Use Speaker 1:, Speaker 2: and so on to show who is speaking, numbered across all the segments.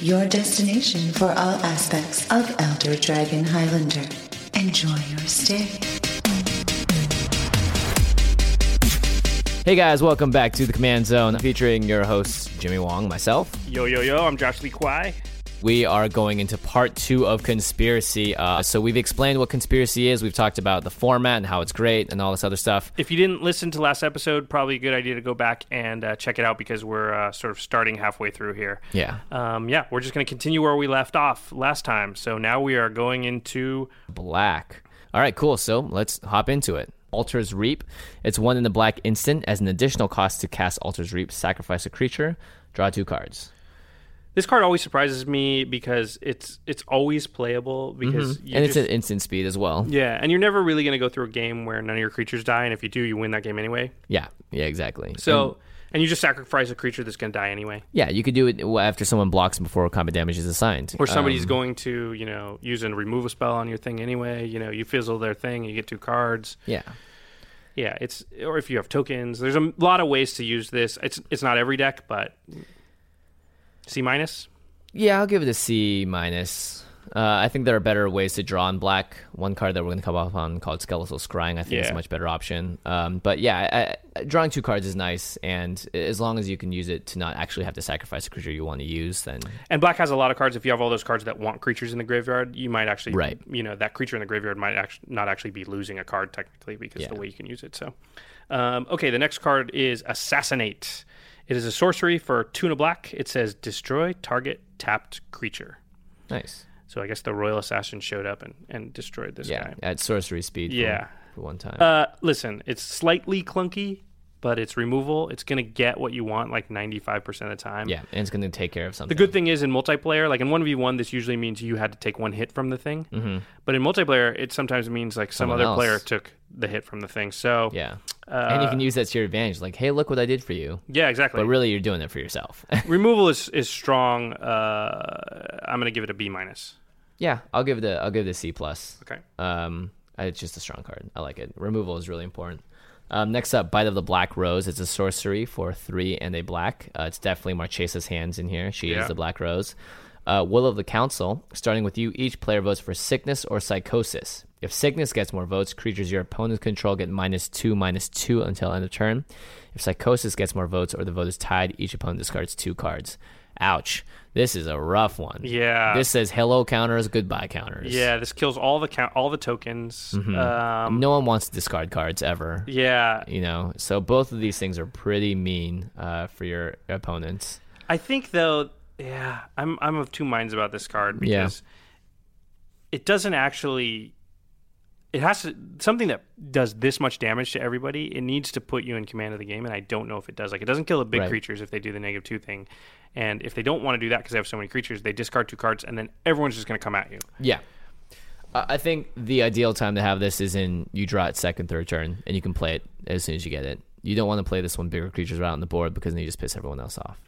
Speaker 1: your destination for all aspects of Elder Dragon Highlander. Enjoy your stay.
Speaker 2: Hey guys, welcome back to the Command Zone featuring your hosts, Jimmy Wong, myself.
Speaker 3: Yo, yo, yo, I'm Josh Lee Kwai.
Speaker 2: We are going into part two of conspiracy. Uh, so, we've explained what conspiracy is, we've talked about the format and how it's great and all this other stuff.
Speaker 3: If you didn't listen to last episode, probably a good idea to go back and uh, check it out because we're uh, sort of starting halfway through here.
Speaker 2: Yeah.
Speaker 3: Um, yeah, we're just going to continue where we left off last time. So now we are going into.
Speaker 2: Black. All right, cool. So, let's hop into it. Alter's Reap. It's one in the black instant as an additional cost to cast Alter's Reap, sacrifice a creature, draw two cards.
Speaker 3: This card always surprises me because it's it's always playable because you
Speaker 2: Mm-hmm. and it's
Speaker 3: just,
Speaker 2: an instant speed as well.
Speaker 3: yeah, and you're never really going to go through a game where none of your creatures die, and if you do, you win that game anyway.
Speaker 2: Yeah, yeah, exactly.
Speaker 3: So, and you just sacrifice a creature that's going to die anyway.
Speaker 2: Yeah, you could do it after someone blocks and before combat damage is assigned. Um,
Speaker 3: Or somebody's going to, you know, use and remove a spell on your thing anyway. You know, you fizzle their thing, you get two cards.
Speaker 2: Yeah.
Speaker 3: Yeah, it's or if you have tokens, there's a lot of ways to use this. It's it's not every deck, but C minus.
Speaker 2: Yeah, I'll give it a C minus. Uh, I think there are better ways to draw in black. One card that we're going to come up on called Skeletal Scrying, I think is a
Speaker 3: Yeah.
Speaker 2: much better option. Um, but yeah, I, I, drawing two cards is nice, and as long as you can use it to not actually have to sacrifice a creature you want to use, then
Speaker 3: And black has a lot of cards. If you have all those cards that want creatures in the graveyard, you might actually,
Speaker 2: Right.
Speaker 3: You know, that creature in the graveyard might actually not actually be losing a card technically because
Speaker 2: Yeah.
Speaker 3: the way you can use it. So, um, okay, the next card is Assassinate. It is a sorcery for tuna black. It says destroy target tapped creature.
Speaker 2: nice.
Speaker 3: So I guess the royal assassin showed up and, and destroyed this
Speaker 2: Yeah,
Speaker 3: guy.
Speaker 2: at sorcery speed. for-
Speaker 3: Yeah.
Speaker 2: for one time.
Speaker 3: Uh, listen, it's slightly clunky, but it's removal. It's gonna get what you want like ninety five percent of the time.
Speaker 2: yeah, and it's going to take care of something.
Speaker 3: The good thing is in multiplayer, like in one v one, this usually means you had to take one hit from the thing. Mm-hmm. But in multiplayer, it sometimes means like some
Speaker 2: Someone
Speaker 3: other
Speaker 2: else.
Speaker 3: player took the hit from the thing. So
Speaker 2: yeah, and you
Speaker 3: Uh,
Speaker 2: can use that to your advantage. Like, hey, look what I did for you.
Speaker 3: yeah, exactly.
Speaker 2: But really, you're doing it for yourself.
Speaker 3: removal is is strong. Uh, I'm gonna give it a B minus.
Speaker 2: yeah, I'll give it a I'll give it a C plus.
Speaker 3: Okay.
Speaker 2: Um, I- it's just a strong card. I like it. Removal is really important. Um, next up, Bite of the Black Rose. It's a sorcery for three and a black. Uh, it's definitely Marchesa's hands in here. She
Speaker 3: Yeah.
Speaker 2: is the Black Rose. Uh, Will of the Council. Starting with you, each player votes for sickness or psychosis. If sickness gets more votes, creatures your opponents control get minus two, minus two until end of turn. If psychosis gets more votes or the vote is tied, each opponent discards two cards. Ouch. This is a rough one.
Speaker 3: Yeah.
Speaker 2: This says hello counters, goodbye counters.
Speaker 3: Yeah, this kills all the count, all the tokens. Um,
Speaker 2: Mm-hmm. no one wants to discard cards ever.
Speaker 3: yeah,
Speaker 2: You know, so both of these things are pretty mean uh, for your opponents.
Speaker 3: I think though, yeah, I'm I'm of two minds about this card
Speaker 2: Yeah.
Speaker 3: because it doesn't actually. It has to something that does this much damage to everybody. It needs to put you in command of the game, and I don't know if it does. Like it doesn't kill the big
Speaker 2: Right.
Speaker 3: creatures if they do the negative two thing, and if they don't want to do that because they have so many creatures, they discard two cards, and then everyone's just going to come at you.
Speaker 2: Yeah. I I think the ideal time to have this is in you draw it second, third turn, and you can play it as soon as you get it. You don't want to play this when bigger creatures are out on the board because then you just piss everyone else off.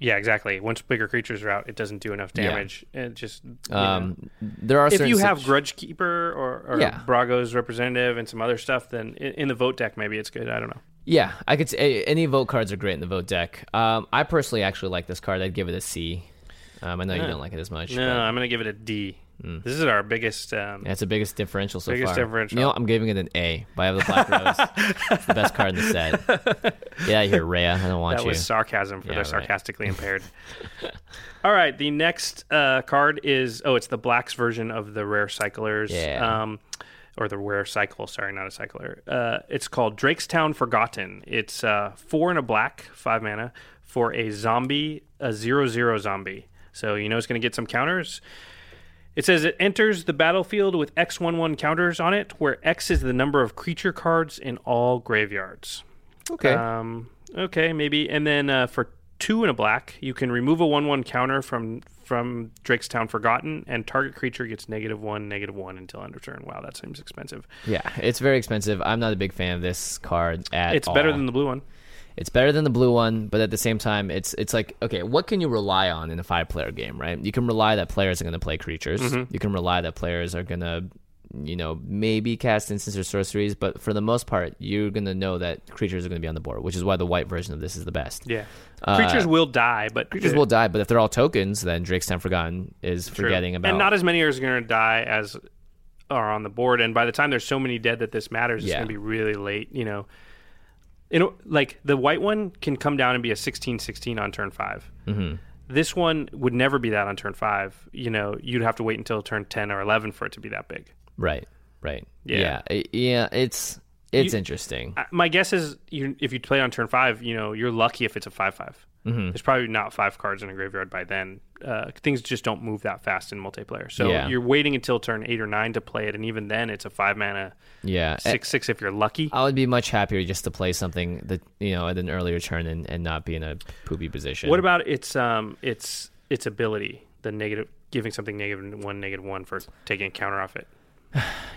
Speaker 3: Yeah, exactly. Once bigger creatures are out, it doesn't do enough
Speaker 2: Yeah.
Speaker 3: damage. It just you know.
Speaker 2: Um, There are
Speaker 3: if
Speaker 2: certain
Speaker 3: you have
Speaker 2: situ-
Speaker 3: Grudge Keeper or, or
Speaker 2: Yeah.
Speaker 3: Brago's representative and some other stuff, then in, in the vote deck maybe it's good. I don't know.
Speaker 2: Yeah, I could say any vote cards are great in the vote deck. Um, I personally actually like this card. I'd give it a C. Um, I know you don't like it as much.
Speaker 3: No, I'm gonna give it a D.
Speaker 2: Mm.
Speaker 3: This is our biggest. Um,
Speaker 2: That's the biggest differential so
Speaker 3: Biggest
Speaker 2: far.
Speaker 3: differential.
Speaker 2: You know, I'm giving it an A. By the Black Rose. it's the best card in the set. Yeah, you're Rhea. I don't want
Speaker 3: that
Speaker 2: you.
Speaker 3: was sarcasm for
Speaker 2: Yeah,
Speaker 3: the
Speaker 2: right.
Speaker 3: sarcastically impaired. All right, the next uh, card is oh, it's the blacks version of the rare cyclers.
Speaker 2: Yeah.
Speaker 3: Um, or the rare cycle, sorry, not a cycler. Uh, it's called Drakestown Forgotten. It's uh, four and a black, five mana for a zombie, a zero zero zombie. So you know it's going to get some counters. It says it enters the battlefield with X11 counters on it, where X is the number of creature cards in all graveyards.
Speaker 2: okay.
Speaker 3: Um, okay, maybe. And then uh, for two and a black. You can remove a one one counter from from Drake's Town Forgotten, and target creature gets negative one, negative one until end of turn. Wow, that seems expensive.
Speaker 2: Yeah, it's very expensive. I'm not a big fan of this card at
Speaker 3: It's better
Speaker 2: all.
Speaker 3: than the blue one.
Speaker 2: it's better than the blue one, but at the same time, it's it's like okay, what can you rely on in a five player game, right? You can rely that players are going to play creatures.
Speaker 3: Mm-hmm.
Speaker 2: You can rely that players are going to, you know, maybe cast instants or sorceries, but for the most part, you're going to know that creatures are going to be on the board, which is why the white version of this is the best.
Speaker 3: Yeah, creatures will die, but
Speaker 2: Uh, Creatures will die, but if they're all tokens, then Drake's Time Forgotten is
Speaker 3: True.
Speaker 2: forgetting about.
Speaker 3: And not as many are going to die as are on the board. And by the time there's so many dead that this matters, it's
Speaker 2: Yeah.
Speaker 3: going to be really late. You know, you know, like the white one can come down and be a 16-16 on turn 5 Mm-hmm. This one would never be that on turn five. You know, you'd have to wait until turn ten or eleven for it to be that big.
Speaker 2: right, right, yeah,
Speaker 3: Yeah.
Speaker 2: yeah. yeah it's it's
Speaker 3: You-
Speaker 2: interesting.
Speaker 3: I- my guess is you, if you play on turn five, you know you're lucky if it's a five There's probably not five cards in a graveyard by then. Uh, things just don't move that fast in multiplayer, so
Speaker 2: Yeah.
Speaker 3: you're waiting until turn eight or nine to play it, and even then it's a five mana
Speaker 2: yeah,
Speaker 3: six six if you're lucky.
Speaker 2: I would be much happier just to play something that you know at an earlier turn and, and not be in a poopy position.
Speaker 3: What about its um its its ability, the negative giving something negative one negative one for taking a counter off it?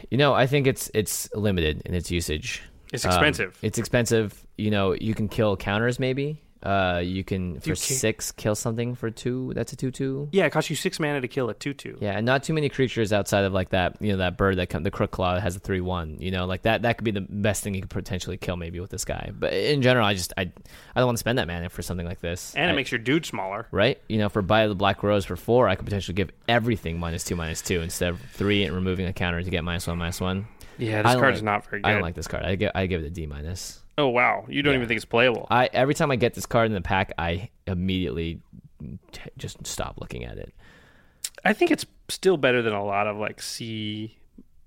Speaker 2: you know? I think it's it's limited in its usage.
Speaker 3: It's
Speaker 2: Um,
Speaker 3: expensive.
Speaker 2: it's expensive. You know, you can kill counters maybe. Uh, you can for
Speaker 3: You can-
Speaker 2: six kill something for two. That's a two two.
Speaker 3: yeah, it costs you six mana to kill a two two.
Speaker 2: Yeah, and not too many creatures outside of like that. You know, that bird that come, the crook claw that has a three one. You know, like that. That could be the best thing you could potentially kill maybe with this guy. But in general, I just I I don't want to spend that mana for something like this.
Speaker 3: And it
Speaker 2: I-
Speaker 3: makes your dude smaller.
Speaker 2: right? You know, for Buy the Black Rose for four, I could potentially give everything minus two, minus two instead of three and removing a counter to get minus one, minus one.
Speaker 3: Yeah,
Speaker 2: I
Speaker 3: this
Speaker 2: don't
Speaker 3: card's
Speaker 2: like-
Speaker 3: not very good.
Speaker 2: I don't like this card. I give, I give it a D minus.
Speaker 3: oh wow, you don't even think it's playable.
Speaker 2: I every time I get this card in the pack, I immediately t- just stop looking at it.
Speaker 3: I think it's still better than a lot of like C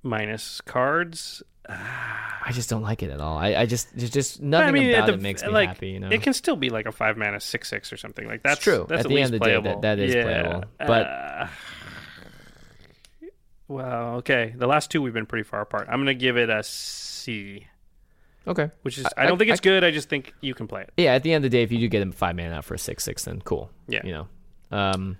Speaker 3: minus cards.
Speaker 2: I just don't like it at all. I, I just just, just
Speaker 3: But
Speaker 2: nothing
Speaker 3: I mean, at
Speaker 2: about
Speaker 3: the,
Speaker 2: it makes me
Speaker 3: like,
Speaker 2: happy. You know,
Speaker 3: it can still be like a five mana six six or something like that's
Speaker 2: true.
Speaker 3: That's
Speaker 2: At
Speaker 3: at,
Speaker 2: the
Speaker 3: least
Speaker 2: end of the day, that-
Speaker 3: playable.
Speaker 2: that is
Speaker 3: Yeah.
Speaker 2: playable. But-
Speaker 3: Uh, well, okay. The last two we've been pretty far apart. I'm gonna give it a C,
Speaker 2: okay.
Speaker 3: which is I, don't think it's good. I just think you can play it.
Speaker 2: Yeah, at the end of the day, if you do get him five mana out for a six six, then cool.
Speaker 3: Yeah.
Speaker 2: you know. Um,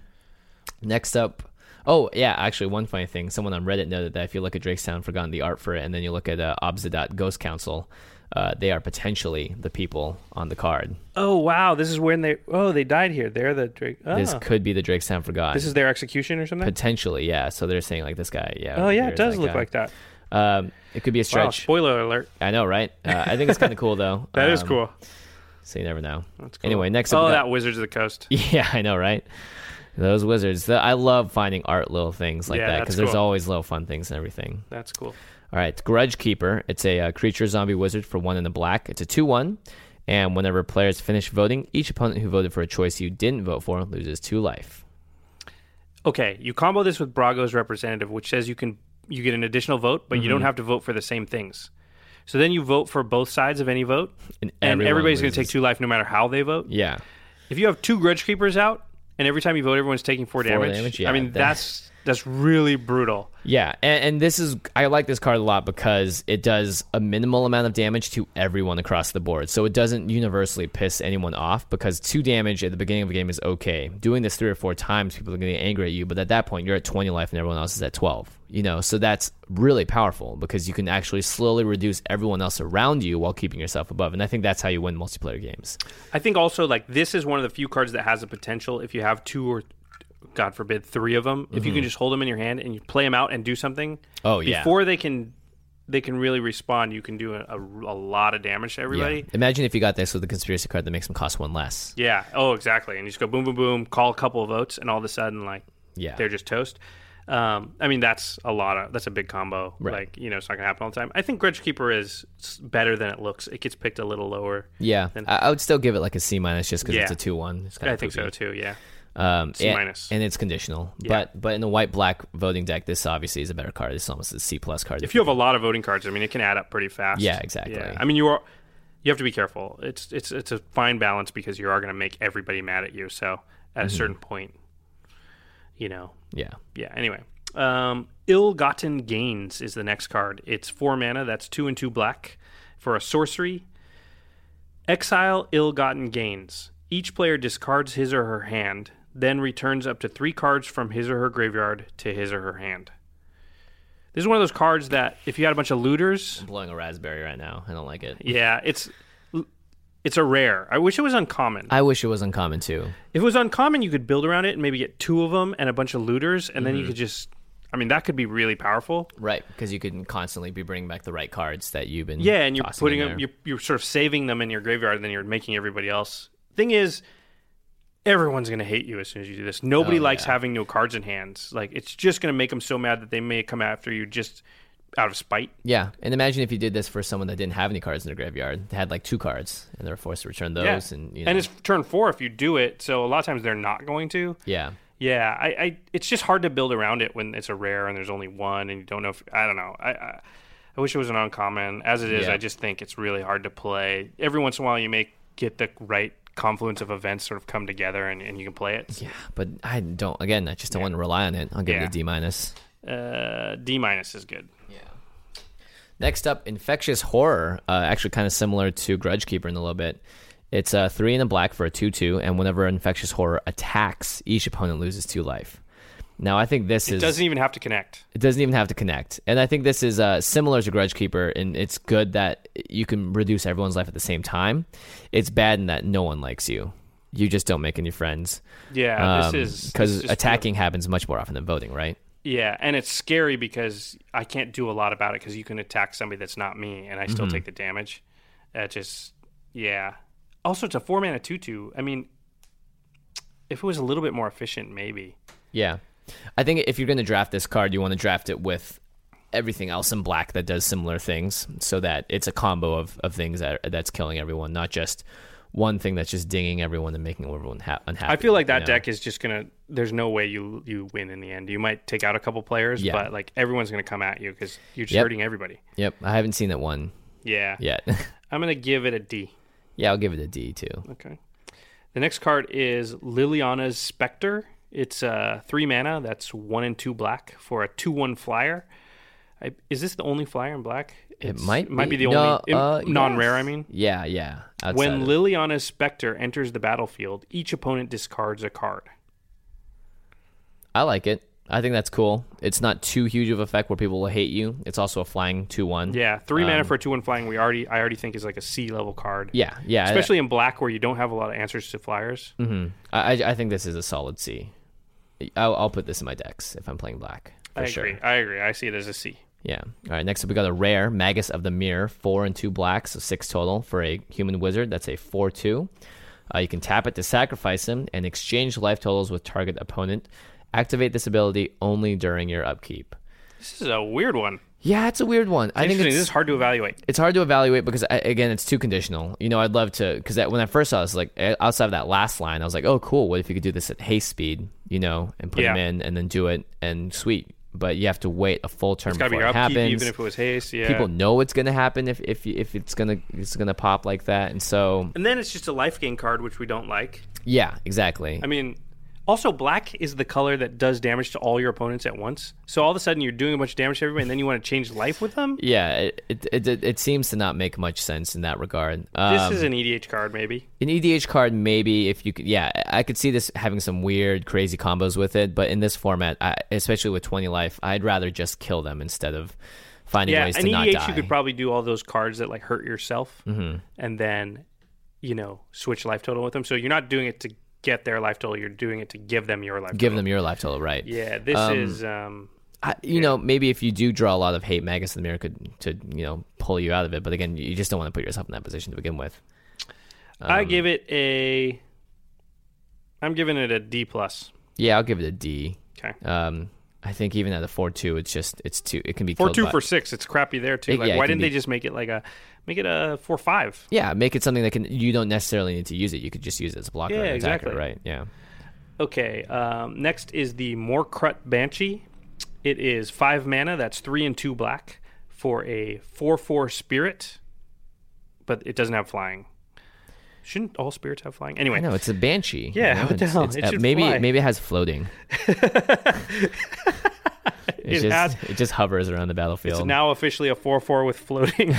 Speaker 2: next up, oh yeah, actually one funny thing. Someone on Reddit noted that if you look at Drake's Town, forgotten the art for it, and then you look at uh, Obsidian Ghost Council, uh, they are potentially the people on the card.
Speaker 3: Oh wow, this is when they oh they died here. They're the Drake. Oh,
Speaker 2: This
Speaker 3: this,
Speaker 2: could be the Drake's Town forgotten.
Speaker 3: is their execution or something.
Speaker 2: potentially, yeah. So they're saying like this guy, yeah.
Speaker 3: Oh yeah,
Speaker 2: here's
Speaker 3: it does
Speaker 2: that
Speaker 3: look
Speaker 2: guy.
Speaker 3: like that.
Speaker 2: Um, it could be a
Speaker 3: Wow,
Speaker 2: stretch.
Speaker 3: spoiler alert.
Speaker 2: I know, right? Uh, I think it's kind of cool though.
Speaker 3: That is
Speaker 2: Um,
Speaker 3: cool.
Speaker 2: So you never know.
Speaker 3: That's cool.
Speaker 2: Anyway, next up,
Speaker 3: Oh,
Speaker 2: we got-
Speaker 3: that Wizards of the Coast.
Speaker 2: Yeah, I know, right? Those wizards. The- I love finding art little things like
Speaker 3: Yeah,
Speaker 2: that
Speaker 3: that's
Speaker 2: because there's
Speaker 3: cool.
Speaker 2: always little fun things and everything.
Speaker 3: That's cool.
Speaker 2: All right, Grudge Keeper. It's a uh, creature zombie wizard for one in the black. It's a 2 1. And whenever players finish voting, each opponent who voted for a choice you didn't vote for loses two life.
Speaker 3: Okay, you combo this with Brago's representative, which says you can you get an additional vote, but you
Speaker 2: Mm-hmm.
Speaker 3: don't have to vote for the same things. So then you vote for both sides of any vote,
Speaker 2: And
Speaker 3: and,
Speaker 2: everyone
Speaker 3: everybody's going to
Speaker 2: loses.
Speaker 3: take two life no matter how they vote.
Speaker 2: Yeah.
Speaker 3: If you have two grudge creepers out, and every time you vote, everyone's taking four, damage.
Speaker 2: damage, yeah,
Speaker 3: I mean,
Speaker 2: that-
Speaker 3: that's that's really brutal.
Speaker 2: Yeah. And, and this is, I like this card a lot because it does a minimal amount of damage to everyone across the board. So it doesn't universally piss anyone off because two damage at the beginning of a game is okay. Doing this three or four times, people are going to get angry at you. But at that point, you're at 20 life and everyone else is at 12. You know, so that's really powerful because you can actually slowly reduce everyone else around you while keeping yourself above. And I think that's how you win multiplayer games.
Speaker 3: I think also like this is one of the few cards that has the potential if you have two or God forbid three of them, if you
Speaker 2: Mm-hmm.
Speaker 3: can just hold them in your hand and you play them out and do something.
Speaker 2: Oh, yeah.
Speaker 3: Before they can they can really respond, you can do a, a, a lot of damage to
Speaker 2: Yeah.
Speaker 3: everybody.
Speaker 2: Imagine if you got this with a conspiracy card that makes them cost one less.
Speaker 3: Yeah. Oh, exactly. And you just go boom, boom, boom, call a couple of votes, and all of a sudden, like,
Speaker 2: Yeah.
Speaker 3: they're just toast. Um, I mean, that's a lot of that's a big combo. Like, you know, it's not gonna happen all the time. I think Grudge Keeper is s- better than it looks. It gets picked a little lower.
Speaker 2: Yeah. I, I would still give it like a C minus just because it's
Speaker 3: Yeah.
Speaker 2: a 2 1. It's kinda
Speaker 3: I think
Speaker 2: poopy.
Speaker 3: so too. Yeah.
Speaker 2: Um,
Speaker 3: C
Speaker 2: and-
Speaker 3: minus.
Speaker 2: and, it's conditional. But but in the white black voting deck, this obviously is a better card. This is almost a C plus card.
Speaker 3: If you have a lot of voting cards, I mean, it can add up pretty fast.
Speaker 2: Yeah, exactly.
Speaker 3: I mean, you are you have to be careful. It's it's it's a fine balance because you are gonna make everybody mad at you. So at
Speaker 2: Mm-hmm.
Speaker 3: a certain point, you know,
Speaker 2: yeah,
Speaker 3: yeah. Anyway, um, ill-gotten gains is the next card. It's four mana. That's two and two black for a sorcery. Exile ill-gotten gains. Each player discards his or her hand, then returns up to three cards from his or her graveyard to his or her hand. This is one of those cards that if you had a bunch of looters,
Speaker 2: I'm blowing a raspberry right now. I don't like it.
Speaker 3: yeah, it's it's a rare. I wish it was uncommon.
Speaker 2: I wish it was uncommon too.
Speaker 3: If it was uncommon, you could build around it and maybe get two of them and a bunch of looters, and then you could just. I mean, that could be really powerful.
Speaker 2: Right, because you can constantly be bringing back the right cards that you've been.
Speaker 3: Yeah, and you're
Speaker 2: tossing
Speaker 3: putting
Speaker 2: in
Speaker 3: them.
Speaker 2: there.
Speaker 3: You're, you're sort of saving them in your graveyard, and then you're making everybody else. Thing is, everyone's gonna hate you as soon as you do this. Nobody
Speaker 2: Oh,
Speaker 3: likes
Speaker 2: yeah.
Speaker 3: having no cards in hands. Like it's just gonna make them so mad that they may come after you just out of spite.
Speaker 2: yeah, and imagine if you did this for someone that didn't have any cards in their graveyard. They had like two cards, and they were forced to return those.
Speaker 3: yeah,
Speaker 2: And you know,
Speaker 3: and it's turn four if you do it. So a lot of times they're not going to.
Speaker 2: yeah,
Speaker 3: Yeah, I, I it's just hard to build around it when it's a rare and there's only one and you don't know if I don't know. I I, I wish it was an uncommon. As it is,
Speaker 2: Yeah.
Speaker 3: I just think it's really hard to play. Every once in a while you may get the right confluence of events sort of come together and, and you can play it.
Speaker 2: yeah. But I don't. Again, I just don't want to rely on it. I'll give it
Speaker 3: Yeah.
Speaker 2: a D minus.
Speaker 3: Uh, D minus is good.
Speaker 2: Next up, Infectious Horror, uh, actually kind of similar to Grudge Keeper in a little bit. It's a three and a black for a two-two, and whenever Infectious Horror attacks, each opponent loses two life. Now, I think this is.
Speaker 3: It doesn't even have to connect.
Speaker 2: It doesn't even have to connect. And I think this is uh, similar to Grudge Keeper, and it's good that you can reduce everyone's life at the same time. It's bad in that no one likes you. You just don't make any friends.
Speaker 3: Yeah,
Speaker 2: Um,
Speaker 3: this is
Speaker 2: because
Speaker 3: this is-
Speaker 2: attacking happens much more often than voting, right?
Speaker 3: Yeah, and it's scary because I can't do a lot about it because you can attack somebody that's not me, and I still
Speaker 2: Mm-hmm.
Speaker 3: take the damage. That just, yeah. Also, it's a four mana two two. I mean, if it was a little bit more efficient, maybe.
Speaker 2: Yeah, I think if you're going to draft this card, you want to draft it with everything else in black that does similar things, so that it's a combo of, of things that that's killing everyone, not just one thing that's just dinging everyone and making everyone ha- unhappy.
Speaker 3: I feel like
Speaker 2: you
Speaker 3: that
Speaker 2: know?
Speaker 3: deck is just gonna. There's no way you you win in the end. You might take out a couple players,
Speaker 2: Yeah.
Speaker 3: but like everyone's gonna come at you because you're just
Speaker 2: Yep.
Speaker 3: hurting everybody.
Speaker 2: Yep, I haven't seen that one
Speaker 3: Yeah.
Speaker 2: yet.
Speaker 3: I'm gonna give it a D.
Speaker 2: yeah, I'll give it a D too.
Speaker 3: Okay. The next card is Liliana's Spectre. It's uh, three mana. That's one and two black for a two-one flyer. I, is this the only flyer in black? It's-
Speaker 2: might
Speaker 3: might be,
Speaker 2: be.
Speaker 3: the
Speaker 2: No,
Speaker 3: only
Speaker 2: uh,
Speaker 3: it- non-rare.
Speaker 2: yes.
Speaker 3: I mean,
Speaker 2: Yeah, yeah. outside
Speaker 3: when
Speaker 2: of-
Speaker 3: Liliana's Spectre enters the battlefield, each opponent discards a card.
Speaker 2: I like it. I think that's cool. It's not too huge of effect where people will hate you. It's also a flying two one.
Speaker 3: Yeah, three mana for a two-one flying. We already, I already think is like a C level card.
Speaker 2: Um, yeah, yeah. I- Mm,
Speaker 3: especially in black where you don't have a lot of answers to flyers.
Speaker 2: I, I, I think this is a solid C. I'll, I'll put this in my decks if I'm playing black. For
Speaker 3: I
Speaker 2: sure.
Speaker 3: agree. I agree. I see it as a C.
Speaker 2: Yeah. All right. Next up, we got a rare Magus of the Mirror, four and two blacks, so six total for a human wizard. That's a four two. Uh, you can tap it to sacrifice him and exchange life totals with target opponent. Activate this ability only during your upkeep.
Speaker 3: This is a weird one.
Speaker 2: Yeah, it's a weird one. I think
Speaker 3: Interesting.
Speaker 2: it's,
Speaker 3: This is hard to evaluate.
Speaker 2: it's hard to evaluate because I, again it's too conditional you know i'd love to because when i first saw this like eh, outside of that last line i was like oh cool what if you could do this at haste speed you know and put
Speaker 3: Yeah.
Speaker 2: them in and then do it and sweet but you have to wait a full turn
Speaker 3: It's got to
Speaker 2: before
Speaker 3: be your
Speaker 2: it
Speaker 3: upkeep,
Speaker 2: happens
Speaker 3: even if it was haste. Yeah.
Speaker 2: people know what's going to happen if, if you- if it's going to it's going to pop like that and so
Speaker 3: And then it's just a life gain card, which we don't like.
Speaker 2: yeah exactly
Speaker 3: I mean, also black is the color that does damage to all your opponents at once. So all of a sudden you're doing a bunch of damage to everybody, and then you want to change life with them.
Speaker 2: yeah it, it, it, it- it seems to not make much sense in that regard um,
Speaker 3: This is an EDH card, maybe.
Speaker 2: an EDH card, maybe if you could, yeah, I could see this having some weird, crazy combos with it. But in this format, I, especially with 20 life, I'd rather just kill them instead of finding
Speaker 3: Yeah, an
Speaker 2: ways to not
Speaker 3: EDH
Speaker 2: die. Mm-hmm.
Speaker 3: you could probably do all those cards that like hurt yourself, and then you know switch life total with them. So you're not doing it to get their life total; you're doing it to give them your life.
Speaker 2: Give
Speaker 3: total.
Speaker 2: them your life total, right?
Speaker 3: Yeah, this is. Um,
Speaker 2: I, you know, maybe if you do draw a lot of hate, Magus in the Mirror could to you know pull you out of it. But again, you just don't want to put yourself in that position to begin with. um,
Speaker 3: I give it a. I'm giving it a D plus.
Speaker 2: Yeah, I'll give it a D.
Speaker 3: Okay.
Speaker 2: Um, I think even at a four-two, it's just it's too. It can be
Speaker 3: four
Speaker 2: killed
Speaker 3: two
Speaker 2: by-
Speaker 3: for six. It's crappy there too.
Speaker 2: It-
Speaker 3: Like,
Speaker 2: yeah, it
Speaker 3: why
Speaker 2: can
Speaker 3: didn't they
Speaker 2: be-
Speaker 3: just make it like a make it a four five?
Speaker 2: Yeah, make it something that can you don't necessarily need to use it. You could just use it as a blocker
Speaker 3: Yeah,
Speaker 2: and attacker,
Speaker 3: exactly.
Speaker 2: right? Yeah.
Speaker 3: Okay. Um, next is the Morkrut Banshee. It is five mana. That's three and two black for a four four spirit, but it doesn't have flying. Shouldn't all spirits have flying? Anyway,
Speaker 2: I know it's a banshee. you
Speaker 3: Yeah,
Speaker 2: know,
Speaker 3: what the
Speaker 2: it's-
Speaker 3: hell?
Speaker 2: it's-
Speaker 3: It
Speaker 2: uh,
Speaker 3: should
Speaker 2: maybe
Speaker 3: fly.
Speaker 2: maybe it has floating. it,
Speaker 3: It
Speaker 2: just
Speaker 3: has-
Speaker 2: it just hovers around the battlefield.
Speaker 3: It's now officially a 4 4 with floating.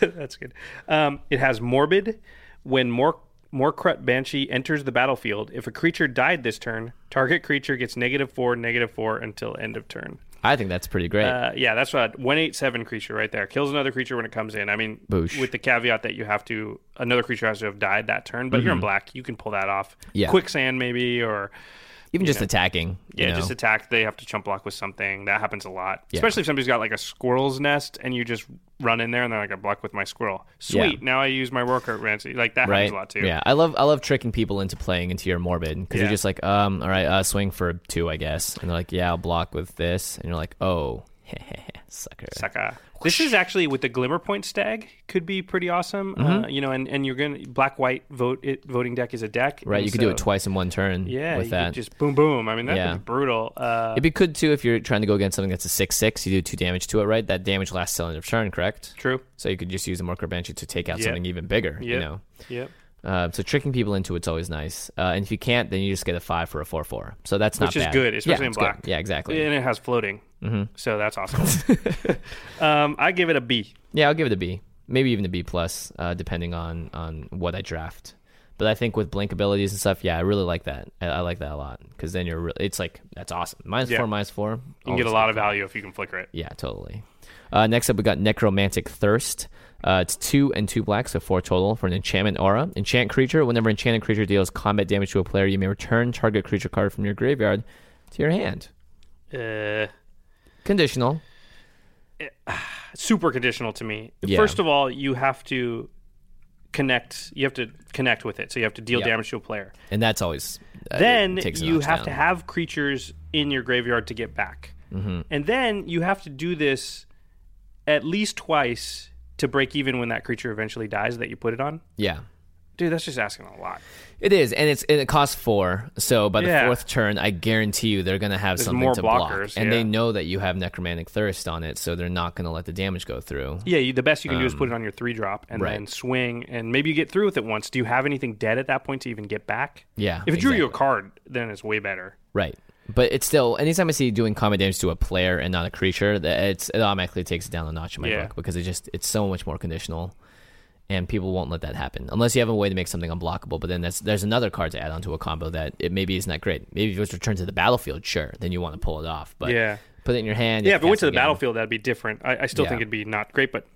Speaker 3: That's good. Um, it has Morbid. When Mor- Morcrut Banshee enters the battlefield. If a creature died this turn, target creature gets negative four, negative four until end of turn.
Speaker 2: I think that's pretty great.
Speaker 3: Uh, yeah, that's what one eight seven creature right there kills another creature when it comes in. I mean,
Speaker 2: Boosh.
Speaker 3: with the caveat that you have to another creature has to have died that turn, but you're in black, you can pull that off.
Speaker 2: Mm-hmm. Yeah.
Speaker 3: quicksand maybe, or
Speaker 2: Even just attacking.
Speaker 3: yeah,
Speaker 2: you know.
Speaker 3: just attack. They have to chump block with something. That happens a lot, especially if somebody's got like a squirrel's nest and you just run in there and they're like, I block with my squirrel.
Speaker 2: Yeah.
Speaker 3: Sweet. Now I use my Rourke Rancy. Like that
Speaker 2: right.
Speaker 3: happens a lot too.
Speaker 2: Yeah, I love I love tricking people into playing into your morbid because you're
Speaker 3: Yeah.
Speaker 2: just like, um, all right, uh, swing for two, I guess, and they're like, yeah, I'll block with this, and you're like, oh, sucker.
Speaker 3: Saka. This is actually with the glimmer point stag could be pretty awesome.
Speaker 2: Mm-hmm.
Speaker 3: Uh, you know, and, and you're gonna black white vote it, voting deck is a deck.
Speaker 2: Right,
Speaker 3: and
Speaker 2: you could do it
Speaker 3: so-
Speaker 2: twice in one turn.
Speaker 3: Yeah,
Speaker 2: with
Speaker 3: you could
Speaker 2: that.
Speaker 3: just boom boom. I mean that'd
Speaker 2: Yeah.
Speaker 3: be brutal. Uh,
Speaker 2: It'd be good too if you're trying to go against something that's a six six. You do two damage to it, right? That damage lasts till end of turn, correct?
Speaker 3: true.
Speaker 2: So you could just use a marker banshee to take out
Speaker 3: Yeah.
Speaker 2: something even bigger. You
Speaker 3: Yeah.
Speaker 2: know.
Speaker 3: Yep.
Speaker 2: Uh, so tricking people into it's always nice. Uh, and if you can't, then you just get a five for a four four. So that's not
Speaker 3: Which is
Speaker 2: bad.
Speaker 3: good, especially
Speaker 2: yeah,
Speaker 3: in
Speaker 2: it's
Speaker 3: black.
Speaker 2: Good. Yeah, exactly.
Speaker 3: And it has floating.
Speaker 2: Mm-hmm.
Speaker 3: So that's awesome. um, I give it a B.
Speaker 2: Yeah, I'll give it a B, maybe even a B plus, uh, depending on on what I draft. But I think with blink abilities and stuff, yeah, I really like that. I, I like that a lot because then you're, re- it's like that's awesome. Minus
Speaker 3: Yeah.
Speaker 2: four, minus four.
Speaker 3: You can get a lot of value if you can flicker it.
Speaker 2: Yeah, totally. Uh, next up, we got Necromantic Thirst. Uh, it's two and two black, so four total for an enchantment aura. Enchant creature. Whenever enchanted creature deals combat damage to a player, you may return target creature card from your graveyard to your hand.
Speaker 3: Uh,
Speaker 2: Conditional.
Speaker 3: super conditional to me.
Speaker 2: Yeah.
Speaker 3: First of all, you have to connect. You have to connect with it, so you have to deal
Speaker 2: Yeah.
Speaker 3: damage to a player.
Speaker 2: And that's always. uh,
Speaker 3: then
Speaker 2: it takes a
Speaker 3: you
Speaker 2: notch
Speaker 3: have to
Speaker 2: down.
Speaker 3: have creatures in your graveyard to get back.
Speaker 2: Mm-hmm.
Speaker 3: And then you have to do this at least twice to break even when that creature eventually dies that you put it on.
Speaker 2: Yeah.
Speaker 3: Dude, that's just asking a lot.
Speaker 2: It is, and it's and it costs four. So by the
Speaker 3: Yeah.
Speaker 2: fourth turn, I guarantee you they're gonna have something
Speaker 3: more
Speaker 2: to block,
Speaker 3: blockers,
Speaker 2: and
Speaker 3: yeah.
Speaker 2: they know that you have necromantic thirst on it, so they're not gonna let the damage go through.
Speaker 3: Yeah, you, the best you can do is put it on your three drop and
Speaker 2: Um, right.
Speaker 3: then swing, and maybe you get through with it once. Do you have anything dead at that point to even get back?
Speaker 2: Yeah,
Speaker 3: If it drew you a card, then it's way better.
Speaker 2: Right, but it's still anytime I see doing combat damage to a player and not a creature, that it's it automatically takes it down a notch in my
Speaker 3: Yeah.
Speaker 2: book because it just it's so much more conditional, and people won't let that happen unless you have a way to make something unblockable. But then that's there's another card to add onto a combo that it maybe isn't that great. Maybe if it was returned to the battlefield, sure, then you want to pull it off. But
Speaker 3: Yeah.
Speaker 2: put it in your hand. you
Speaker 3: Yeah,
Speaker 2: have
Speaker 3: if it went
Speaker 2: cast
Speaker 3: to the
Speaker 2: again.
Speaker 3: battlefield, that'd be different. I, I still
Speaker 2: Yeah.
Speaker 3: think it'd be not great, but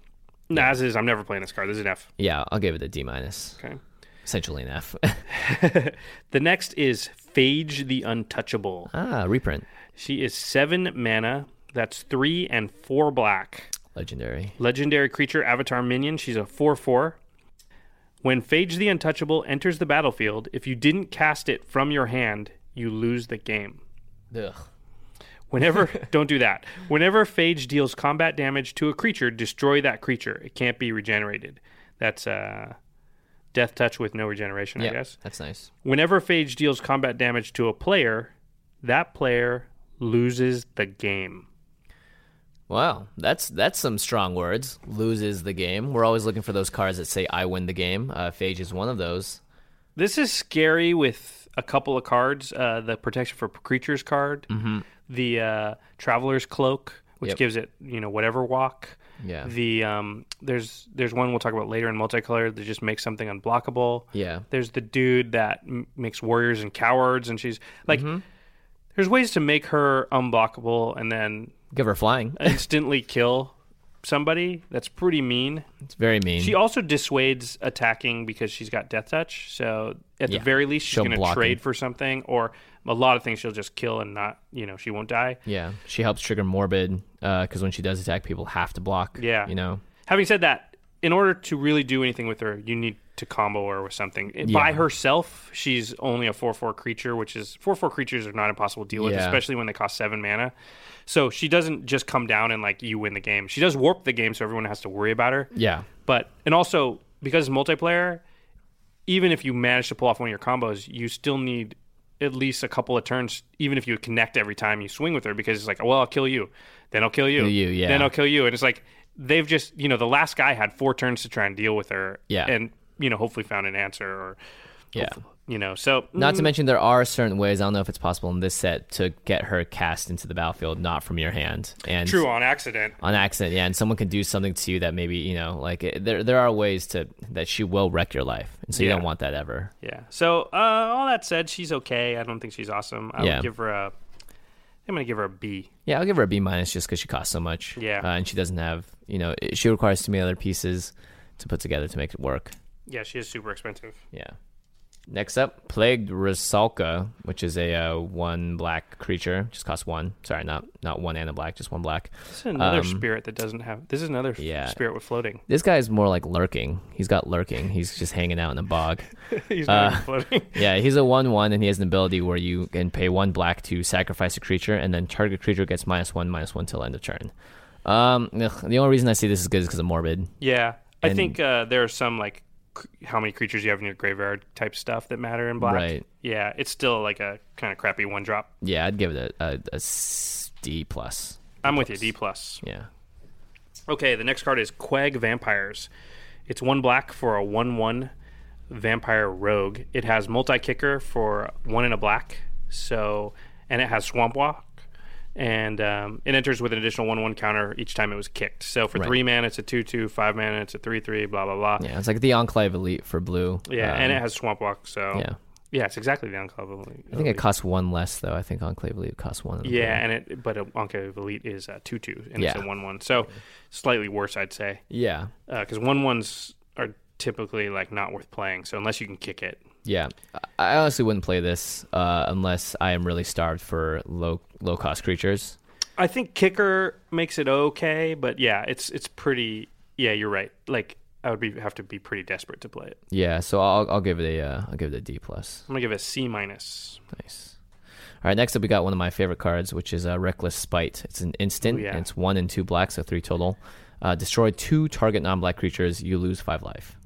Speaker 3: nah, as is, I'm never playing this card. This is an F.
Speaker 2: Yeah, I'll give it a D minus.
Speaker 3: Okay.
Speaker 2: Essentially an F.
Speaker 3: The next is Phage the Untouchable.
Speaker 2: ah, reprint.
Speaker 3: She is seven mana. That's three and four black.
Speaker 2: Legendary.
Speaker 3: Legendary creature, avatar minion. She's a 4 4. When Phage the Untouchable enters the battlefield, if you didn't cast it from your hand, you lose the game.
Speaker 2: Ugh.
Speaker 3: Whenever, don't do that. Whenever Phage deals combat damage to a creature, destroy that creature. It can't be regenerated. That's uh, Death Touch with no regeneration,
Speaker 2: Yeah,
Speaker 3: I guess.
Speaker 2: that's nice.
Speaker 3: Whenever Phage deals combat damage to a player, that player loses the game.
Speaker 2: Wow, that's that's some strong words. Loses the game. We're always looking for those cards that say "I win the game." Uh, Phage is one of those.
Speaker 3: This is scary with a couple of cards. Uh, the protection for creatures card, the uh, traveler's cloak, which
Speaker 2: Mm-hmm. Yep.
Speaker 3: gives it you know whatever walk.
Speaker 2: Yeah.
Speaker 3: The um, there's there's one we'll talk about later in multicolor that just makes something unblockable.
Speaker 2: Yeah.
Speaker 3: There's the dude that m- makes warriors and cowards, and she's like,
Speaker 2: Mm-hmm.
Speaker 3: there's ways to make her unblockable and then
Speaker 2: Give her flying.
Speaker 3: instantly kill somebody. That's pretty mean.
Speaker 2: It's very mean.
Speaker 3: She also dissuades attacking because she's got death touch. So at
Speaker 2: Yeah.
Speaker 3: the very least, she's
Speaker 2: She'll
Speaker 3: going to
Speaker 2: block
Speaker 3: trade
Speaker 2: him.
Speaker 3: for something, or a lot of things she'll just kill and not, you know, she won't die.
Speaker 2: yeah, she helps trigger morbid because when she does attack, people have to block.
Speaker 3: Yeah.
Speaker 2: you know.
Speaker 3: Having said that, in order to really do anything with her, you need to combo her with something. By herself, she's only a 4 4 creature, which is 4 4 creatures are not impossible to deal with,
Speaker 2: Yeah.
Speaker 3: especially when they cost 7 mana. So she doesn't just come down and, like, you win the game. She does warp the game, so everyone has to worry about her.
Speaker 2: Yeah,
Speaker 3: But and also because it's multiplayer, even if you manage to pull off one of your combos, you still need at least a couple of turns. Even if you connect every time you swing with her, because it's like, well, I'll kill you, then I'll kill you,
Speaker 2: Kill you, yeah.
Speaker 3: then I'll kill you, and it's like they've just you know the last guy had four turns to try and deal with her,
Speaker 2: Yeah.
Speaker 3: and you know hopefully found an answer or
Speaker 2: yeah.
Speaker 3: You know, so mm,
Speaker 2: Not to mention, there are certain ways. I don't know if it's possible in this set to get her cast into the battlefield, not from your hand. And
Speaker 3: true on accident.
Speaker 2: on accident, yeah. And someone can do something to you that maybe you know, like it, there there are ways to that she will wreck your life, and so you
Speaker 3: Yeah.
Speaker 2: don't want that ever.
Speaker 3: Yeah. So uh, all that said, she's okay. I don't think she's awesome. I
Speaker 2: Yeah.
Speaker 3: would give her a. I'm gonna give her a B.
Speaker 2: Yeah, I'll give her a B minus just because she costs so much.
Speaker 3: Yeah.
Speaker 2: uh, and she doesn't have you know it- she requires too many other pieces to put together to make it work.
Speaker 3: Yeah, she is super expensive.
Speaker 2: Yeah. Next up, plagued Rasalka, which is a uh, one black creature. Just costs one. Sorry, not not one and a black, just one black.
Speaker 3: This is another spirit that doesn't have. This is another f-
Speaker 2: Um, yeah.
Speaker 3: spirit with floating.
Speaker 2: This guy is more like lurking. He's got lurking. He's just hanging out in the bog.
Speaker 3: He's
Speaker 2: Uh,
Speaker 3: not even floating.
Speaker 2: Yeah, he's a one-one, and he has an ability where you can pay one black to sacrifice a creature, and then target creature gets minus one, minus one till end of turn. Um, ugh, the only reason I see this is good is because of morbid.
Speaker 3: Yeah, I
Speaker 2: And-
Speaker 3: think uh, there are some like c- how many creatures you have in your graveyard type stuff that matter in black.
Speaker 2: Right.
Speaker 3: Yeah, it's still like a kind of crappy one drop.
Speaker 2: Yeah, I'd give it a, a, a s- D plus.
Speaker 3: I'm with you, D plus.
Speaker 2: Yeah,
Speaker 3: Okay, the next card is Quag Vampires. It's one black for a one-one vampire rogue. It has multi-kicker for one and a black. So, and it has Swamp Walk, and um, it enters with an additional one-one counter each time it was kicked. So for three man, it's a two-two. Five man, it's a three-three. Blah blah blah.
Speaker 2: yeah, it's like the Enclave Elite for blue.
Speaker 3: Yeah,
Speaker 2: Um,
Speaker 3: and it has Swamp Walk, so
Speaker 2: yeah.
Speaker 3: yeah, it's exactly the Enclave Elite.
Speaker 2: I think it costs one less though. I think Enclave Elite costs one.
Speaker 3: yeah, and it but Enclave Elite is a two two and it's
Speaker 2: Yeah.
Speaker 3: a one one, so slightly worse, I'd say,
Speaker 2: yeah,
Speaker 3: because Uh, one ones are typically like not worth playing. So unless you can kick it,
Speaker 2: yeah. I- I honestly wouldn't play this uh, unless I am really starved for low low cost creatures.
Speaker 3: I think kicker makes it okay, but yeah, it's it's pretty. Yeah, you're right. Like I would be have to be pretty desperate to play it.
Speaker 2: Yeah, so I'll I'll give it a uh, I'll give it a D plus.
Speaker 3: I'm gonna give it a C minus.
Speaker 2: Nice. All right, next up we got one of my favorite cards, which is uh, Reckless Spite. It's an instant,
Speaker 3: yeah.
Speaker 2: and it's one and two black, so three total. Uh, destroy two target non-black creatures, you lose five life.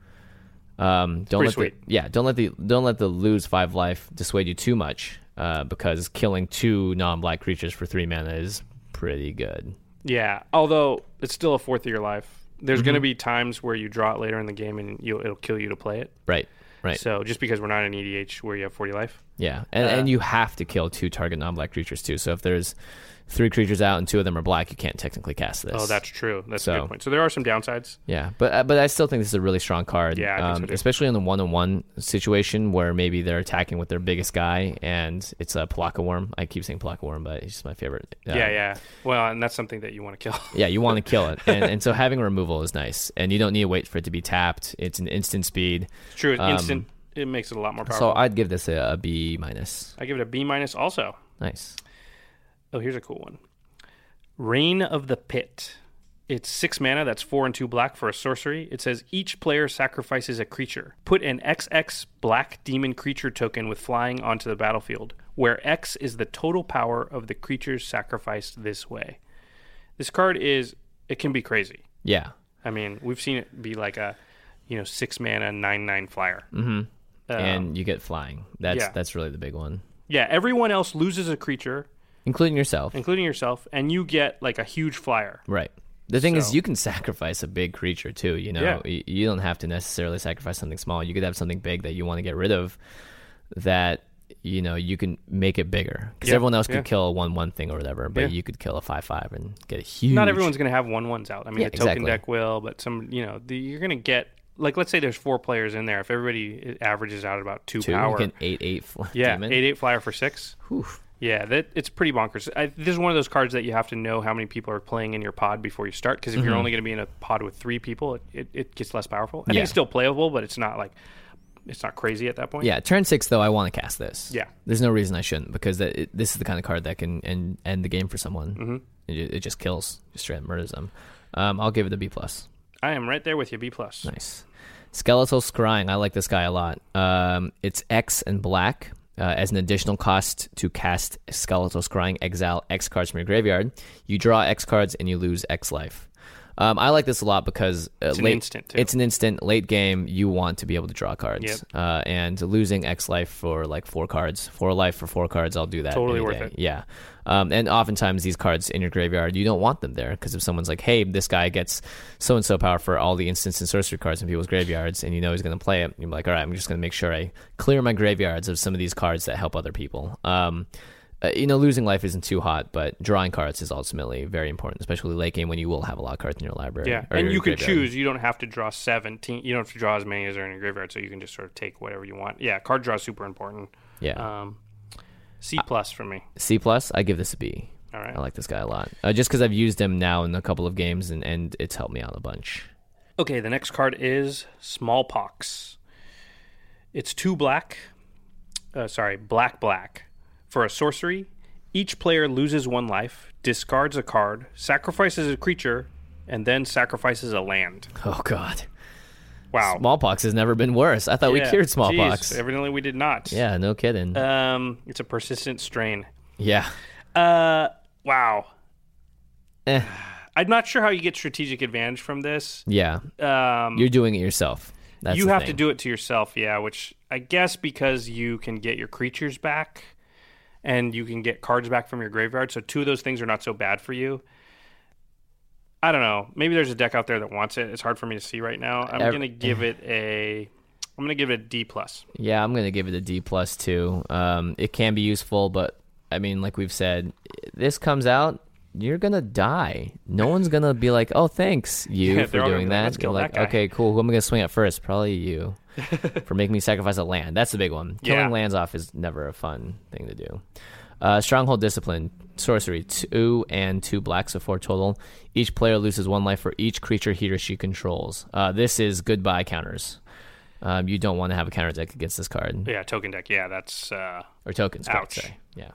Speaker 2: Um, don't
Speaker 3: pretty
Speaker 2: let
Speaker 3: sweet.
Speaker 2: The, yeah, don't let the don't let the lose five life dissuade you too much, uh, because killing two non-black creatures for three mana is pretty good.
Speaker 3: Yeah, although it's still a fourth of your life. There's gonna be times where you draw it later in the game and you it'll kill you to play it.
Speaker 2: Right, right,
Speaker 3: So uh, just because we're not in EDH where you have 40 life.
Speaker 2: yeah, and and you have to kill two target non-black creatures too. So if there's three creatures out and two of them are black, you can't technically cast this.
Speaker 3: Oh, that's true. That's a
Speaker 2: So-
Speaker 3: good point. So there are some downsides.
Speaker 2: Yeah, but uh, but I still think this is a really strong card. um,
Speaker 3: Yeah, I think so too.
Speaker 2: especially in the one on one situation where maybe they're attacking with their biggest guy and it's a Palaka Worm. I keep saying Palaka Worm, but he's just my favorite. Uh,
Speaker 3: yeah, yeah. Well, and that's something that you want to kill.
Speaker 2: yeah, you want to kill it, and, and so having removal is nice, and you don't need to wait for it to be tapped. It's an instant speed.
Speaker 3: It's true. Instant. It makes it a lot more
Speaker 2: Um, So
Speaker 3: powerful. I,
Speaker 2: I'd give this a, a B minus.
Speaker 3: give it a B minus also.
Speaker 2: Nice.
Speaker 3: Oh, here's a cool one. Reign of the Pit. It's six mana. That's four and two black for a sorcery. It says each player sacrifices a creature. Put an XX black demon creature token with flying onto the battlefield, where X is the total power of the creatures sacrificed this way. This card is. It can be crazy.
Speaker 2: Yeah,
Speaker 3: I mean, we've seen it be like a, you know, six mana nine nine flyer. Um,
Speaker 2: and you get flying. That's
Speaker 3: Uh, yeah.
Speaker 2: that's really the big one,
Speaker 3: Yeah, everyone else loses a creature,
Speaker 2: including yourself.
Speaker 3: including yourself, and you get like a huge flyer.
Speaker 2: Right. The thing is,
Speaker 3: So-
Speaker 2: you can sacrifice a big creature too. You know,
Speaker 3: Yeah.
Speaker 2: Y- you don't have to necessarily sacrifice something small. You could have something big that you want to get rid of. That you know you can make it bigger because
Speaker 3: Yeah,
Speaker 2: everyone else could
Speaker 3: yeah.
Speaker 2: kill a one one thing or whatever, but
Speaker 3: Yeah.
Speaker 2: you could kill a five five and get a huge.
Speaker 3: Not everyone's going to have one ones out. I mean,
Speaker 2: Yeah,
Speaker 3: the token
Speaker 2: exactly.
Speaker 3: deck will, but some, you know, the, you're going to get like let's say there's four players in there. If everybody uh, averages out about two,
Speaker 2: two. You
Speaker 3: power,
Speaker 2: can eight eight fl-
Speaker 3: yeah,
Speaker 2: demon.
Speaker 3: eight eight flyer for six.
Speaker 2: Whew.
Speaker 3: Yeah, that it's pretty bonkers. I, this is one of those cards that you have to know how many people are playing in your pod before you start. Because if
Speaker 2: Mm-hmm.
Speaker 3: you're only going to be in a pod with three people, it, it, it gets less powerful. I
Speaker 2: Yeah.
Speaker 3: think it's still playable, but it's not like it's not crazy at that point.
Speaker 2: Yeah, turn six though. I want to cast this.
Speaker 3: Yeah.
Speaker 2: there's no reason I shouldn't because that, it, this is the kind of card that can end, end the game for someone. Mm-hmm. It, it just kills, just straight up murders them. Um, I'll give it a B plus.
Speaker 3: I am right there with you. B plus.
Speaker 2: Nice. Skeletal Scrying. I like this guy a lot. Um, it's X and black. Uh, as an additional cost to cast Skeletal Scrying, exile X cards from your graveyard. You draw X cards and you lose X life. Um, I like this a lot because uh,
Speaker 3: It's an
Speaker 2: late,
Speaker 3: instant, too.
Speaker 2: It's an instant late game. You want to be able to draw cards.
Speaker 3: Yep.
Speaker 2: Uh, and losing X life for like four cards, four life for four cards. I'll do that.
Speaker 3: Totally
Speaker 2: any
Speaker 3: worth
Speaker 2: day.
Speaker 3: it.
Speaker 2: Yeah. Um, and oftentimes these cards in your graveyard, you don't want them there because if someone's like, "Hey, this guy gets so and so power for all the instants and sorcery cards in people's graveyards," and you know he's going to play it, you're like, "All right, I'm just going to make sure I clear my graveyards of some of these cards that help other people." Um, uh, you know, losing life isn't too hot, but drawing cards is ultimately very important, especially late game when you will have a lot of cards in your library.
Speaker 3: Yeah,
Speaker 2: or
Speaker 3: and
Speaker 2: your
Speaker 3: you could
Speaker 2: graveyard.
Speaker 3: choose. You don't have to draw seventeen. You don't have to draw as many as are in your graveyard, so you can just sort of take whatever you want. Yeah, card draw is super important.
Speaker 2: Yeah,
Speaker 3: Um, C plus for me.
Speaker 2: C plus. I give this a B.
Speaker 3: All right.
Speaker 2: I like this guy a lot, uh, just because I've used him now in a couple of games, and, and it's helped me out a bunch.
Speaker 3: Okay, the next card is Smallpox. It's two black, uh, sorry, black, black. For a sorcery, each player loses one life, discards a card, sacrifices a creature, and then sacrifices a land.
Speaker 2: Oh God.
Speaker 3: Wow.
Speaker 2: Smallpox has never been worse. I thought we
Speaker 3: Yeah.
Speaker 2: cured
Speaker 3: Jeez,
Speaker 2: smallpox.
Speaker 3: evidently, we did not.
Speaker 2: yeah, no kidding.
Speaker 3: Um, it's a persistent strain.
Speaker 2: yeah.
Speaker 3: Uh, wow.
Speaker 2: Eh,
Speaker 3: I'm not sure how you get strategic advantage from this.
Speaker 2: yeah.
Speaker 3: Um,
Speaker 2: You're doing it yourself. That's
Speaker 3: you
Speaker 2: the
Speaker 3: have to
Speaker 2: thing.
Speaker 3: do it to yourself, yeah. Which I guess because you can get your creatures back, and you can get cards back from your graveyard. So two of those things are not so bad for you. I don't know. Maybe there's a deck out there that wants it. It's hard for me to see right now. I'm
Speaker 2: Ev-
Speaker 3: gonna give it a. I'm gonna give it a D plus.
Speaker 2: Yeah, I'm gonna give it a D plus too. Um, it can be useful, but I mean, like we've said, this comes out, you're gonna die. No one's gonna be like, "Oh, thanks you
Speaker 3: Yeah,
Speaker 2: for
Speaker 3: they're all
Speaker 2: doing
Speaker 3: gonna be like,
Speaker 2: that."
Speaker 3: "Let's kill
Speaker 2: You're
Speaker 3: that
Speaker 2: like,
Speaker 3: guy."
Speaker 2: okay, cool. Who am I gonna swing at first? Probably you for making me sacrifice a land. That's the big one. Killing
Speaker 3: Yeah.
Speaker 2: lands off is never a fun thing to do. Uh, Stronghold Discipline, sorcery, two and two blacks, so four total. Each player loses one life for each creature he or she controls. Uh, this is goodbye counters. Um, you don't want to have a counter deck against this card
Speaker 3: Yeah, token deck. Yeah, that's. Uh,
Speaker 2: or tokens. correct,
Speaker 3: Ouch.
Speaker 2: sorry. Yeah.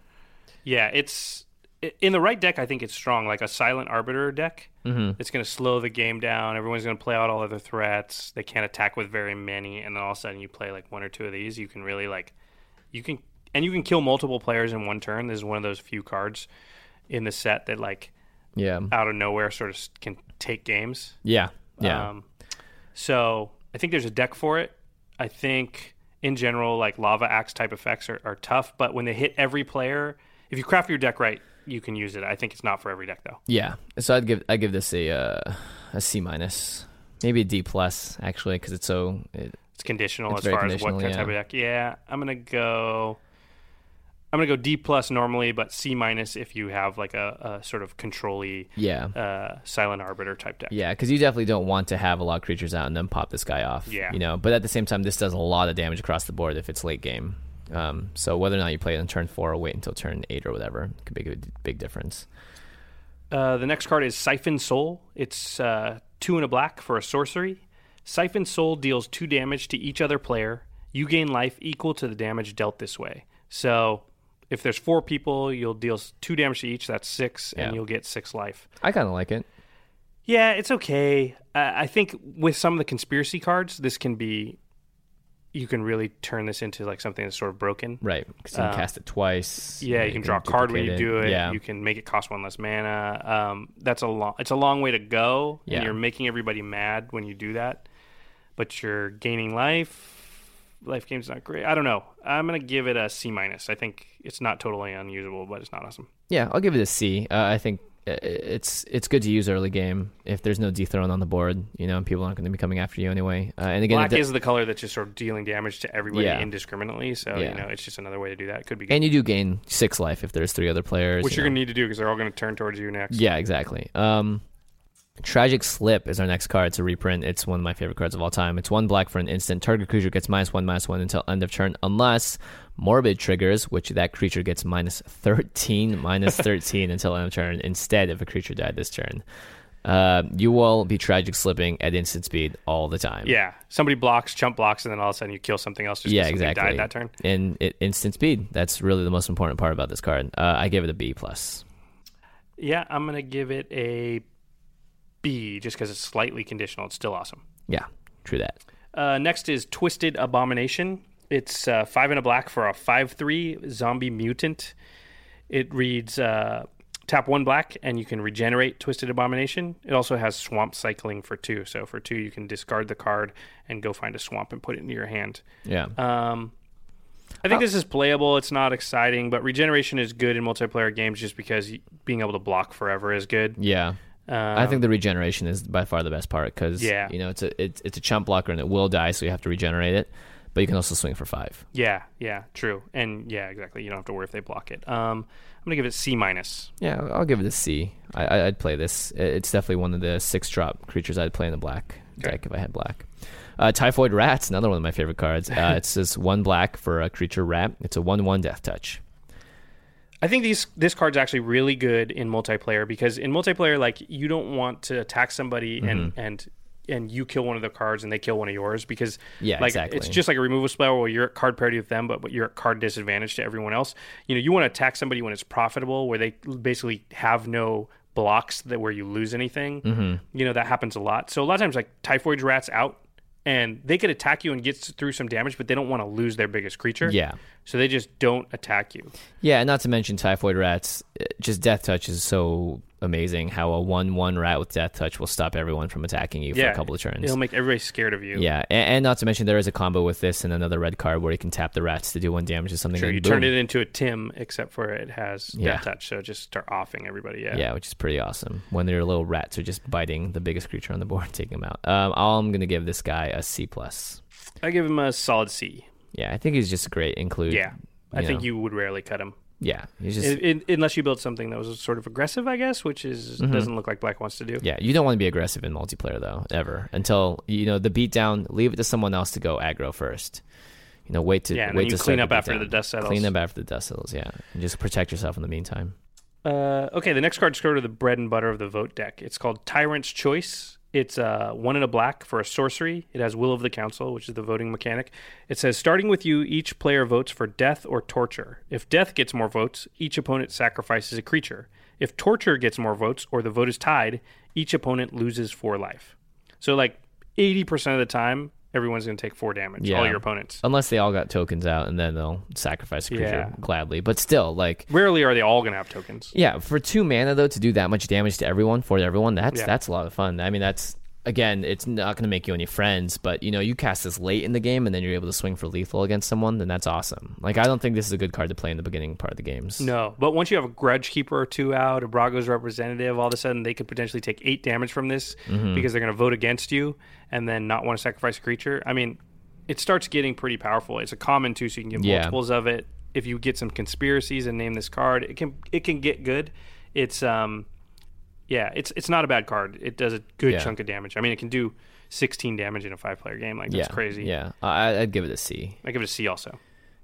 Speaker 3: yeah, it's i- in the right deck. I think it's strong, like a silent arbiter deck. Mm-hmm. It's gonna slow the game down. Everyone's gonna play out all other threats. They can't attack with very many, and then all of a sudden you play like one or two of these. You can really like, you can and you can kill multiple players in one turn. This is one of those few cards in the set that like
Speaker 2: Yeah.
Speaker 3: out of nowhere sort of s- can take games.
Speaker 2: Yeah. Yeah.
Speaker 3: Um, so I think there's a deck for it. I think in general, like lava axe type effects are, are tough, but when they hit every player, if you craft your deck right, you can use it. I think it's not for every deck though.
Speaker 2: yeah. So I'd give I give this a uh, a C minus, maybe a D plus actually, because it's so. It,
Speaker 3: It's conditional
Speaker 2: It's
Speaker 3: as
Speaker 2: very
Speaker 3: far as what
Speaker 2: conditional,
Speaker 3: kind of type of deck. Yeah, I'm gonna go. I'm gonna go D plus normally, but C minus if you have like a, a sort of control-y
Speaker 2: yeah.
Speaker 3: uh, silent arbiter type deck.
Speaker 2: yeah, because you definitely don't want to have a lot of creatures out and then pop this guy off.
Speaker 3: Yeah.
Speaker 2: You know, but at the same time, this does a lot of damage across the board if it's late game. Um, so whether or not you play it on turn four or wait until turn eight or whatever, could make a big difference.
Speaker 3: Uh, the next card is Siphon Soul. It's uh, two and a black for a sorcery. Siphon Soul deals two damage to each other player. You gain life equal to the damage dealt this way. So if there's four people, you'll deal s- two damage to each. That's six, and
Speaker 2: Yeah.
Speaker 3: you'll get six life.
Speaker 2: I kind of like it.
Speaker 3: Yeah, it's okay. Uh, I think with some of the conspiracy cards, this can be. You can really turn this into like something that's sort of broken.
Speaker 2: Right. Because you can cast it twice.
Speaker 3: Uh, Yeah, you can draw a card when you
Speaker 2: duplicate
Speaker 3: do it.
Speaker 2: Yeah.
Speaker 3: You can make it cost one less mana. Um, that's a long. It's a long way to go.
Speaker 2: Yeah.
Speaker 3: And you're making everybody mad when you do that, but you're gaining life. Life game's not great. I don't know. I'm gonna give it a C minus. I think it's not totally unusable, but it's not awesome.
Speaker 2: Yeah, I'll give it a C. Uh, I think uh, it's it's good to use early game if there's no dethrone on the board. You know, and people aren't going to be coming after you anyway. Uh, and again, it
Speaker 3: Black
Speaker 2: do-
Speaker 3: is the color that's just sort of dealing damage to everybody
Speaker 2: Yeah.
Speaker 3: indiscriminately. So
Speaker 2: Yeah.
Speaker 3: you know, it's just another way to do that. It could be good.
Speaker 2: and you do gain six life if there's three other players.
Speaker 3: which
Speaker 2: you
Speaker 3: you're
Speaker 2: know.
Speaker 3: gonna need to do because they're all gonna turn towards you next.
Speaker 2: Yeah, exactly. Um, Tragic Slip is our next card. It's a reprint. It's one of my favorite cards of all time. It's one black for an instant. Target creature gets minus one, minus one until end of turn, unless Morbid triggers, which that creature gets minus 13, minus 13 until end of turn, instead if a creature died this turn. Uh, you will be Tragic Slipping at instant speed all the time.
Speaker 3: Yeah. Somebody blocks, chump blocks, and then all of a sudden you kill something else just
Speaker 2: Yeah,
Speaker 3: 'cause something
Speaker 2: exactly.
Speaker 3: died that turn.
Speaker 2: And it, instant speed. That's really the most important part about this card. Uh, I give it a B plus.
Speaker 3: Yeah, I'm gonna give it a B just because it's slightly conditional. It's still awesome.
Speaker 2: Yeah, true that.
Speaker 3: Uh, next is Twisted Abomination. It's uh, five and a black for a five-three zombie mutant. It reads uh, tap one black and you can regenerate Twisted Abomination. It also has swamp cycling for two. So for two, you can discard the card and go find a swamp and put it into your hand.
Speaker 2: Yeah.
Speaker 3: Um, I think this is playable. It's not exciting, but regeneration is good in multiplayer games just because y- being able to block forever is good.
Speaker 2: yeah. I think the regeneration is by far the best part because
Speaker 3: Yeah.
Speaker 2: you know it's a it's, it's a chump blocker and it will die, so you have to regenerate it. But you can also swing for five.
Speaker 3: Yeah, yeah, true, and yeah, exactly. You don't have to worry if they block it. Um, I'm gonna give it C minus.
Speaker 2: Yeah, I'll give it a C. I, I, I'd play this. I- It's definitely one of the six drop creatures I'd play in the black deck if I had black. Uh, Typhoid Rat's another one of my favorite cards. Uh, it's this one black for a creature rat. It's a one one death touch.
Speaker 3: I think these this card's actually really good in multiplayer because in multiplayer, like you don't want to attack somebody and
Speaker 2: Mm-hmm.
Speaker 3: and and you kill one of their cards and they kill one of yours because
Speaker 2: Yeah,
Speaker 3: like
Speaker 2: exactly.
Speaker 3: it's just like a removal spell where you're at card parity with them, but but you're at card disadvantage to everyone else. You know, you want to attack somebody when it's profitable, where they basically have no blocks that where you lose anything.
Speaker 2: Mm-hmm.
Speaker 3: You know that happens a lot. So a lot of times, like typhoid rats out. And they could attack you and get through some damage, but they don't want to lose their biggest creature.
Speaker 2: Yeah.
Speaker 3: So they just don't attack you.
Speaker 2: Yeah, and not to mention Typhoid Rat's uh, just death touch is so amazing. How a one one rat with death touch will stop everyone from attacking you for a couple of turns.
Speaker 3: It'll make everybody scared of you.
Speaker 2: Yeah, and, and not to mention there is a combo with this and another red card where you can tap the rats to do one damage to something.
Speaker 3: Sure,
Speaker 2: and
Speaker 3: you
Speaker 2: boom.
Speaker 3: turn it into a Tim, except for it has
Speaker 2: Yeah.
Speaker 3: death touch, so just start offing everybody. Yeah.
Speaker 2: Yeah, which is pretty awesome. When their little rats are just biting the biggest creature on the board, taking them out. Um, all I'm gonna give this guy a C plus.
Speaker 3: I give him a solid C.
Speaker 2: Yeah, I think he's just a great include.
Speaker 3: Yeah. I think
Speaker 2: know.
Speaker 3: you would rarely cut him,
Speaker 2: Yeah, he's just.
Speaker 3: in, in- unless you build something that was sort of aggressive, I guess, which is
Speaker 2: Mm-hmm.
Speaker 3: doesn't look like Black wants to do.
Speaker 2: yeah, you don't want to be aggressive in multiplayer though, ever. Until you know the beatdown, leave it to someone else to go aggro first. You know, wait to
Speaker 3: Yeah, and
Speaker 2: wait
Speaker 3: then you
Speaker 2: to
Speaker 3: clean
Speaker 2: start
Speaker 3: up after the
Speaker 2: beatdown.
Speaker 3: dust settles.
Speaker 2: Clean up after the dust settles. Yeah, and just protect yourself in the meantime.
Speaker 3: Uh, okay, the next card's go to the bread and butter of the vote deck. It's called Tyrant's Choice. It's uh, one in a black for a sorcery. It has Will of the Council, which is the voting mechanic. It says, starting with you, each player votes for death or torture. If death gets more votes, each opponent sacrifices a creature. If torture gets more votes or the vote is tied, each opponent loses four life. So, like 80% of the time, everyone's going to take four damage, all
Speaker 2: Yeah.
Speaker 3: your opponents.
Speaker 2: Unless they all got tokens out, and then they'll sacrifice a creature
Speaker 3: Yeah.
Speaker 2: gladly. But still, like
Speaker 3: Rarely are they all going to have tokens.
Speaker 2: Yeah, for two mana though to do that much damage to everyone for everyone, that's
Speaker 3: Yeah.
Speaker 2: that's a lot of fun. I mean, that's again, it's not going to make you any friends, but you know, you cast this late in the game and then you're able to swing for lethal against someone, then that's awesome. Like, I don't think this is a good card to play in the beginning part of the games.
Speaker 3: No, but once you have a grudge keeper or two out, a Brago's representative, all of a sudden they could potentially take eight damage from this
Speaker 2: Mm-hmm.
Speaker 3: because they're going to vote against you and then not want to sacrifice a creature. I mean, it starts getting pretty powerful. It's a common too, so you can get
Speaker 2: Yeah.
Speaker 3: multiples of it. If you get some conspiracies and name this card, it can it can get good. It's um, yeah, it's it's not a bad card. It does a good
Speaker 2: Yeah.
Speaker 3: chunk of damage. I mean, it can do sixteen damage in a five player game. Like
Speaker 2: yeah,
Speaker 3: that's crazy.
Speaker 2: Yeah, I, I'd give it a C.
Speaker 3: I give it a C also.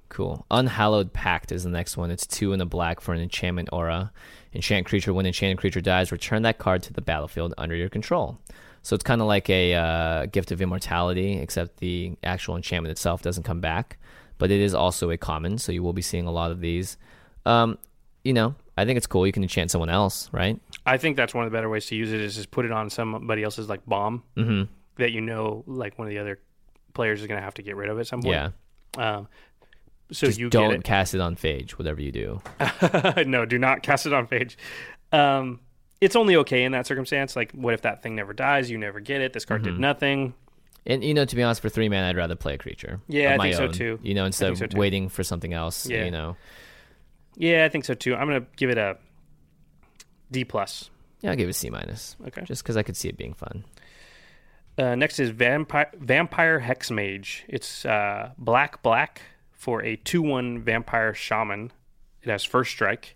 Speaker 2: Cool. Unhallowed Pact is the next one. It's two in a black for an enchantment aura. Enchant creature. When enchanted creature dies, return that card to the battlefield under your control. So it's kind of like a uh, gift of immortality, except the actual enchantment itself doesn't come back. But it is also a common, so you will be seeing a lot of these. Um, you know, I think it's cool. You can enchant someone else, right?
Speaker 3: I think that's one of the better ways to use it is just put it on somebody else's like bomb
Speaker 2: Mm-hmm.
Speaker 3: that you know like one of the other players is going to have to get rid of at some point.
Speaker 2: Yeah.
Speaker 3: Um, so you
Speaker 2: Don't
Speaker 3: get
Speaker 2: cast it on Phage, whatever you do.
Speaker 3: it. no, do not cast it on page. Um, it's only okay in that circumstance. Like, what if that thing never dies? You never get it. This card
Speaker 2: Mm-hmm.
Speaker 3: did nothing.
Speaker 2: And you know, to be honest, for three man, I'd rather play a creature.
Speaker 3: Yeah,
Speaker 2: of
Speaker 3: I
Speaker 2: my
Speaker 3: think so
Speaker 2: own,
Speaker 3: too.
Speaker 2: You know, instead
Speaker 3: think so
Speaker 2: of
Speaker 3: too.
Speaker 2: waiting for something else.
Speaker 3: Yeah.
Speaker 2: You know,
Speaker 3: Yeah, I think so too. I'm going to give it a D plus.
Speaker 2: Yeah, I'll give it a C minus.
Speaker 3: Okay.
Speaker 2: Just because I could see it being fun.
Speaker 3: Uh, next is Vampire Vampire Hexmage. It's uh, black black for a two one vampire shaman. It has first strike,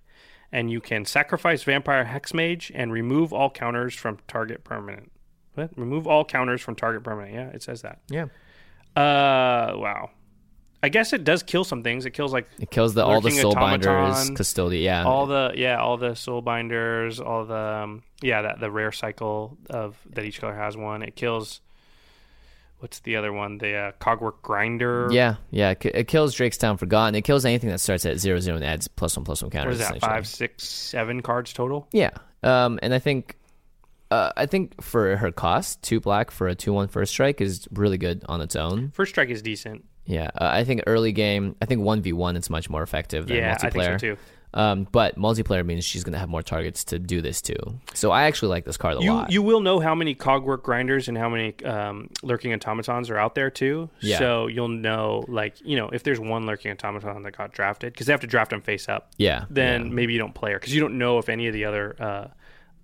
Speaker 3: and you can sacrifice Vampire Hexmage and remove all counters from target permanent. What? Remove all counters from target permanent. Yeah, it says that.
Speaker 2: Yeah.
Speaker 3: Uh, wow. I guess it does kill some things. It kills like
Speaker 2: It kills the all the
Speaker 3: Lurking
Speaker 2: soul binders,
Speaker 3: Automaton,
Speaker 2: custodian. Yeah.
Speaker 3: all the yeah all the soul binders, all the um, yeah that the rare cycle of that each color has one. It kills. What's the other one? The uh, cogwork grinder.
Speaker 2: yeah, yeah. It, ki- it kills Drakestown Forgotten. It kills anything that starts at zero zero and adds plus one plus one counters.
Speaker 3: What is that?
Speaker 2: essentially.
Speaker 3: Five, six, seven cards total.
Speaker 2: Yeah. Um, and I think, uh, I think for her cost, two black for a two one first strike is really good on its own.
Speaker 3: First strike is decent.
Speaker 2: Yeah. Uh, I think early game, I think one v one, it's much more effective than
Speaker 3: Yeah, I think so
Speaker 2: multiplayer.
Speaker 3: too.
Speaker 2: Um, but multiplayer means she's going to have more targets to do this too. So I actually like this card a
Speaker 3: You
Speaker 2: lot.
Speaker 3: you will know how many cogwork grinders and how many um, lurking automatons are out there too.
Speaker 2: Yeah.
Speaker 3: So you'll know like you know if there's one lurking automaton that got drafted because they have to draft them face up.
Speaker 2: yeah.
Speaker 3: Then maybe you don't play her because you don't know if any of the other uh,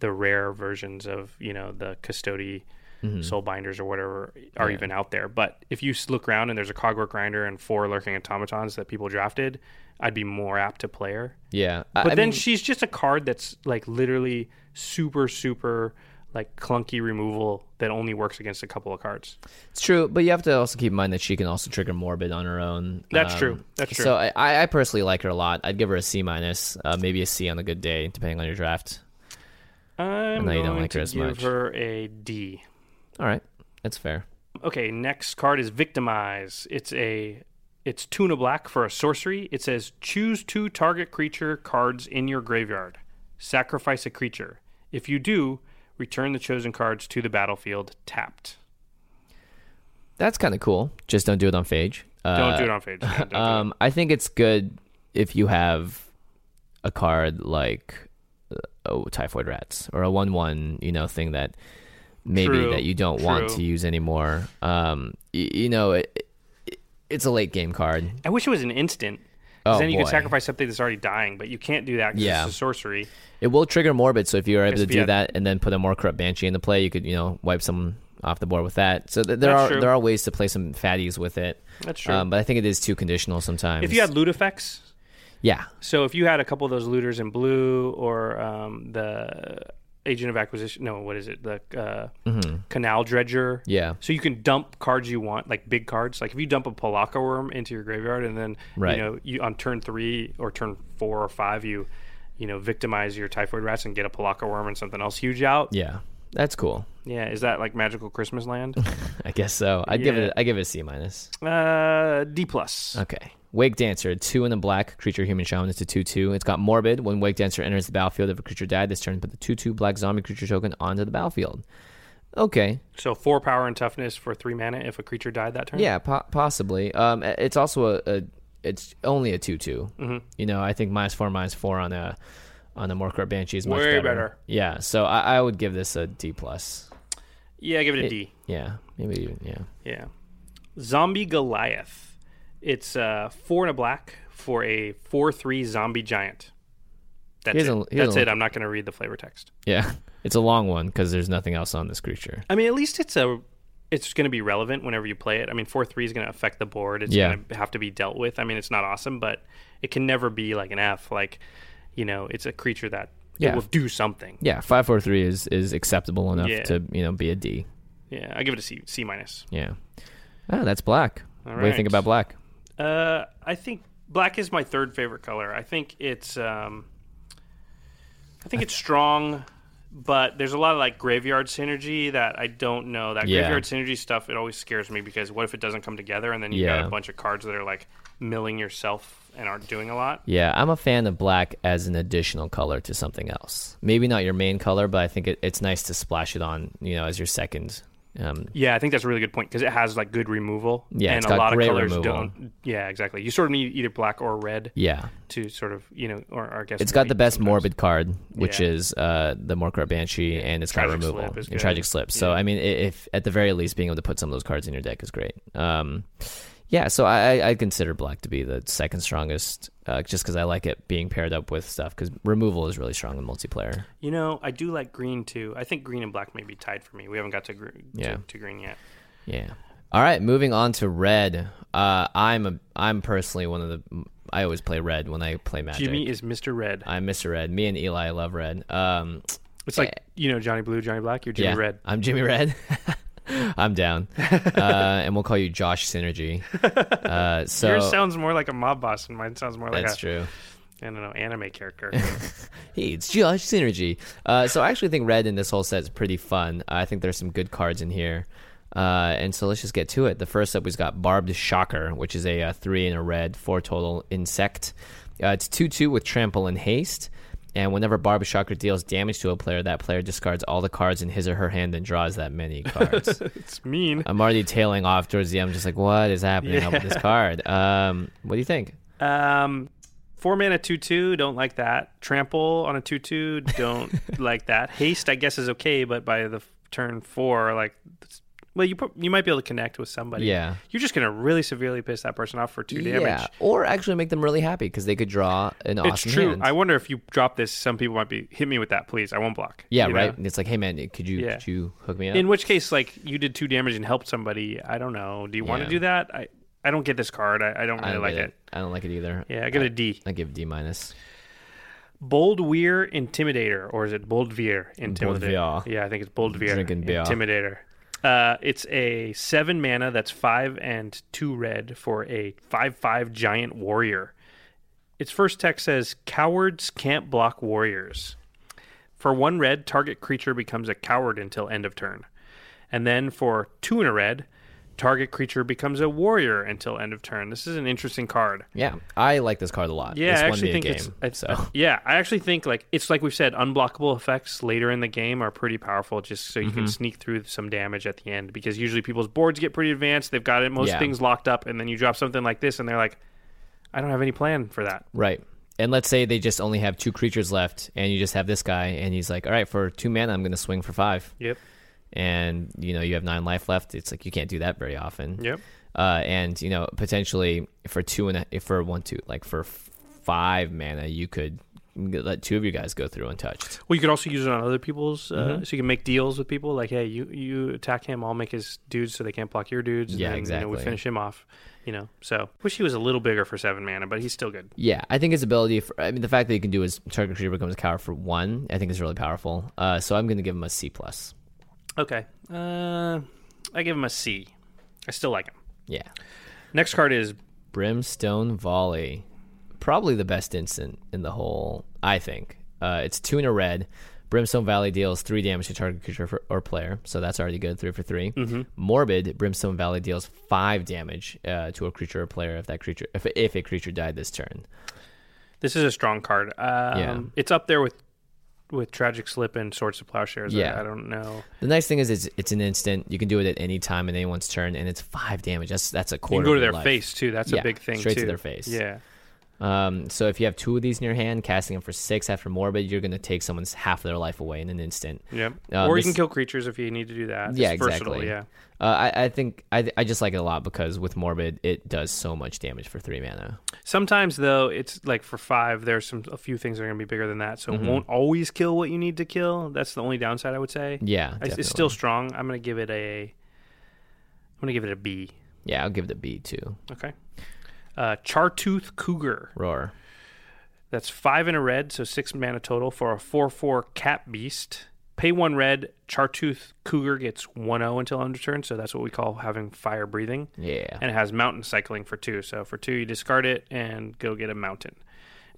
Speaker 3: the rare versions of you know the custody
Speaker 2: Mm-hmm.
Speaker 3: soul binders or whatever are even out there. But if you s- look around and there's a cogwork grinder and four lurking automatons that people drafted, I'd be more apt to play her.
Speaker 2: yeah. I-
Speaker 3: But
Speaker 2: I
Speaker 3: then
Speaker 2: mean-
Speaker 3: she's just a card that's like literally super, super like clunky removal that only works against a couple of cards.
Speaker 2: It's true, but you have to also keep in mind that she can also trigger morbid on her own. Um,
Speaker 3: That's true. That's true.
Speaker 2: So I- I, I personally like her a lot. I'd give her a C minus, uh, maybe a C on a good day, depending on your draft.
Speaker 3: I'm
Speaker 2: know you
Speaker 3: going
Speaker 2: don't like
Speaker 3: to
Speaker 2: her as
Speaker 3: give
Speaker 2: much.
Speaker 3: her a D.
Speaker 2: All right, that's fair.
Speaker 3: Okay, next card is Victimize. It's a it's two and a black for a sorcery. It says choose two target creature cards in your graveyard. Sacrifice a creature. If you do, return the chosen cards to the battlefield tapped.
Speaker 2: That's kind of cool. Just don't do it on Phage. Uh,
Speaker 3: Don't do it on phage. Yeah, don't do it.
Speaker 2: Um, I think it's good if you have a card like uh, oh typhoid rats or a one one you know thing that maybe
Speaker 3: True,
Speaker 2: that you don't want
Speaker 3: true.
Speaker 2: to use anymore. Um, y- you know it, it, it's a late game card.
Speaker 3: I wish it was an instant.
Speaker 2: Oh,
Speaker 3: Because then you could
Speaker 2: boy.
Speaker 3: sacrifice something that's already dying, but you can't do that because
Speaker 2: Yeah.
Speaker 3: it's a sorcery.
Speaker 2: It will trigger morbid, so if you are able to do
Speaker 3: SPF.
Speaker 2: that and then put a more corrupt banshee into play, you could you know wipe someone off the board with that. So th- there
Speaker 3: That's
Speaker 2: are
Speaker 3: true.
Speaker 2: there are ways to play some fatties with it.
Speaker 3: That's true.
Speaker 2: Um, but I think it is too conditional sometimes.
Speaker 3: If you had loot effects,
Speaker 2: yeah,
Speaker 3: so if you had a couple of those looters in blue or um, the agent of acquisition, no, what is it? The uh, canal dredger.
Speaker 2: Mm-hmm. Yeah.
Speaker 3: So you can dump cards you want, like big cards. Like if you dump a Palaka worm into your graveyard, and then
Speaker 2: Right.
Speaker 3: you know you on turn three or turn four or five, you you know victimize your typhoid rats and get a Palaka worm and something else huge out.
Speaker 2: yeah, that's cool.
Speaker 3: yeah is that like magical Christmas land?
Speaker 2: I guess so. I would give
Speaker 3: Yeah.
Speaker 2: it I give it a C minus.
Speaker 3: Uh, D plus.
Speaker 2: Okay. Wake Dancer, two in a black creature human shaman. It's a 2 2. It's got Morbid. When Wake Dancer enters the battlefield, if a creature died this turn, put the 2 2 black zombie creature token onto the battlefield. Okay.
Speaker 3: So four power and toughness for three mana if a creature died that turn.
Speaker 2: Yeah, po- possibly. Um, i- it's also a, a it's only a 2 2.
Speaker 3: Mm-hmm.
Speaker 2: You know, I think minus 4, minus 4 on a on a Morkar Banshee is much
Speaker 3: Way
Speaker 2: better.
Speaker 3: better.
Speaker 2: Yeah, so I, I would give this a D. plus.
Speaker 3: Yeah, give it a D.
Speaker 2: Yeah, maybe even, yeah.
Speaker 3: Yeah. Zombie Goliath. It's uh, four and a black for a four three zombie giant. That's
Speaker 2: Here's
Speaker 3: it.
Speaker 2: a- here's
Speaker 3: That's
Speaker 2: a-
Speaker 3: it. I'm not going to read the flavor text.
Speaker 2: Yeah. It's a long one because there's nothing else on this creature.
Speaker 3: I mean, at least it's a. It's going to be relevant whenever you play it. I mean, four three is going to affect the board. It's
Speaker 2: Yeah.
Speaker 3: going to have to be dealt with. I mean, it's not awesome, but it can never be like an F. Like, you know, it's a creature that
Speaker 2: Yeah.
Speaker 3: it will do something.
Speaker 2: Yeah, 543 is, is acceptable enough
Speaker 3: Yeah.
Speaker 2: to, you know, be a D.
Speaker 3: Yeah, I give it a C C minus.
Speaker 2: Yeah. Ah, that's black. what do you
Speaker 3: right.
Speaker 2: think about black?
Speaker 3: Uh, I think black is my third favorite color. I think it's um, I think it's strong, but there's a lot of like graveyard synergy that I don't know. That
Speaker 2: Yeah.
Speaker 3: graveyard synergy stuff it always scares me because what if it doesn't come together and then you have got
Speaker 2: Yeah.
Speaker 3: a bunch of cards that are like milling yourself and aren't doing a lot.
Speaker 2: Yeah, I'm a fan of black as an additional color to something else. Maybe not your main color, but I think it, it's nice to splash it on, you know, as your second. Um,
Speaker 3: Yeah, I think that's a really good point because it has like good removal.
Speaker 2: Yeah,
Speaker 3: and
Speaker 2: it's
Speaker 3: a
Speaker 2: got
Speaker 3: lot of
Speaker 2: great
Speaker 3: colors
Speaker 2: removal.
Speaker 3: don't. Yeah, exactly. You sort of need either black or red
Speaker 2: yeah.
Speaker 3: to sort of you know, or, or I guess
Speaker 2: It's got the
Speaker 3: white
Speaker 2: best
Speaker 3: sometimes.
Speaker 2: morbid card, which
Speaker 3: Yeah.
Speaker 2: is uh, the Morkar Banshee, and it's
Speaker 3: Tragic
Speaker 2: got removal
Speaker 3: Slip is
Speaker 2: and
Speaker 3: good.
Speaker 2: Tragic Slip. So, I mean, i- if at the very least being able to put some of those cards in your deck is great. Um, yeah, so I, I I'd consider black to be the second strongest, uh, just because I like it being paired up with stuff. Because removal is really strong in multiplayer.
Speaker 3: You know, I do like green too. I think green and black may be tied for me. We haven't got to gr-
Speaker 2: Yeah.
Speaker 3: to, to green yet.
Speaker 2: Yeah. All right, moving on to red. Uh, I'm a, I'm personally one of the I always play red when I play Magic.
Speaker 3: Jimmy is Mr. Red.
Speaker 2: I'm Mr. Red. Me and Eli love red. Um,
Speaker 3: It's like you know Johnny Blue, Johnny Black. You're Jimmy
Speaker 2: yeah, Uh,
Speaker 3: Red.
Speaker 2: I'm Jimmy Red. I'm down. uh, and we'll call you Josh Synergy. Uh, so
Speaker 3: Yours sounds more like a mob boss, and mine sounds more like
Speaker 2: that's
Speaker 3: a
Speaker 2: true.
Speaker 3: I don't know anime character.
Speaker 2: Hey, it's Josh Synergy. Uh, so I actually think red in this whole set is pretty fun. I think there's some good cards in here. Uh, and so let's just get to it. The first up, we've got Barbed Shocker, which is a, uh three and a red, four total insect. Uh, it's 2 2 with Trample and Haste. And whenever Barbed Shocker deals damage to a player, that player discards all the cards in his or her hand and draws that many cards.
Speaker 3: it's mean.
Speaker 2: I'm already tailing off towards the end. I'm just like, what is happening up with this card? Um, what do you think?
Speaker 3: Um, Four mana two two, don't like that. Trample on a two two, don't like that. Haste, I guess, is okay, but by the f- turn four, like, it's- well, you pro- you might be able to connect with somebody.
Speaker 2: Yeah.
Speaker 3: you're just gonna really severely piss that person off for two
Speaker 2: Yeah,
Speaker 3: damage.
Speaker 2: or actually make them really happy because they could draw an
Speaker 3: It's
Speaker 2: awesome
Speaker 3: true.
Speaker 2: hand.
Speaker 3: I wonder if you drop this, some people might be hit me with that, please. I won't block.
Speaker 2: yeah,
Speaker 3: you know?
Speaker 2: right. And It's like, hey man, could you
Speaker 3: Yeah.
Speaker 2: could you hook me up?
Speaker 3: In which case, like you did two damage and helped somebody. I don't know. Do you want
Speaker 2: Yeah.
Speaker 3: to do that? I, I don't get this card. I, I don't really
Speaker 2: I don't
Speaker 3: like
Speaker 2: get
Speaker 3: it.
Speaker 2: I don't like it either.
Speaker 3: Yeah, I got a D.
Speaker 2: I give D minus.
Speaker 3: Bold Weir Intimidator, or is it Bold Veer Intimidator?
Speaker 2: Boldveer.
Speaker 3: Yeah, I think it's Bold Veer
Speaker 2: Drinking beer.
Speaker 3: Intimidator. Uh, it's a seven mana that's five and two red for a five five giant warrior. Its first text says cowards can't block warriors. For one red, target creature becomes a coward until end of turn. And then for two and a red, target creature becomes a warrior until end of turn. This is an interesting card.
Speaker 2: Yeah, I like this card a lot.
Speaker 3: Yeah,
Speaker 2: this won
Speaker 3: I
Speaker 2: me
Speaker 3: actually
Speaker 2: a
Speaker 3: think
Speaker 2: game.
Speaker 3: it's, it's
Speaker 2: so
Speaker 3: uh, yeah, I actually think like it's like we've said, unblockable effects later in the game are pretty powerful, just so you
Speaker 2: Mm-hmm.
Speaker 3: can sneak through some damage at the end. Because usually people's boards get pretty advanced; they've got it, most
Speaker 2: Yeah.
Speaker 3: things locked up, and then you drop something like this, and they're like, "I don't have any plan for that."
Speaker 2: right. And let's say they just only have two creatures left, and you just have this guy, and he's like, "All right, for two mana, I'm going to swing for five.
Speaker 3: Yep.
Speaker 2: and you know you have nine life left. It's like you can't do that very often.
Speaker 3: Yep.
Speaker 2: Uh, and you know potentially for two and a, for one two like for f- five mana you could let two of you guys go through untouched.
Speaker 3: Well, you could also use it on other people's, uh,
Speaker 2: Mm-hmm.
Speaker 3: so you can make deals with people. Like, hey, you you attack him, I'll make his dudes so they can't block your dudes. And
Speaker 2: Yeah,
Speaker 3: then, You know, we
Speaker 2: exactly.
Speaker 3: finish him off. You know, so wish he was a little bigger for seven mana, but he's still good.
Speaker 2: Yeah, I think his ability. For, I mean, the fact that he can do his target creature becomes a coward for one. I think is really powerful. Uh, so I'm going to give him a C plus.
Speaker 3: Okay, uh, I give him a C. I still like him.
Speaker 2: Yeah,
Speaker 3: Next card is
Speaker 2: brimstone volley, probably the best instant in the whole. I think uh, it's two and a red. Brimstone Valley deals three damage to target creature for, or player, so that's already good. Three for 3 Morbid Brimstone Valley deals five damage uh, to a creature or player if that creature if, if a creature died this turn.
Speaker 3: this is a strong card. Um,
Speaker 2: Yeah.
Speaker 3: it's up there with with tragic slip and swords of plowshares. I-
Speaker 2: Yeah.
Speaker 3: I, don't know.
Speaker 2: The nice thing is it's it's an instant. You can do it at any time in anyone's turn, and it's five damage. That's that's a
Speaker 3: You
Speaker 2: quarter.
Speaker 3: can go
Speaker 2: of
Speaker 3: to
Speaker 2: your
Speaker 3: their
Speaker 2: life.
Speaker 3: face too. That's
Speaker 2: Yeah,
Speaker 3: a big thing.
Speaker 2: straight to
Speaker 3: too.
Speaker 2: their face.
Speaker 3: Yeah.
Speaker 2: Um, so if you have two of these in your hand, casting them for six after Morbid, you're going to take someone's half of their life away in an instant.
Speaker 3: Yep.
Speaker 2: Uh,
Speaker 3: or
Speaker 2: this-
Speaker 3: you can kill creatures if you need to do that.
Speaker 2: yeah,
Speaker 3: it's versatile,
Speaker 2: exactly.
Speaker 3: Yeah.
Speaker 2: Uh, I, I think I, I just like it a lot because with Morbid, it does so much damage for three mana.
Speaker 3: Sometimes though, it's like for five, there's some a few things that are gonna be bigger than that, so
Speaker 2: Mm-hmm.
Speaker 3: it won't always kill what you need to kill. That's the only downside I would say.
Speaker 2: Yeah,
Speaker 3: I-
Speaker 2: definitely.
Speaker 3: it's still strong. I'm gonna give it a. I'm gonna give it a B.
Speaker 2: Yeah, I'll give it a B too.
Speaker 3: Okay. Uh, Chartooth Cougar.
Speaker 2: Roar.
Speaker 3: That's five in a red, so six mana total for a four-four cat beast. Pay one red. Chartooth Cougar gets one zero until end of turn, so that's what we call having fire breathing.
Speaker 2: Yeah.
Speaker 3: And it has mountain cycling for two. So for two, you discard it and go get a mountain,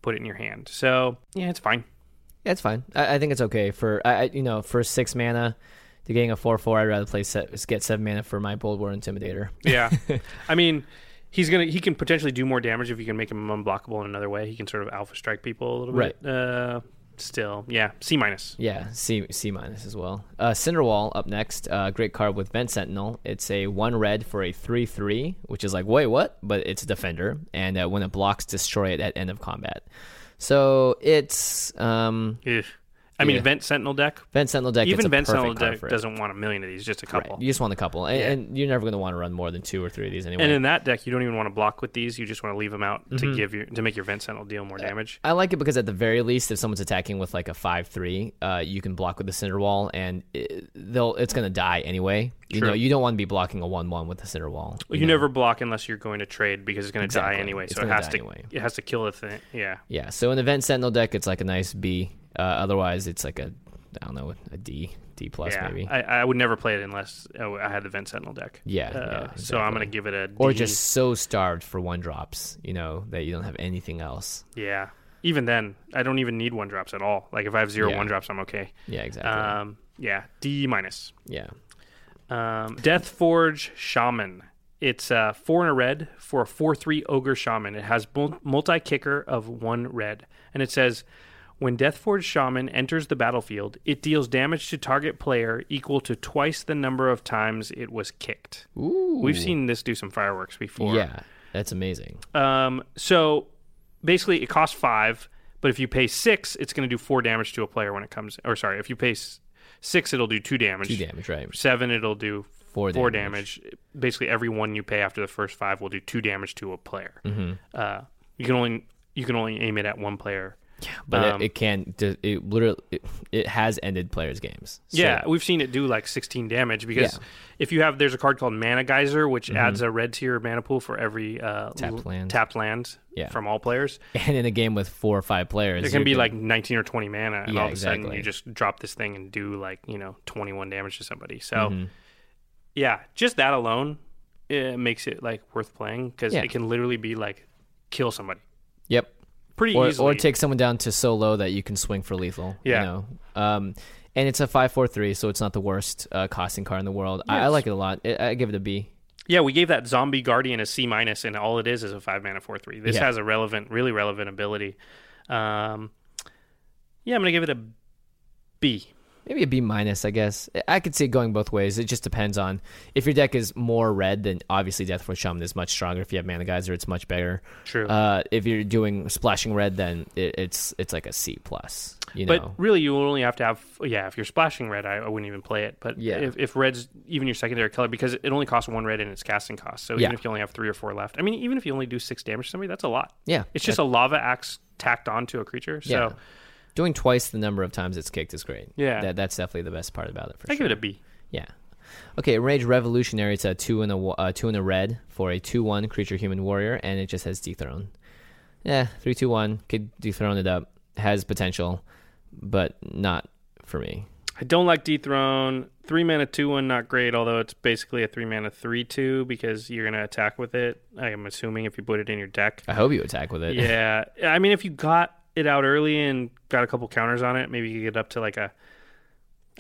Speaker 3: put it in your hand. So yeah, it's fine.
Speaker 2: Yeah, it's fine. I, I think it's okay for I, I you know for six mana to getting a four four. I'd rather play se- get seven mana for my Bold War Intimidator.
Speaker 3: Yeah, I mean, he's gonna he can potentially do more damage if you can make him unblockable in another way. He can sort of alpha strike people a little bit. Uh, still, yeah, C minus.
Speaker 2: Yeah, C C minus as well. Uh, Cinderwall up next. Uh, great card with Vent Sentinel. It's a one red for a three three, which is like wait what? But it's a defender, and uh, when it blocks, destroy it at end of combat. So it's um,
Speaker 3: Ugh. I mean,
Speaker 2: Yeah.
Speaker 3: Vent Sentinel deck.
Speaker 2: Vent Sentinel deck. it's
Speaker 3: Even
Speaker 2: a
Speaker 3: Vent Sentinel
Speaker 2: perfect card
Speaker 3: deck
Speaker 2: for it.
Speaker 3: doesn't want a million of these, just a couple.
Speaker 2: You just want a couple, and, and you're never going to want to run more than two or three of these anyway.
Speaker 3: And in that deck, you don't even want to block with these. You just want to leave them out to give your to make your Vent Sentinel deal more damage.
Speaker 2: Mm-hmm. I like it because at the very least, if someone's attacking with like a five three, uh, you can block with the cinder wall, and it, they'll it's going to die anyway. You know, you don't want to be blocking a one one with the cinder wall.
Speaker 3: You never block unless you're going to trade because it's going to die anyway.
Speaker 2: It's
Speaker 3: so it
Speaker 2: gonna
Speaker 3: has
Speaker 2: die
Speaker 3: to
Speaker 2: anyway.
Speaker 3: it has to kill the thing. Yeah.
Speaker 2: Yeah, so in the Vent Sentinel deck, it's like a nice B. Uh, otherwise, it's like a I don't know a D D plus
Speaker 3: yeah.
Speaker 2: maybe,
Speaker 3: I, I would never play it unless uh, I had the Vent Sentinel deck.
Speaker 2: Yeah,
Speaker 3: Uh,
Speaker 2: yeah,
Speaker 3: So I'm
Speaker 2: exactly.
Speaker 3: going to give it a D.
Speaker 2: or just so starved for one drops, you know, that you don't have anything else.
Speaker 3: yeah. Even then, I don't even need one drops at all. Like if I have zero
Speaker 2: Yeah.
Speaker 3: one drops, I'm okay.
Speaker 2: Yeah, exactly.
Speaker 3: Um, yeah. D minus.
Speaker 2: yeah,
Speaker 3: Um, Death Forge Shaman. It's uh, four and a red for a four three ogre shaman. It has multi kicker of one red, and it says, when Death Forge Shaman enters the battlefield, it deals damage to target player equal to twice the number of times it was kicked. Ooh. We've seen this do some fireworks before.
Speaker 2: yeah, that's amazing.
Speaker 3: Um, so basically it costs five, but if you pay six, it's going to do four damage to a player when it comes. Or sorry, if you pay s- six, it'll do two damage.
Speaker 2: Two damage, right?
Speaker 3: Seven, it'll do
Speaker 2: Four
Speaker 3: four
Speaker 2: damage.
Speaker 3: damage. Basically, every one you pay after the first five will do two damage to a player.
Speaker 2: Mm-hmm.
Speaker 3: Uh, you can only you can only aim it at one player.
Speaker 2: But
Speaker 3: Um,
Speaker 2: it, it can. It, it literally. It, it has ended players' games. So-
Speaker 3: Yeah, we've seen it do like 16 damage because
Speaker 2: Yeah. Mm-hmm.
Speaker 3: if you have there's a card called Mana Geyser which adds a red to your mana pool for every uh,
Speaker 2: Tapped
Speaker 3: l-
Speaker 2: land.
Speaker 3: tapped land
Speaker 2: Yeah.
Speaker 3: from all players.
Speaker 2: And in a game with four or five players,
Speaker 3: There
Speaker 2: you're
Speaker 3: can be
Speaker 2: gonna-
Speaker 3: like 19 or 20 mana, and
Speaker 2: Yeah,
Speaker 3: all of a sudden
Speaker 2: exactly.
Speaker 3: you just drop this thing and do like you know 21 damage to somebody. So
Speaker 2: Mm-hmm.
Speaker 3: yeah, just that alone it makes it like worth playing because
Speaker 2: Yeah.
Speaker 3: it can literally be like kill somebody
Speaker 2: Yep.
Speaker 3: pretty
Speaker 2: Or,
Speaker 3: easily.
Speaker 2: or take someone down to so low that you can swing for lethal.
Speaker 3: Yeah.
Speaker 2: You know? Um, and it's a five four three, so it's not the worst uh, costing card in the world. I, I like it a lot. I, I give it a B.
Speaker 3: Yeah, we gave that zombie guardian a C minus, and all it is is a five mana four three. This
Speaker 2: Yeah.
Speaker 3: has a relevant, really relevant ability. Um, yeah, I'm gonna give it a B.
Speaker 2: Maybe a B minus, I guess. I- I could see it going both ways. It just depends on if your deck is more red, then obviously Deathforge Shaman is much stronger. If you have Mana Geyser, it's much better.
Speaker 3: True.
Speaker 2: Uh, if you're doing splashing red, then it, it's it's like a C plus. You
Speaker 3: but
Speaker 2: know.
Speaker 3: really, you will only have to have yeah. If you're splashing red, I, I wouldn't even play it. But
Speaker 2: Yeah.
Speaker 3: if, if red's even your secondary color, because it only costs one red in its casting cost. So
Speaker 2: Yeah.
Speaker 3: even if you only have three or four left, I mean, even if you only do six damage to somebody, that's a lot.
Speaker 2: Yeah,
Speaker 3: it's just a lava axe tacked onto a creature. So
Speaker 2: Yeah. Doing twice the number of times it's kicked is great.
Speaker 3: Yeah.
Speaker 2: That, that's definitely the best part about it. For
Speaker 3: I
Speaker 2: sure.
Speaker 3: give it a B.
Speaker 2: Yeah. Okay, Enrage Revolutionary. It's a two in a wa- uh, two in a red for a two one creature human warrior, and it just has dethrone. Yeah, three two one could dethrone it up. Has potential, but not for me.
Speaker 3: I don't like dethrone. Three mana two one not great, although it's basically a three mana three two because you're gonna attack with it. I am assuming if you put it in your deck.
Speaker 2: I hope you attack with it.
Speaker 3: yeah, I mean if you got it out early and got a couple counters on it, maybe you could get up to like a.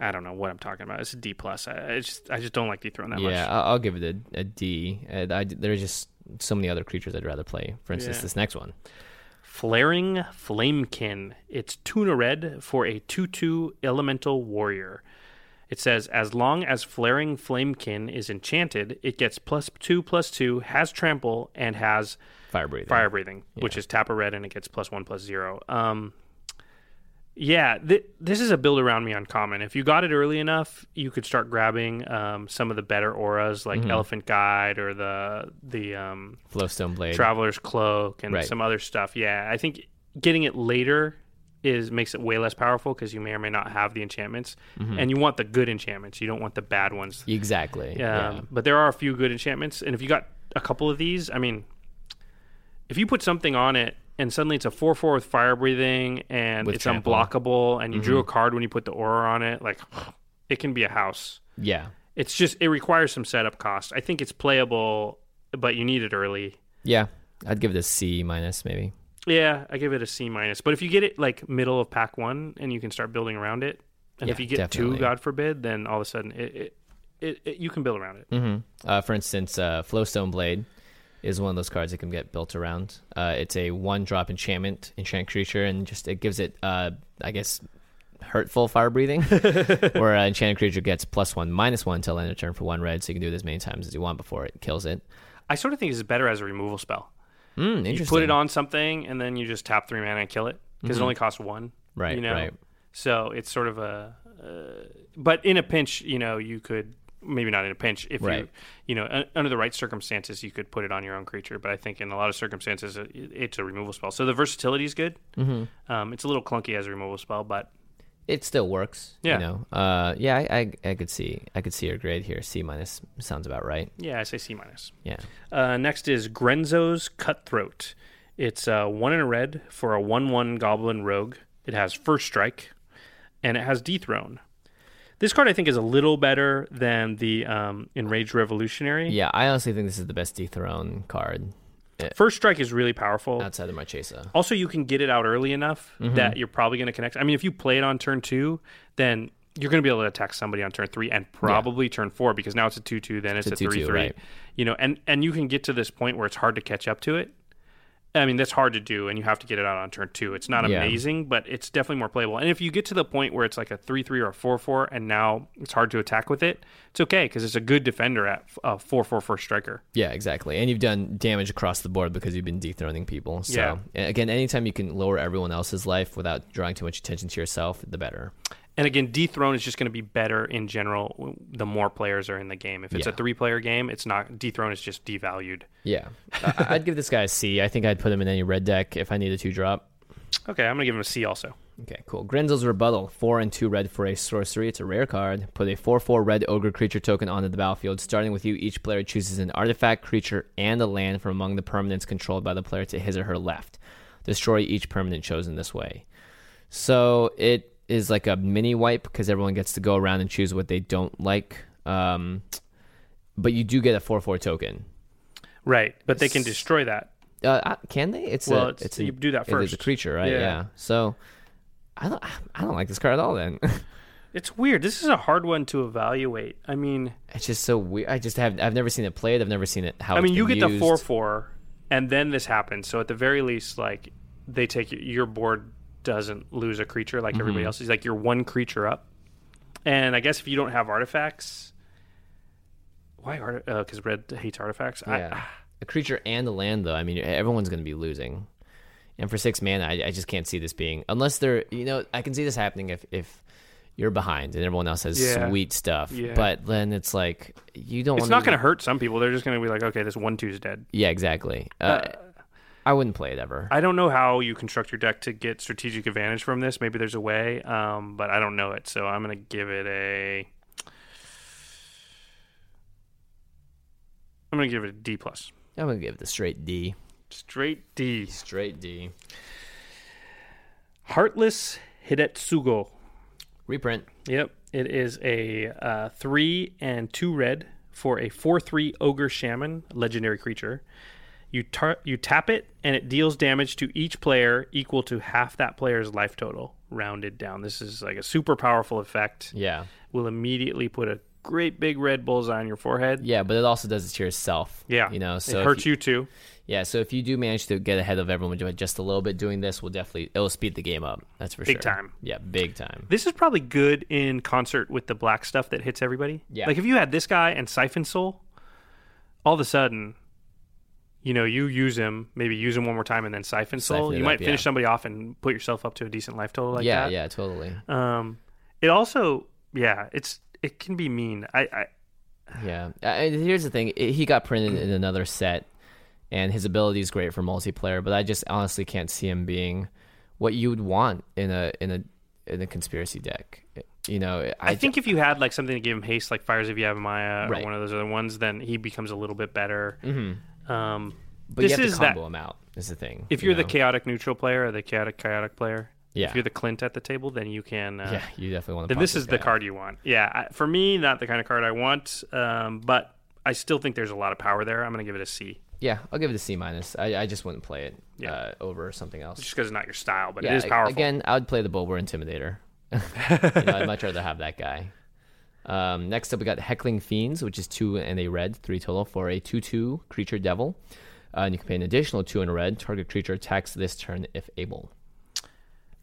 Speaker 3: I don't know what I'm talking about. It's a D plus. I, I just I just don't like dethrone that
Speaker 2: yeah.
Speaker 3: much.
Speaker 2: I'll, I'll give it a, a D. Uh, I, there's just so many other creatures I'd rather play. For instance,
Speaker 3: Yeah.
Speaker 2: this next one.
Speaker 3: Flaring Flamekin. It's tuna red for a 2 2 elemental warrior. It says, as long as Flaring Flamekin is enchanted, it gets plus 2 plus 2, has trample, and has
Speaker 2: Fire breathing.
Speaker 3: fire breathing, which is tap a red and it gets plus 1 plus 0. Um, yeah, th- this is a build around me uncommon. If you got it early enough, you could start grabbing um, some of the better auras like Elephant Guide or the, the um,
Speaker 2: Flowstone blade.
Speaker 3: Traveler's Cloak and
Speaker 2: Right.
Speaker 3: some other stuff. Yeah, I think getting it later is makes it way less powerful because you may or may not have the enchantments, and you want the good enchantments. You don't want the bad ones.
Speaker 2: exactly.
Speaker 3: Um, But there are a few good enchantments, and if you got a couple of these, I mean, if you put something on it and suddenly it's a four four with fire breathing and
Speaker 2: With
Speaker 3: it's
Speaker 2: trample. Mm-hmm.
Speaker 3: unblockable, and you drew a card when you put the aura on it, like it can be a house
Speaker 2: Yeah.
Speaker 3: it's just it requires some setup cost. I think it's playable, but you need it early.
Speaker 2: Yeah. I'd give it a C minus maybe.
Speaker 3: Yeah, I give it a C minus. But if you get it like middle of pack one and you can start building around it, and if
Speaker 2: Yeah,
Speaker 3: you get
Speaker 2: definitely.
Speaker 3: two, God forbid, then all of a sudden it, it, it, it you can build around it.
Speaker 2: Uh, for instance, uh, Flowstone Blade is one of those cards that can get built around. Uh, it's a one-drop enchantment, enchant creature, and just it gives it, uh, I guess, hurtful fire breathing, where an enchanted creature gets plus one, minus one till end of turn for one red. So you can do it as many times as you want before it kills it.
Speaker 3: I sort of think it's better as a removal spell.
Speaker 2: Mm, interesting. Mm-hmm.
Speaker 3: You put it on something and then you just tap three mana and kill it because it only costs one.
Speaker 2: Right,
Speaker 3: You know?
Speaker 2: right.
Speaker 3: So it's sort of a, uh, but in a pinch, you know, you could maybe not in a pinch if you
Speaker 2: Right.
Speaker 3: you know un- under the right circumstances you could put it on your own creature but i think in a lot of circumstances it, it's a removal spell so the versatility is good mm-hmm. um, it's a little clunky as a removal spell but
Speaker 2: It still works. You
Speaker 3: Yeah.
Speaker 2: know. Uh, yeah. I, I, I could see. I could see your grade here. C minus sounds about right.
Speaker 3: yeah i say c minus
Speaker 2: Yeah.
Speaker 3: Uh, next is Grenzo's Cutthroat. It's uh, one in a red for a 1 1 Goblin Rogue. It has First Strike and it has Dethrone. This card, I think, is a little better than the um, Enraged Revolutionary.
Speaker 2: Yeah. I honestly think this is the best dethrone card
Speaker 3: First Strike is really powerful.
Speaker 2: outside of my Chesa.
Speaker 3: also, you can get it out early enough
Speaker 2: Mm-hmm.
Speaker 3: that you're probably going to connect. I mean, if you play it on turn two, then you're going to be able to attack somebody on turn three and probably turn four because now it's a 2 2, then it's,
Speaker 2: a
Speaker 3: a 3
Speaker 2: 2-2,
Speaker 3: 3.
Speaker 2: right.
Speaker 3: You know, and, and you can get to this point where it's hard to catch up to it. I mean, that's hard to do, and you have to get it out on turn two. It's not
Speaker 2: Yeah.
Speaker 3: amazing, but it's definitely more playable. And if you get to the point where it's like a three three or a four four, and now it's hard to attack with it, it's okay because it's a good defender at a uh, four four four striker.
Speaker 2: Yeah, exactly. And you've done damage across the board because you've been dethroning people. So
Speaker 3: Yeah.
Speaker 2: and again, anytime you can lower everyone else's life without drawing too much attention to yourself, the better.
Speaker 3: And again, dethrone is just going to be better in general w- the more players are in the game. If it's a
Speaker 2: Yeah.
Speaker 3: three player game, it's not dethrone is just devalued.
Speaker 2: Yeah. I- I'd give this guy a C. I think I'd put him in any red deck if I needed to drop.
Speaker 3: Okay, I'm going to give him a C also.
Speaker 2: Okay, cool. Grenzel's Rebuttal, 4 and 2 red for a sorcery. It's a rare card. Put a 4 4 red ogre creature token onto the battlefield. Starting with you, each player chooses an artifact, creature, and a land from among the permanents controlled by the player to his or her left. Destroy each permanent chosen this way. So it is like a mini wipe because everyone gets to go around and choose what they don't like. Um, but you do get a 4 4 token.
Speaker 3: Right, but they can destroy that.
Speaker 2: Uh, I- can they? It's
Speaker 3: Well,
Speaker 2: a,
Speaker 3: it's-
Speaker 2: a,
Speaker 3: you do that
Speaker 2: It is a
Speaker 3: first.
Speaker 2: creature, right?
Speaker 3: Yeah.
Speaker 2: Yeah. So I don't, I don't like this card at all. Then
Speaker 3: It's weird. This is a hard one to evaluate. I mean,
Speaker 2: it's just so weird. I just have I've never seen it played. I've never seen it how.
Speaker 3: I
Speaker 2: it's
Speaker 3: mean, you
Speaker 2: been
Speaker 3: get the
Speaker 2: used.
Speaker 3: four four, and then this happens. So at the very least, like they take your board doesn't lose a creature like
Speaker 2: Mm-hmm.
Speaker 3: everybody else. He's like you're one creature up, and I guess if you don't have artifacts, why art? Because red hates artifacts.
Speaker 2: Yeah. A creature and a land, though. I mean, everyone's going to be losing. And for six mana, I, I just can't see this being unless they're you know I can see this happening if if you're behind and everyone else has
Speaker 3: Yeah.
Speaker 2: sweet stuff.
Speaker 3: Yeah.
Speaker 2: But then it's like you don't.
Speaker 3: I, it's
Speaker 2: wanna
Speaker 3: not
Speaker 2: be-
Speaker 3: going to hurt some people. They're just going to be like, okay, this one two's dead.
Speaker 2: Yeah, exactly. Uh, I wouldn't play it ever.
Speaker 3: I don't know how you construct your deck to get strategic advantage from this. Maybe there's a way, um, but I don't know it. So I'm going to give it a. I'm going to give it a D plus.
Speaker 2: I'm gonna give it a straight D.
Speaker 3: Straight D.
Speaker 2: Straight D.
Speaker 3: Heartless Hidetsugo.
Speaker 2: Reprint.
Speaker 3: Yep. It is a uh, three and two red for a four three ogre shaman, legendary creature. You tar- you tap it and it deals damage to each player equal to half that player's life total, rounded down. This is like a super powerful effect.
Speaker 2: Yeah.
Speaker 3: Will immediately put a great big red bullseye on your forehead.
Speaker 2: Yeah, but it also does it to yourself.
Speaker 3: Yeah.
Speaker 2: You know, so
Speaker 3: it
Speaker 2: if
Speaker 3: hurts you, too.
Speaker 2: Yeah, so if you do manage to get ahead of everyone by just a little bit, doing this will definitely it'll speed the game up. That's for
Speaker 3: Big
Speaker 2: sure.
Speaker 3: time.
Speaker 2: Yeah, big time.
Speaker 3: This is probably good in concert with the black stuff that hits everybody.
Speaker 2: Yeah.
Speaker 3: Like if you had this guy and Siphon Soul, all of a sudden, you know, you use him, maybe use him one more time and then Siphon Soul.
Speaker 2: Siphon it
Speaker 3: you
Speaker 2: up,
Speaker 3: might finish
Speaker 2: yeah.
Speaker 3: somebody off and put yourself up to a decent life total like
Speaker 2: yeah,
Speaker 3: that.
Speaker 2: yeah, totally.
Speaker 3: Yeah. Um it also yeah, it's it can be mean. I, I
Speaker 2: Yeah. Uh, and here's the thing: i he got printed in another set, and his ability is great for multiplayer. But I just honestly can't see him being what you would want in a in a in a conspiracy deck. You know,
Speaker 3: I think if you had like something to give him haste, like Fires of Yavimaya
Speaker 2: Right.
Speaker 3: or one of those other ones, then he becomes a little bit better. Um,
Speaker 2: Mm-hmm. but
Speaker 3: this
Speaker 2: you have
Speaker 3: is
Speaker 2: to
Speaker 3: that
Speaker 2: combo him out. Is the thing.
Speaker 3: if
Speaker 2: you
Speaker 3: you're
Speaker 2: know?
Speaker 3: the chaotic neutral player or the chaotic chaotic player,
Speaker 2: Yeah.
Speaker 3: if you're the Clint at the table, then you can. Uh,
Speaker 2: yeah, you definitely want to.
Speaker 3: Then this is the card you want. Yeah, I, for me, not the kind of card I want, um, but I still think there's a lot of power there. I'm going to give it a C,
Speaker 2: Yeah, I'll give it a C minus. I, I just wouldn't play it
Speaker 3: Yeah.
Speaker 2: uh, over something else.
Speaker 3: just because it's not your style, but
Speaker 2: Yeah,
Speaker 3: it is
Speaker 2: a-
Speaker 3: powerful.
Speaker 2: Again, I would play the Bulwer Intimidator. you know, I'd much rather have that guy. Um, next up, we got Heckling Fiends, which is two and a red, three total for a two-two creature devil, uh, and you can pay an additional two and a red. Target creature attacks this turn if able.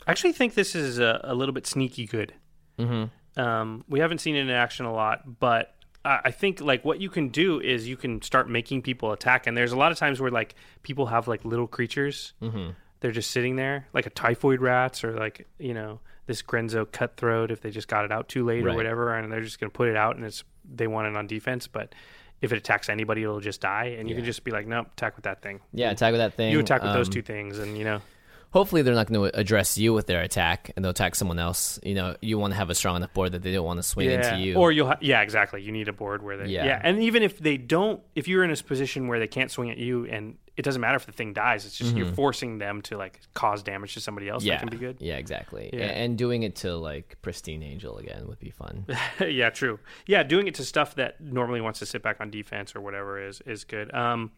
Speaker 3: I actually think this is a, a little bit sneaky good. Mm-hmm. Um, we haven't seen it in action a lot, but I, I think like what you can do is you can start making people attack. And there's a lot of times where like people have like little creatures. Mm-hmm. They're just sitting there, like a typhoid rats or like you know this Grenzo cutthroat. If they just got it out too late
Speaker 2: Right.
Speaker 3: or whatever, and they're just gonna put it out, and it's they want it on defense, but. If it attacks anybody, it'll just die, and you can just be like, "Nope, attack with that thing."
Speaker 2: Yeah, attack with that thing.
Speaker 3: You attack with those
Speaker 2: um,
Speaker 3: two things, and you know,
Speaker 2: Hopefully, they're not going to address you with their attack, and they'll attack someone else. You know, you want to have a strong enough board that they don't want to swing into you.
Speaker 3: Or you'll ha- yeah, exactly. You need a board where they
Speaker 2: Yeah.
Speaker 3: yeah. And even if they don't if you're in a position where they can't swing at you and it doesn't matter if the thing dies, it's just you're forcing them to like cause damage to somebody else
Speaker 2: Mm-hmm. yeah,
Speaker 3: that can be good.
Speaker 2: Yeah, exactly. A-
Speaker 3: Yeah.
Speaker 2: And doing it to like pristine angel again would be fun.
Speaker 3: Yeah. true. Yeah, doing it to stuff that normally wants to sit back on defense or whatever is is good. Um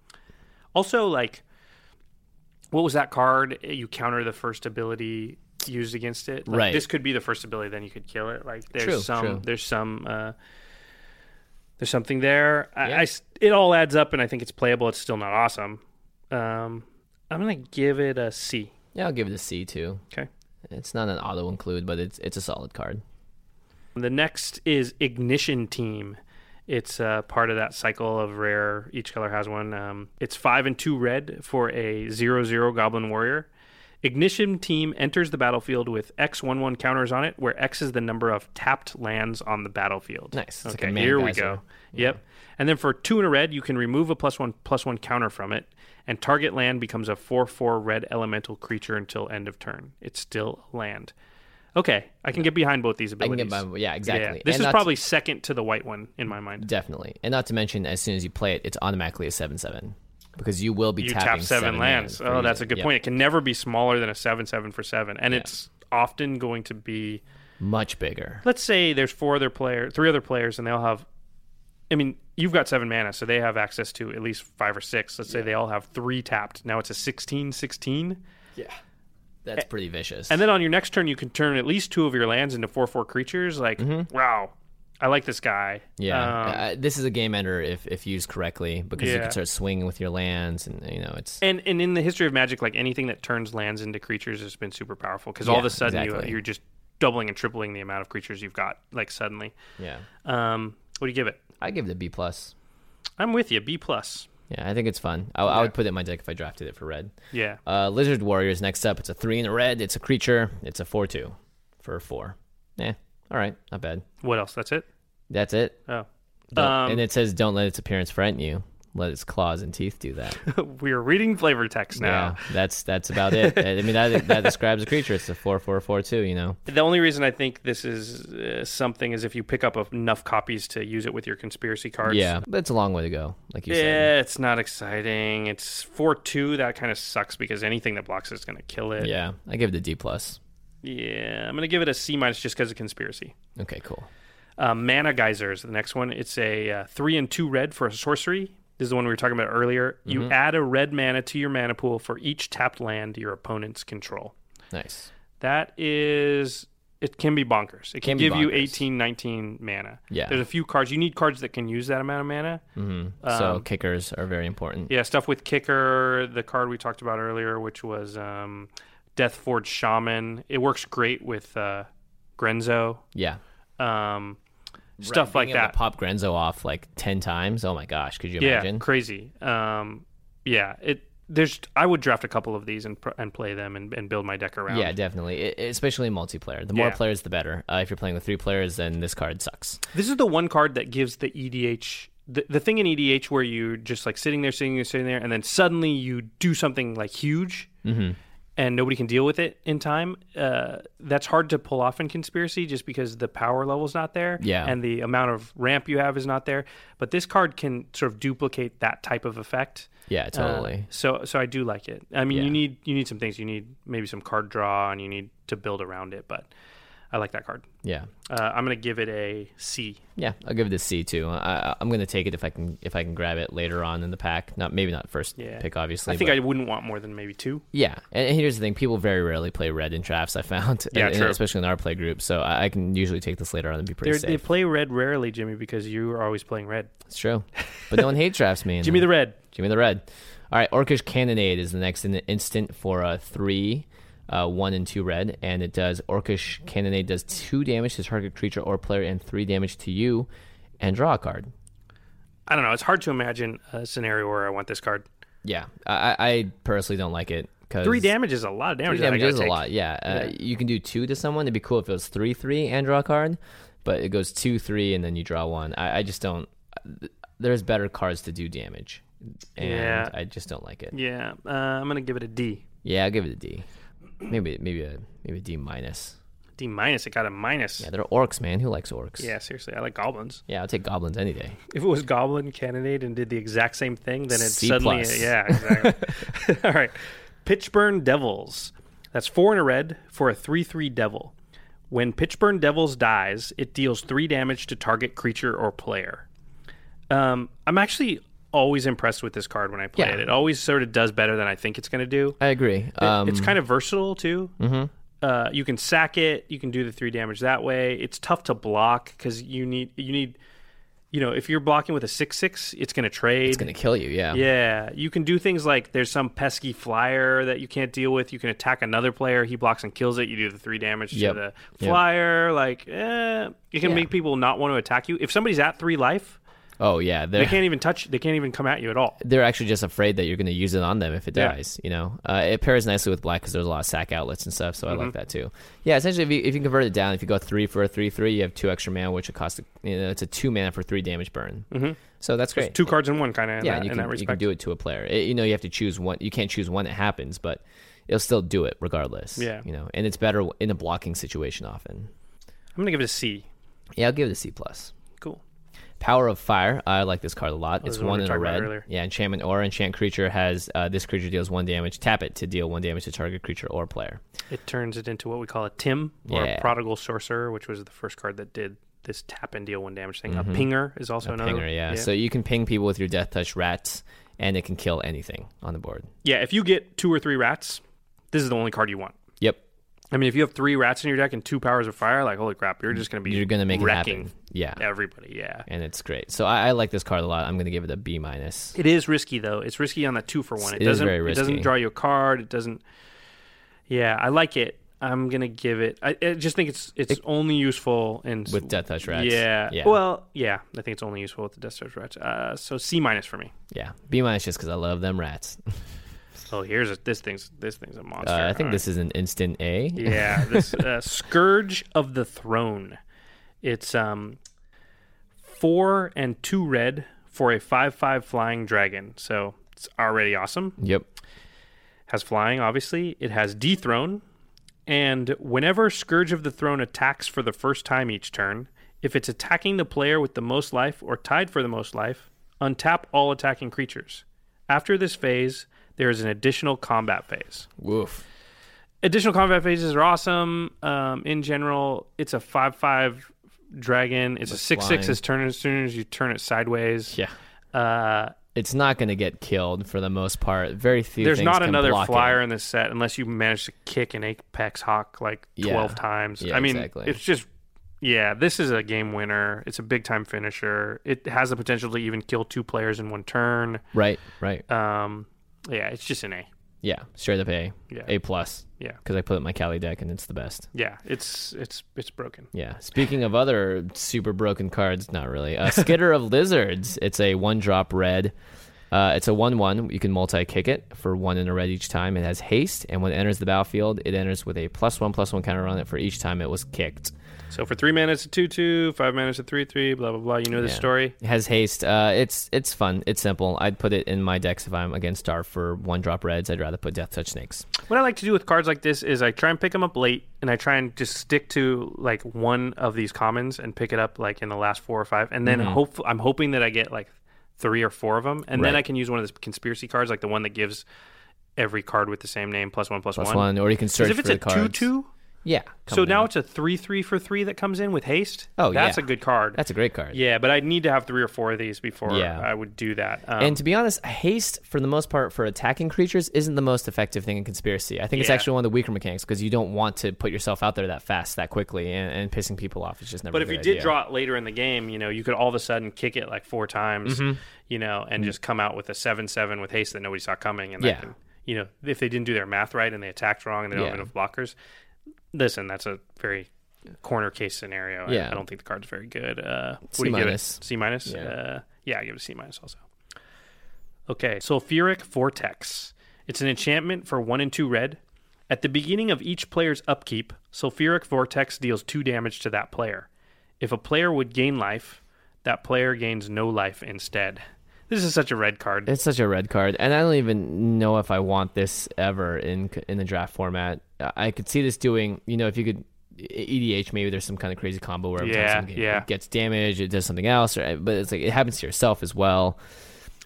Speaker 3: also like what was that card? You counter the first ability used against it. Like,
Speaker 2: Right.
Speaker 3: This could be the first ability, then you could kill it. Like there's
Speaker 2: True,
Speaker 3: some
Speaker 2: true.
Speaker 3: there's some uh there's something there. I,
Speaker 2: Yeah.
Speaker 3: I s- it all adds up, and I think it's playable. It's still not awesome. Um, I'm gonna give it a C.
Speaker 2: Yeah, I'll give it a C too.
Speaker 3: Okay.
Speaker 2: It's not an auto include, but it's it's a solid card.
Speaker 3: The next is Ignition Team. It's uh, part of that cycle of rare. Each color has one. Um, it's five and two red for a zero zero Goblin Warrior. Ignition Team enters the battlefield with X one one counters on it, where X is the number of tapped lands on the battlefield.
Speaker 2: Nice. It's like
Speaker 3: Okay,
Speaker 2: a man
Speaker 3: here we
Speaker 2: geyser.
Speaker 3: go. Yep. And then for two and a red, you can remove a plus one plus one counter from it, and target land becomes a four four red elemental creature until end of turn. It's still a land. Okay, I can get behind both these
Speaker 2: can get
Speaker 3: abilities.
Speaker 2: behind- yeah, exactly.
Speaker 3: This
Speaker 2: And
Speaker 3: is
Speaker 2: not-
Speaker 3: probably second to the white one in my mind.
Speaker 2: Definitely. And not to mention, as soon as you play it, it's automatically a 7 7 because you will be
Speaker 3: You
Speaker 2: tapping
Speaker 3: tap seven, lands.
Speaker 2: for
Speaker 3: Oh,
Speaker 2: your-
Speaker 3: that's a good
Speaker 2: yep.
Speaker 3: point. It can never be smaller than a seven seven for seven, and it's often going to be.
Speaker 2: Much bigger.
Speaker 3: Let's say there's four other players, three other players, and they all have. I mean, you've got seven mana, so they have access to at least five or six. Let's say they all have three tapped. Now it's a 16 16.
Speaker 2: That's pretty vicious.
Speaker 3: And then on your next turn, you can turn at least two of your lands into 4 4 creatures. Like, wow, I like this guy.
Speaker 2: Mm-hmm. yeah,
Speaker 3: Um,
Speaker 2: uh, this is a game ender if, if used correctly because you
Speaker 3: Yeah.
Speaker 2: can start swinging with your lands, and you know it's
Speaker 3: And and in the history of Magic, like anything that turns lands into creatures has been super powerful because all of
Speaker 2: Yeah,
Speaker 3: a sudden
Speaker 2: exactly.
Speaker 3: you, you're just doubling and tripling the amount of creatures you've got. Like suddenly,
Speaker 2: yeah.
Speaker 3: um, what do you give it?
Speaker 2: I give it a B plus.
Speaker 3: I'm with you, B plus.
Speaker 2: Yeah, I think it's fun. I, I would put it in my deck if I drafted it for red.
Speaker 3: Yeah,
Speaker 2: Uh, Lizard Warriors next up. It's a three and a red. It's a creature. It's a four two for four. Yeah, all right, not bad.
Speaker 3: what else? That's it.
Speaker 2: That's it.
Speaker 3: Oh,
Speaker 2: Don't-
Speaker 3: Um,
Speaker 2: and it says, "Don't let its appearance frighten you. Let its claws and teeth do that."
Speaker 3: we are reading flavor text now.
Speaker 2: Yeah, that's that's about it. I mean, that that describes a creature. It's a four four four two. You know.
Speaker 3: The only reason I think this is uh, something is if you pick up enough copies to use it with your conspiracy cards.
Speaker 2: Yeah, but it's a long way to go. Like you said.
Speaker 3: Yeah, it's not exciting. It's four two. That kind of sucks because anything that blocks is going to kill it.
Speaker 2: Yeah, I give it a D plus.
Speaker 3: yeah. I'm going to give it a C minus just because of conspiracy.
Speaker 2: Okay, cool.
Speaker 3: Uh, Mana Geyser is the next one. It's a uh, three and two red for a sorcery. This is the one we were talking about earlier.
Speaker 2: Mm-hmm.
Speaker 3: You add a red mana to your mana pool for each tapped land your opponents control.
Speaker 2: Nice.
Speaker 3: That is, it can be bonkers. It
Speaker 2: Can
Speaker 3: can,
Speaker 2: be
Speaker 3: give you
Speaker 2: bonkers.
Speaker 3: 18, 19 mana.
Speaker 2: Yeah. Mm.
Speaker 3: There's a few cards. You need cards that can use that amount of mana.
Speaker 2: so kickers are very important.
Speaker 3: Um, Yeah, stuff with Kicker, the card we talked about earlier, which was um, Deathforge Shaman. It works great with uh, Grenzo.
Speaker 2: Yeah.
Speaker 3: Um, stuff
Speaker 2: Being
Speaker 3: like
Speaker 2: able to
Speaker 3: that.
Speaker 2: Pop Grenzo off like ten times. Oh my gosh, could you imagine?
Speaker 3: Yeah, crazy. Um, yeah, it. There's. I would draft a couple of these and pr- and play them and, and build my deck around.
Speaker 2: Yeah, definitely. I- especially in multiplayer. The more
Speaker 3: Yeah.
Speaker 2: players, the better. Uh, if you're playing with three players, then this card sucks.
Speaker 3: This is the one card that gives the EDH the, the thing in EDH where you're just like sitting there, sitting there, sitting there, and then suddenly you do something like huge.
Speaker 2: Mm-hmm.
Speaker 3: And nobody can deal with it in time. Uh, that's hard to pull off in conspiracy, just because the power level's not there,
Speaker 2: Yeah.
Speaker 3: and the amount of ramp you have is not there. But this card can sort of duplicate that type of effect.
Speaker 2: Yeah,
Speaker 3: Uh,
Speaker 2: totally.
Speaker 3: so so I do like it. I mean,
Speaker 2: Yeah.
Speaker 3: you need you need some things. You need maybe some card draw, and you need to build around it. But I like that card.
Speaker 2: yeah.
Speaker 3: Uh, I'm gonna give it a C.
Speaker 2: Yeah, I'll give it a C too. I, I- I'm gonna take it if I can if I can grab it later on in the pack. Not maybe not first
Speaker 3: Yeah.
Speaker 2: pick, obviously.
Speaker 3: I think
Speaker 2: but-
Speaker 3: I wouldn't want more than maybe two.
Speaker 2: Yeah, and and here's the thing: people very rarely play red in drafts. I found,
Speaker 3: Yeah,
Speaker 2: and- and
Speaker 3: true.
Speaker 2: especially in our play group. So I I can usually take this later on and be pretty
Speaker 3: They're, they
Speaker 2: safe.
Speaker 3: play red rarely, Jimmy, because you are always playing red.
Speaker 2: it's true, but no one hate drafts me. and-
Speaker 3: Jimmy the Red.
Speaker 2: Jimmy the Red. All right, Orcish Cannonade is the next in instant for a three, uh, one and two red, and it does Orcish Cannonade does two damage to target creature or player and three damage to you, and draw a card.
Speaker 3: I don't know. It's hard to imagine a scenario where I want this card.
Speaker 2: Yeah, I, I- I personally don't like it because
Speaker 3: Three damage is a lot of damage.
Speaker 2: Three
Speaker 3: that I
Speaker 2: damage
Speaker 3: gotta
Speaker 2: is a
Speaker 3: take.
Speaker 2: lot. Yeah. Uh, you can do two to someone. It'd be cool if it was three three and draw a card, but it goes two three and then you draw one. I, I just don't. There's better cards to do damage, and
Speaker 3: Yeah.
Speaker 2: I just don't like it.
Speaker 3: Yeah, uh, I'm gonna give it a D.
Speaker 2: Yeah, I'll give it a D. Maybe maybe a maybe a D minus.
Speaker 3: D minus. It got a minus.
Speaker 2: Yeah,
Speaker 3: Yeah,
Speaker 2: they're orcs, man. Who likes orcs?
Speaker 3: seriously. I like goblins.
Speaker 2: Yeah, I'll take goblins any day.
Speaker 3: If it was Goblin Cannonade and did the exact same thing, then it
Speaker 2: C
Speaker 3: suddenly
Speaker 2: plus.
Speaker 3: yeah, exactly. All right, Pitchburn Devils. That's four and a red for a three-three devil. When Pitchburn Devils dies, it deals three damage to target creature or player. Um, I'm actually always impressed with this card when I play
Speaker 2: Yeah.
Speaker 3: it. It always sort of does better than I think it's going to do.
Speaker 2: I agree. Um,
Speaker 3: it's kind of versatile too. Mm-hmm. Uh, you can sack it. You can do the three damage that way. It's tough to block because you need you need you know, if you're blocking with a six six, it's going to trade.
Speaker 2: It's gonna kill you. Yeah.
Speaker 3: Yeah, you can do things like there's some pesky flyer that you can't deal with. You can attack another player, he blocks and kills it. You do the three damage
Speaker 2: Yep.
Speaker 3: to the
Speaker 2: Yep.
Speaker 3: flyer. Like, eh, you can
Speaker 2: Yeah.
Speaker 3: make people not want to attack you. If somebody's at three life,
Speaker 2: Oh yeah. They're,
Speaker 3: they can't even touch. They can't even come at you at all.
Speaker 2: they're actually just afraid that you're going to use it on them if it
Speaker 3: Yeah.
Speaker 2: dies. You know, uh, it pairs nicely with black because there's a lot of sack outlets and stuff. So I
Speaker 3: Mm-hmm.
Speaker 2: like that too. Yeah, essentially, if you, if you convert it down, if you go three for a three three, you have two extra mana, which it costs. You know, it's a two mana for three damage burn. Mm-hmm. So that's great.
Speaker 3: Two cards in one, kind of.
Speaker 2: yeah,
Speaker 3: in that,
Speaker 2: you can
Speaker 3: in that
Speaker 2: you can
Speaker 3: respect.
Speaker 2: do it to a player. It- you know, you have to choose one. You can't choose one that happens, but it'll still do it regardless.
Speaker 3: Yeah.
Speaker 2: you know, and it's better in a blocking situation often.
Speaker 3: I'm gonna give it a C.
Speaker 2: Yeah, I'll give it a C plus.
Speaker 3: Cool.
Speaker 2: Power of Fire. I like this card a lot. it's
Speaker 3: is the one
Speaker 2: one
Speaker 3: we
Speaker 2: in a
Speaker 3: talked about
Speaker 2: red.
Speaker 3: earlier.
Speaker 2: Yeah, enchantment or enchant creature has uh, this creature deals one damage. Tap it to deal one damage to target creature or player.
Speaker 3: It turns it into what we call a Tim or
Speaker 2: Yeah.
Speaker 3: a Prodigal Sorcerer, which was the first card that did this tap and deal one damage thing. A Pinger is also another.
Speaker 2: Mm-hmm. Pinger, yeah. So you can ping people with your Death Touch rats, and it can kill anything on the board.
Speaker 3: yeah, if you get two or three rats, this is the only card you want.
Speaker 2: Yep,
Speaker 3: I mean, if you have three rats in your deck and two powers of fire, like holy crap, you're just gonna be
Speaker 2: Mm, you're gonna make it
Speaker 3: wrecking
Speaker 2: happen. Yeah,
Speaker 3: everybody. Yeah,
Speaker 2: and it's great. So I, I like this card a lot. I'm going to give it a B minus.
Speaker 3: it is risky though. It's risky on that two for one. It,
Speaker 2: It is
Speaker 3: doesn't.
Speaker 2: very
Speaker 3: It doesn't
Speaker 2: risky.
Speaker 3: draw you a card. It doesn't. Yeah, I like it. I'm gonna give it. I, I just think it's it's only useful in
Speaker 2: With Death Touch rats.
Speaker 3: Yeah.
Speaker 2: Yeah.
Speaker 3: Well, yeah. I think it's only useful with the Death Touch rats. Uh, so C minus for me.
Speaker 2: Yeah, B minus just because I love them rats.
Speaker 3: Oh, here's a, this thing's this thing's a monster.
Speaker 2: Uh, I think
Speaker 3: All
Speaker 2: this is an instant A.
Speaker 3: Yeah, this uh, Scourge of the Throne. It's um four and two red for a five five flying dragon. So it's already awesome.
Speaker 2: Yep.
Speaker 3: Has flying, obviously. It has dethrone. And whenever Scourge of the Throne attacks for the first time each turn, if it's attacking the player with the most life or tied for the most life, untap all attacking creatures. After this phase, there is an additional combat phase
Speaker 2: Woof.
Speaker 3: additional combat phases are awesome. Um, in general, it's a five five dragon. It's a six six
Speaker 2: flying.
Speaker 3: is turn as soon as you turn it sideways.
Speaker 2: Yeah.
Speaker 3: Uh,
Speaker 2: It's not going to get killed for the most part. Very few.
Speaker 3: there's
Speaker 2: things
Speaker 3: not
Speaker 2: can
Speaker 3: another
Speaker 2: block it.
Speaker 3: flyer in this set unless you manage to kick an apex hawk like
Speaker 2: Yeah.
Speaker 3: twelve times.
Speaker 2: Yeah,
Speaker 3: I mean,
Speaker 2: exactly.
Speaker 3: it's just yeah. This is a game winner. It's a big time finisher. It has the potential to even kill two players in one turn.
Speaker 2: Right. Right.
Speaker 3: Um, yeah, it's just an A.
Speaker 2: Yeah, straight up A.
Speaker 3: Yeah.
Speaker 2: A plus.
Speaker 3: Yeah.
Speaker 2: Because I put it in my Cali deck and it's the best.
Speaker 3: Yeah, it's it's it's broken.
Speaker 2: Yeah. Speaking of other super broken cards, not really. Uh, Skitter of Lizards. It's a one drop red. Uh, it's a 1 1. You can multi kick it for one and a red each time. It has haste, and when it enters the battlefield, it enters with a plus one plus one counter on it for each time it was kicked.
Speaker 3: So for three minutes, a two two, five minutes, a three three, blah blah blah. You know the
Speaker 2: Yeah.
Speaker 3: story.
Speaker 2: It has haste. Uh, it's it's fun. It's simple. I'd put it in my decks if I'm against Star for one drop reds. I'd rather put Death Touch Snakes.
Speaker 3: What I like to do with cards like this is I try and pick them up late, and I try and just stick to like one of these commons and pick it up like in the last four or five, and
Speaker 2: Mm-hmm.
Speaker 3: then hope I'm hoping that I get like three or four of them, and then
Speaker 2: Right.
Speaker 3: I can use one of the conspiracy cards, like the one that gives every card with the same name plus one plus,
Speaker 2: Plus
Speaker 3: one.
Speaker 2: one. or you can search
Speaker 3: 'Cause if
Speaker 2: for
Speaker 3: it's
Speaker 2: the
Speaker 3: a two
Speaker 2: cards.
Speaker 3: two,
Speaker 2: Yeah.
Speaker 3: so
Speaker 2: coming
Speaker 3: now
Speaker 2: out.
Speaker 3: it's a three three for three that comes in with haste.
Speaker 2: Oh,
Speaker 3: that's
Speaker 2: yeah.
Speaker 3: a good card.
Speaker 2: that's a great card.
Speaker 3: yeah, but I'd need to have three or four of these before
Speaker 2: Yeah.
Speaker 3: I would do that. Um,
Speaker 2: And to be honest, haste for the most part for attacking creatures isn't the most effective thing in conspiracy. I think it's
Speaker 3: Yeah.
Speaker 2: actually one of the weaker mechanics because you don't want to put yourself out there that fast, that quickly, and, and pissing people off is just never.
Speaker 3: But
Speaker 2: a
Speaker 3: if
Speaker 2: good
Speaker 3: you did
Speaker 2: idea.
Speaker 3: draw it later in the game, you know, you could all of a sudden kick it like four times,
Speaker 2: Mm-hmm.
Speaker 3: you know, and just come out with a seven seven with haste that nobody saw coming, and that
Speaker 2: Yeah.
Speaker 3: can- you know, if they didn't do their math right and they attacked wrong and they don't
Speaker 2: Yeah.
Speaker 3: have enough blockers, listen, that's a very corner case scenario. I-
Speaker 2: Yeah.
Speaker 3: I, don't think the card's very good. Uh, what
Speaker 2: C
Speaker 3: do you give it?
Speaker 2: minus.
Speaker 3: C minus.
Speaker 2: Yeah.
Speaker 3: Uh, yeah, I give it a C minus also. Okay, Sulfuric Vortex. It's an enchantment for one and two red. At the beginning of each player's upkeep, Sulfuric Vortex deals two damage to that player. If a player would gain life, that player gains no life instead. This is such a red card.
Speaker 2: it's such a red card, and I don't even know if I want this ever in in the draft format. I I could see this doing, you know, if you could EDH, maybe there's some kind of crazy combo where every time
Speaker 3: Yeah,
Speaker 2: something get-
Speaker 3: yeah.
Speaker 2: gets damaged, it does something else, or, but it's like it happens to yourself as well.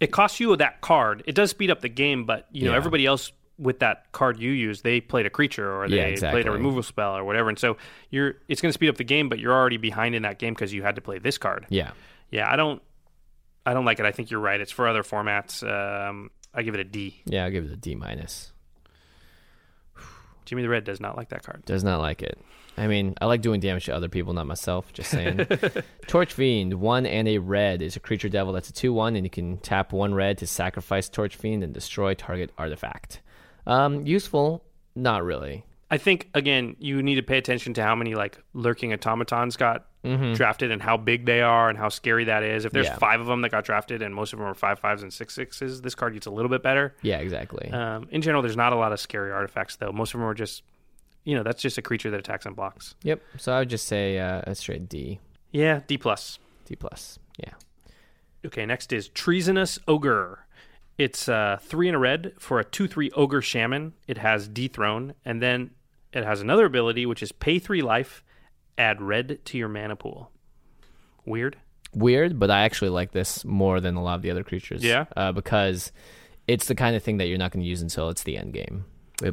Speaker 3: It costs you that card. It does speed up the game, but you know
Speaker 2: Yeah.
Speaker 3: everybody else with that card you use, they played a creature or they
Speaker 2: Yeah,
Speaker 3: played
Speaker 2: exactly.
Speaker 3: a removal spell or whatever, and so you're it's going to speed up the game, but you're already behind in that game because you had to play this card.
Speaker 2: Yeah,
Speaker 3: Yeah, I don't, I don't like it. I think you're right. It's for other formats. Um, I give it a D.
Speaker 2: yeah, I'll give it a D minus.
Speaker 3: Jimmy the Red does not like that card.
Speaker 2: Does not like it. I mean, I like doing damage to other people, not myself. Just saying. Torch Fiend, one and a red is a creature devil that's a 2 1, and you can tap one red to sacrifice Torch Fiend and destroy target artifact. Um, useful? Not really.
Speaker 3: I think again, you need to pay attention to how many like lurking automatons got drafted and how big they are and how scary that is. If there's
Speaker 2: Yeah.
Speaker 3: five of them that got drafted and most of them are five fives and six sixes, this card gets a little bit better.
Speaker 2: Yeah, exactly.
Speaker 3: Um, in general, there's not a lot of scary artifacts though. Most of them are just, you know, that's just a creature that attacks and blocks.
Speaker 2: yep. So I would just say uh, a straight D,
Speaker 3: Yeah, D plus.
Speaker 2: D plus. Yeah.
Speaker 3: Okay, next is Treasonous Ogre. It's uh, three and a red for a 2 3 Ogre Shaman. It has Dethrone, and then it has another ability, which is pay three life, add red to your mana pool. Weird.
Speaker 2: weird, but I actually like this more than a lot of the other creatures.
Speaker 3: Yeah?
Speaker 2: uh, because it's the kind of thing that you're not going to use until it's the end game.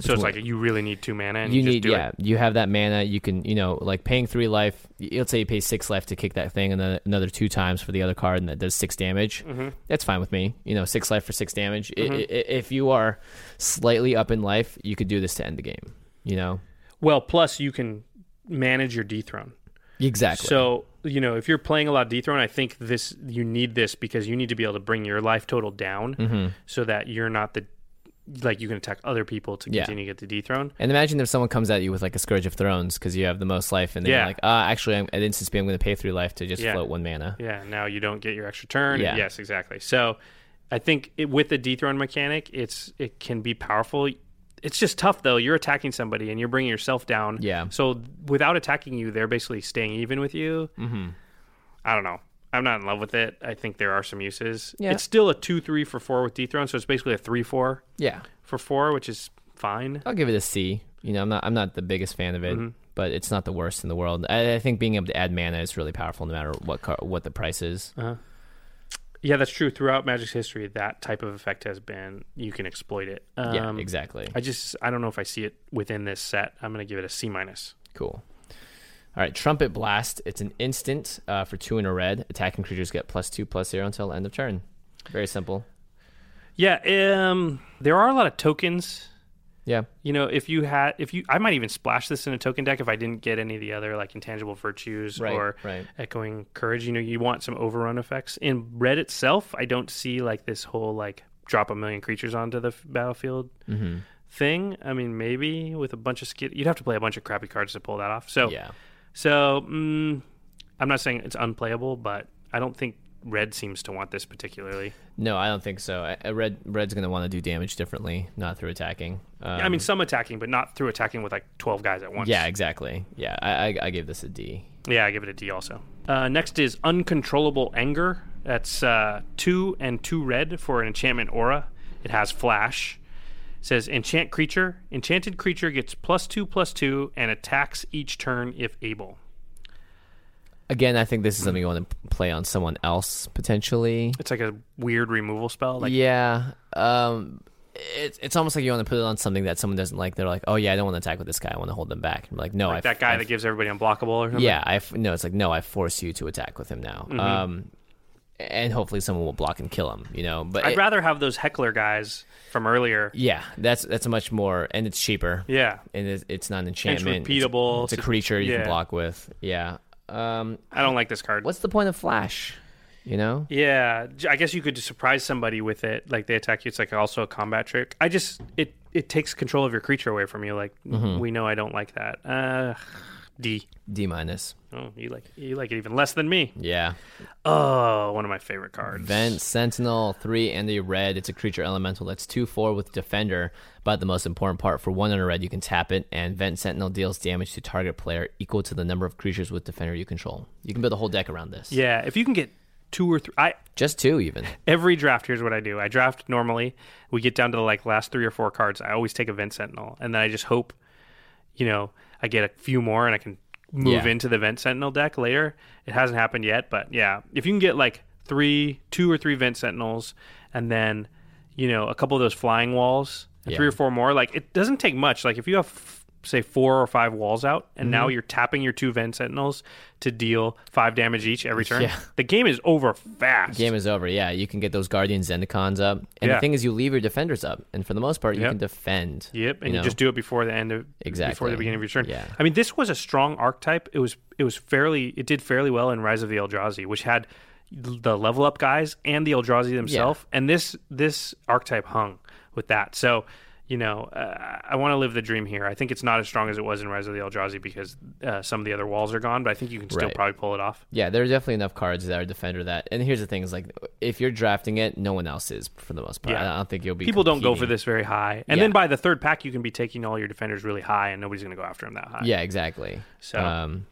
Speaker 3: So it's like you really need two mana and
Speaker 2: you
Speaker 3: you,
Speaker 2: need,
Speaker 3: just do
Speaker 2: yeah,
Speaker 3: it.
Speaker 2: you have that mana. You can, you know, like paying three life. y- Let's say you pay six life to kick that thing, and then another two times for the other card, and that does six damage.
Speaker 3: Mm-hmm.
Speaker 2: That's fine with me. You know, six life for six damage. I- I- I- if you are slightly up in life, you could do this to end the game. You know,
Speaker 3: Well, plus you can manage your Dethrone.
Speaker 2: exactly.
Speaker 3: So, you know, if you're playing a lot of Dethrone, I think this you need this because you need to be able to bring your life total down
Speaker 2: Mm-hmm.
Speaker 3: so that you're not the like you can attack other people to
Speaker 2: Yeah.
Speaker 3: continue to get the dethrone.
Speaker 2: And imagine if someone comes at you with like a Scourge of Thrones because you have the most life, and then
Speaker 3: Yeah.
Speaker 2: you're like, uh, actually, I'm, at instant speed, I'm going to pay three life to just
Speaker 3: Yeah.
Speaker 2: float one mana.
Speaker 3: Yeah, now you don't get your extra turn.
Speaker 2: Yeah.
Speaker 3: Yes, exactly. So I think it, with the dethrone mechanic, it's it can be powerful. It's just tough though. You're attacking somebody and you're bringing yourself down.
Speaker 2: Yeah.
Speaker 3: So without attacking you, they're basically staying even with you. Mm-hmm. I don't know. I'm not in love with it. I think there are some uses.
Speaker 2: Yeah.
Speaker 3: It's still a two three for four with dethrone, so it's basically a three four
Speaker 2: Yeah,
Speaker 3: for four, which is fine.
Speaker 2: I'll give it a C. You know, I'm not I'm not the biggest fan of it,
Speaker 3: Mm-hmm.
Speaker 2: but it's not the worst in the world. I, I think being able to add mana is really powerful, no matter what car, what the price is.
Speaker 3: Yeah, that's true. Throughout Magic's history, that type of effect has been you can exploit it. Um,
Speaker 2: yeah, exactly.
Speaker 3: I just I don't know if I see it within this set. I'm gonna give it a C minus.
Speaker 2: Cool. All right, Trumpet Blast. It's an instant uh, for two and a red. Attacking creatures get plus two plus zero until end of turn. Very simple.
Speaker 3: Yeah, um, there are a lot of tokens.
Speaker 2: Yeah,
Speaker 3: You know, if you had, if you, I might even splash this in a token deck if I didn't get any of the other like intangible virtues
Speaker 2: Right,
Speaker 3: or
Speaker 2: right.
Speaker 3: echoing courage. You know, you want some overrun effects in red itself. I don't see like this whole like drop a million creatures onto the f- battlefield
Speaker 2: Mm-hmm.
Speaker 3: thing. I mean, maybe with a bunch of skid, you'd have to play a bunch of crappy cards to pull that off. So
Speaker 2: yeah.
Speaker 3: So mm, I'm not saying it's unplayable, but I don't think red seems to want this particularly.
Speaker 2: No, I don't think so. I, I red red's going to want to do damage differently, not through attacking. Um,
Speaker 3: I mean, some attacking, but not through attacking with like 12 guys at once.
Speaker 2: Yeah, exactly. Yeah, I, I, I give this a D.
Speaker 3: Yeah, I give it a D also. Uh, next is Uncontrollable Anger. That's uh, two and two red for an enchantment aura. It has flash. It says enchant creature. Enchanted creature gets plus two plus two and attacks each turn if able.
Speaker 2: Again, I think this is something you want to p- play on someone else potentially.
Speaker 3: It's like a weird removal spell. Like
Speaker 2: yeah, um, it's it's almost like you want to put it on something that someone doesn't like. They're like, oh yeah, I don't want to attack with this guy. I want to hold them back. I'm like, no, I
Speaker 3: that guy that gives everybody unblockable or something.
Speaker 2: yeah, I f- no, it's like no, I force you to attack with him now.
Speaker 3: Mm-hmm.
Speaker 2: Um, and hopefully someone will block and kill him. You know, but
Speaker 3: I'd
Speaker 2: it-
Speaker 3: rather have those heckler guys from earlier.
Speaker 2: yeah, that's that's a much more, and it's cheaper.
Speaker 3: Yeah.
Speaker 2: and it's, it's not an enchantment.
Speaker 3: repeatable.
Speaker 2: It's, a
Speaker 3: It's a-
Speaker 2: creature you
Speaker 3: yeah.
Speaker 2: can block with. Yeah. Um,
Speaker 3: I don't like this card.
Speaker 2: what's the point of flash? You know.
Speaker 3: Yeah, j- I guess you could just surprise somebody with it. Like they attack you. It's like also a combat trick. I just it it takes control of your creature away from you. Like
Speaker 2: Mm-hmm.
Speaker 3: we know I don't like that. Uh, D.
Speaker 2: D minus.
Speaker 3: Oh, you like you like it even less than me.
Speaker 2: Yeah.
Speaker 3: Oh, one of my favorite cards.
Speaker 2: Vent Sentinel, three and a red. It's a creature elemental that's two four with defender. But the most important part for one and a red, you can tap it, and Vent Sentinel deals damage to target player equal to the number of creatures with defender you control. You can build a whole deck around this.
Speaker 3: Yeah, if you can get two or three. I
Speaker 2: Just two even.
Speaker 3: every draft here's what i do i draft normally we get down to the like last three or four cards i always take a vent sentinel and then i just hope you know i get a few more and i can move
Speaker 2: Yeah.
Speaker 3: into the vent sentinel deck later it hasn't happened yet but yeah if you can get like three two or three vent sentinels and then you know a couple of those flying walls and three
Speaker 2: Yeah.
Speaker 3: or four more like it doesn't take much like if you have f- say four or five walls out, and
Speaker 2: Mm-hmm.
Speaker 3: now you're tapping your two Vent Sentinels to deal five damage each every turn.
Speaker 2: Yeah.
Speaker 3: The game is over fast.
Speaker 2: Game is over. Yeah, you can get those Guardian Zendikons up, and the
Speaker 3: Yeah.
Speaker 2: thing is, you leave your defenders up, and for the most part, you
Speaker 3: Yep.
Speaker 2: can defend.
Speaker 3: Yep, and you,
Speaker 2: know?
Speaker 3: just do it before the end of before
Speaker 2: Exactly.
Speaker 3: the beginning of your turn.
Speaker 2: Yeah.
Speaker 3: I mean, this was a strong archetype. It was it was fairly it did fairly well in Rise of the Eldrazi, which had the level up guys and the Eldrazi themselves, and this this archetype hung with that. So. You know, uh, I want to live the dream here. I think it's not as strong as it was in Rise of the Eldrazi because uh, some of the other walls are gone, but I think you can still
Speaker 2: Right.
Speaker 3: probably pull it off.
Speaker 2: Yeah, there are definitely enough cards that are defender that. And here's the thing: is like if you're drafting it, no one else is for the most part.
Speaker 3: Yeah.
Speaker 2: I don't think you'll be.
Speaker 3: People don't go for
Speaker 2: competing.
Speaker 3: this very high, and
Speaker 2: Yeah.
Speaker 3: then by the third pack, you can be taking all your defenders really high, and nobody's going to go after them that high.
Speaker 2: Yeah, exactly.
Speaker 3: So-
Speaker 2: um,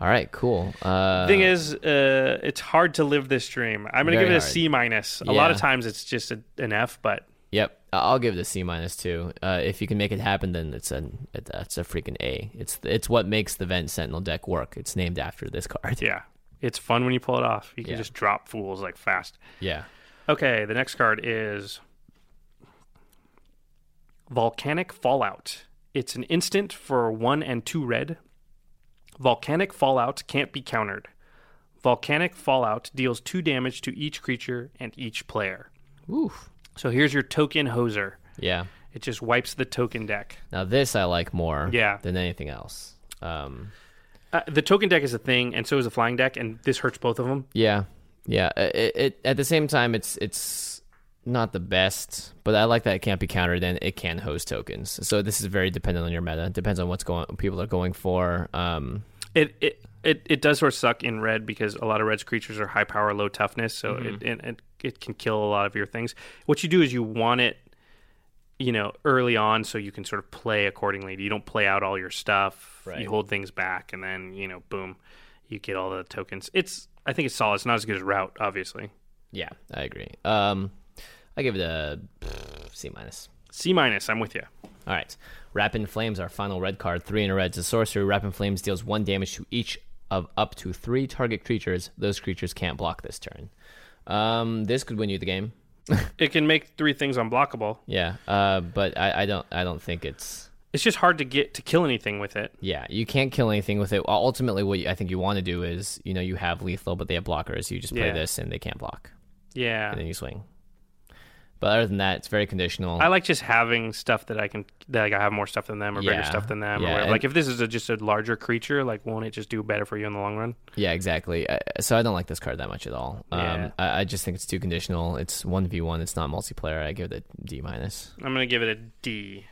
Speaker 2: all right, cool. Uh,
Speaker 3: thing is, uh, it's hard to live this dream. I'm gonna
Speaker 2: Very
Speaker 3: give it a
Speaker 2: hard.
Speaker 3: C minus. A lot of
Speaker 2: Yeah.
Speaker 3: times it's just a, an F, but
Speaker 2: yep, I- I'll give it a C minus two. Uh, if you can make it happen, then it's an it- that's a freaking A. It's it's what makes the Vent Sentinel deck work. It's named after this card.
Speaker 3: yeah, it's fun when you pull it off. You can
Speaker 2: Yeah.
Speaker 3: just drop fools like fast.
Speaker 2: Yeah.
Speaker 3: Okay, the next card is Volcanic Fallout. It's an instant for one and two red. Volcanic Fallout can't be countered. Volcanic Fallout deals two damage to each creature and each player.
Speaker 2: Oof.
Speaker 3: So here's your token hoser.
Speaker 2: Yeah.
Speaker 3: It just wipes the token deck.
Speaker 2: Now this I like more.
Speaker 3: Yeah.
Speaker 2: Than anything else. Um,
Speaker 3: Uh, the token deck is a thing, and so is the flying deck, and this hurts both of them.
Speaker 2: Yeah, yeah. I- It, it at the same time, it's it's not the best, but I like that it can't be countered and it can host tokens. So this is very dependent on your meta. It depends on what's going, people are going for. Um,
Speaker 3: It it, it it does sort of suck in red because a lot of red's creatures are high power, low toughness, so it, and it it can kill a lot of your things. What you do is you want it, you know, early on, so you can sort of play accordingly. You don't play out all your stuff.
Speaker 2: Right.
Speaker 3: You hold things back, and then you know, boom, you get all the tokens. It's I think it's solid. It's not as good as route, obviously.
Speaker 2: yeah, I agree. Um, I give it a pff, C minus.
Speaker 3: C minus. I'm with you.
Speaker 2: All right. Rapid Flames, our final red card. Three in a red. It's a sorcery. Rapid Flames deals one damage to each of up to three target creatures. Those creatures can't block this turn. Um, this could win you the game.
Speaker 3: It can make three things unblockable.
Speaker 2: Yeah, uh, but I, I don't. I don't think it's.
Speaker 3: It's just hard to get to kill anything with it.
Speaker 2: Yeah, you can't kill anything with it. Ultimately, what you, I think you want to do is, you know, you have lethal, but they have blockers. You just play
Speaker 3: Yeah.
Speaker 2: this, and they can't block,
Speaker 3: Yeah.
Speaker 2: and then you swing. But other than that, it's very conditional.
Speaker 3: I like just having stuff that I can that like I have more stuff than them or
Speaker 2: Yeah,
Speaker 3: bigger stuff than them.
Speaker 2: yeah,
Speaker 3: Or
Speaker 2: and-
Speaker 3: whatever. Like if this is a, just a larger creature, like won't it just do better for you in the long run?
Speaker 2: yeah, exactly. Uh, So I don't like this card that much at all. Um,
Speaker 3: Yeah.
Speaker 2: I, I just think it's too conditional. It's one v one. It's not multiplayer. I give it a D minus.
Speaker 3: I'm gonna give it a D.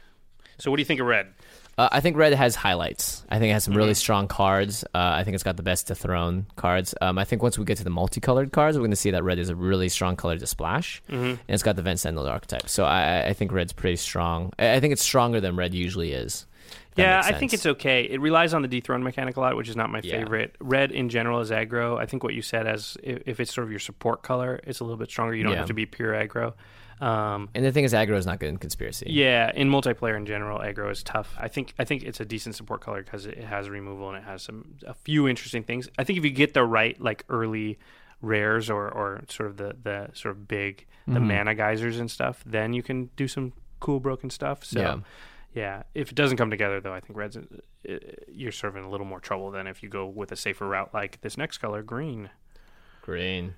Speaker 3: So what do you think of red?
Speaker 2: Uh, I think red has highlights. I think it has some
Speaker 3: Mm-hmm.
Speaker 2: really strong cards. Uh, I think it's got the best to thrown cards. Um, I think once we get to the multicolored cards, we're going to see that red is a really strong color to splash,
Speaker 3: Mm-hmm.
Speaker 2: and it's got the Vent Sentinel archetype. So I, I- I think red's pretty strong. I, I think it's stronger than red usually is. if that
Speaker 3: Yeah,
Speaker 2: makes
Speaker 3: I think
Speaker 2: sense.
Speaker 3: it's okay. It relies on the dethrone mechanic a lot, which is not my
Speaker 2: Yeah.
Speaker 3: favorite. Red in general is aggro. I think what you said as if, if it's sort of your support color, it's a little bit stronger. You don't
Speaker 2: Yeah.
Speaker 3: have to be pure aggro. Um,
Speaker 2: And the thing is, aggro is not good in conspiracy.
Speaker 3: yeah, in multiplayer in general, aggro is tough. I think I think it's a decent support color because it has removal and it has some a few interesting things. I think if you get the right like early rares or or sort of the the sort of big the mana geysers and stuff, then you can do some cool broken stuff. So.
Speaker 2: Yeah.
Speaker 3: Yeah. if it doesn't come together though, I think red's uh, uh, you're sort of in a little more trouble than if you go with a safer route like this next color, green.
Speaker 2: green,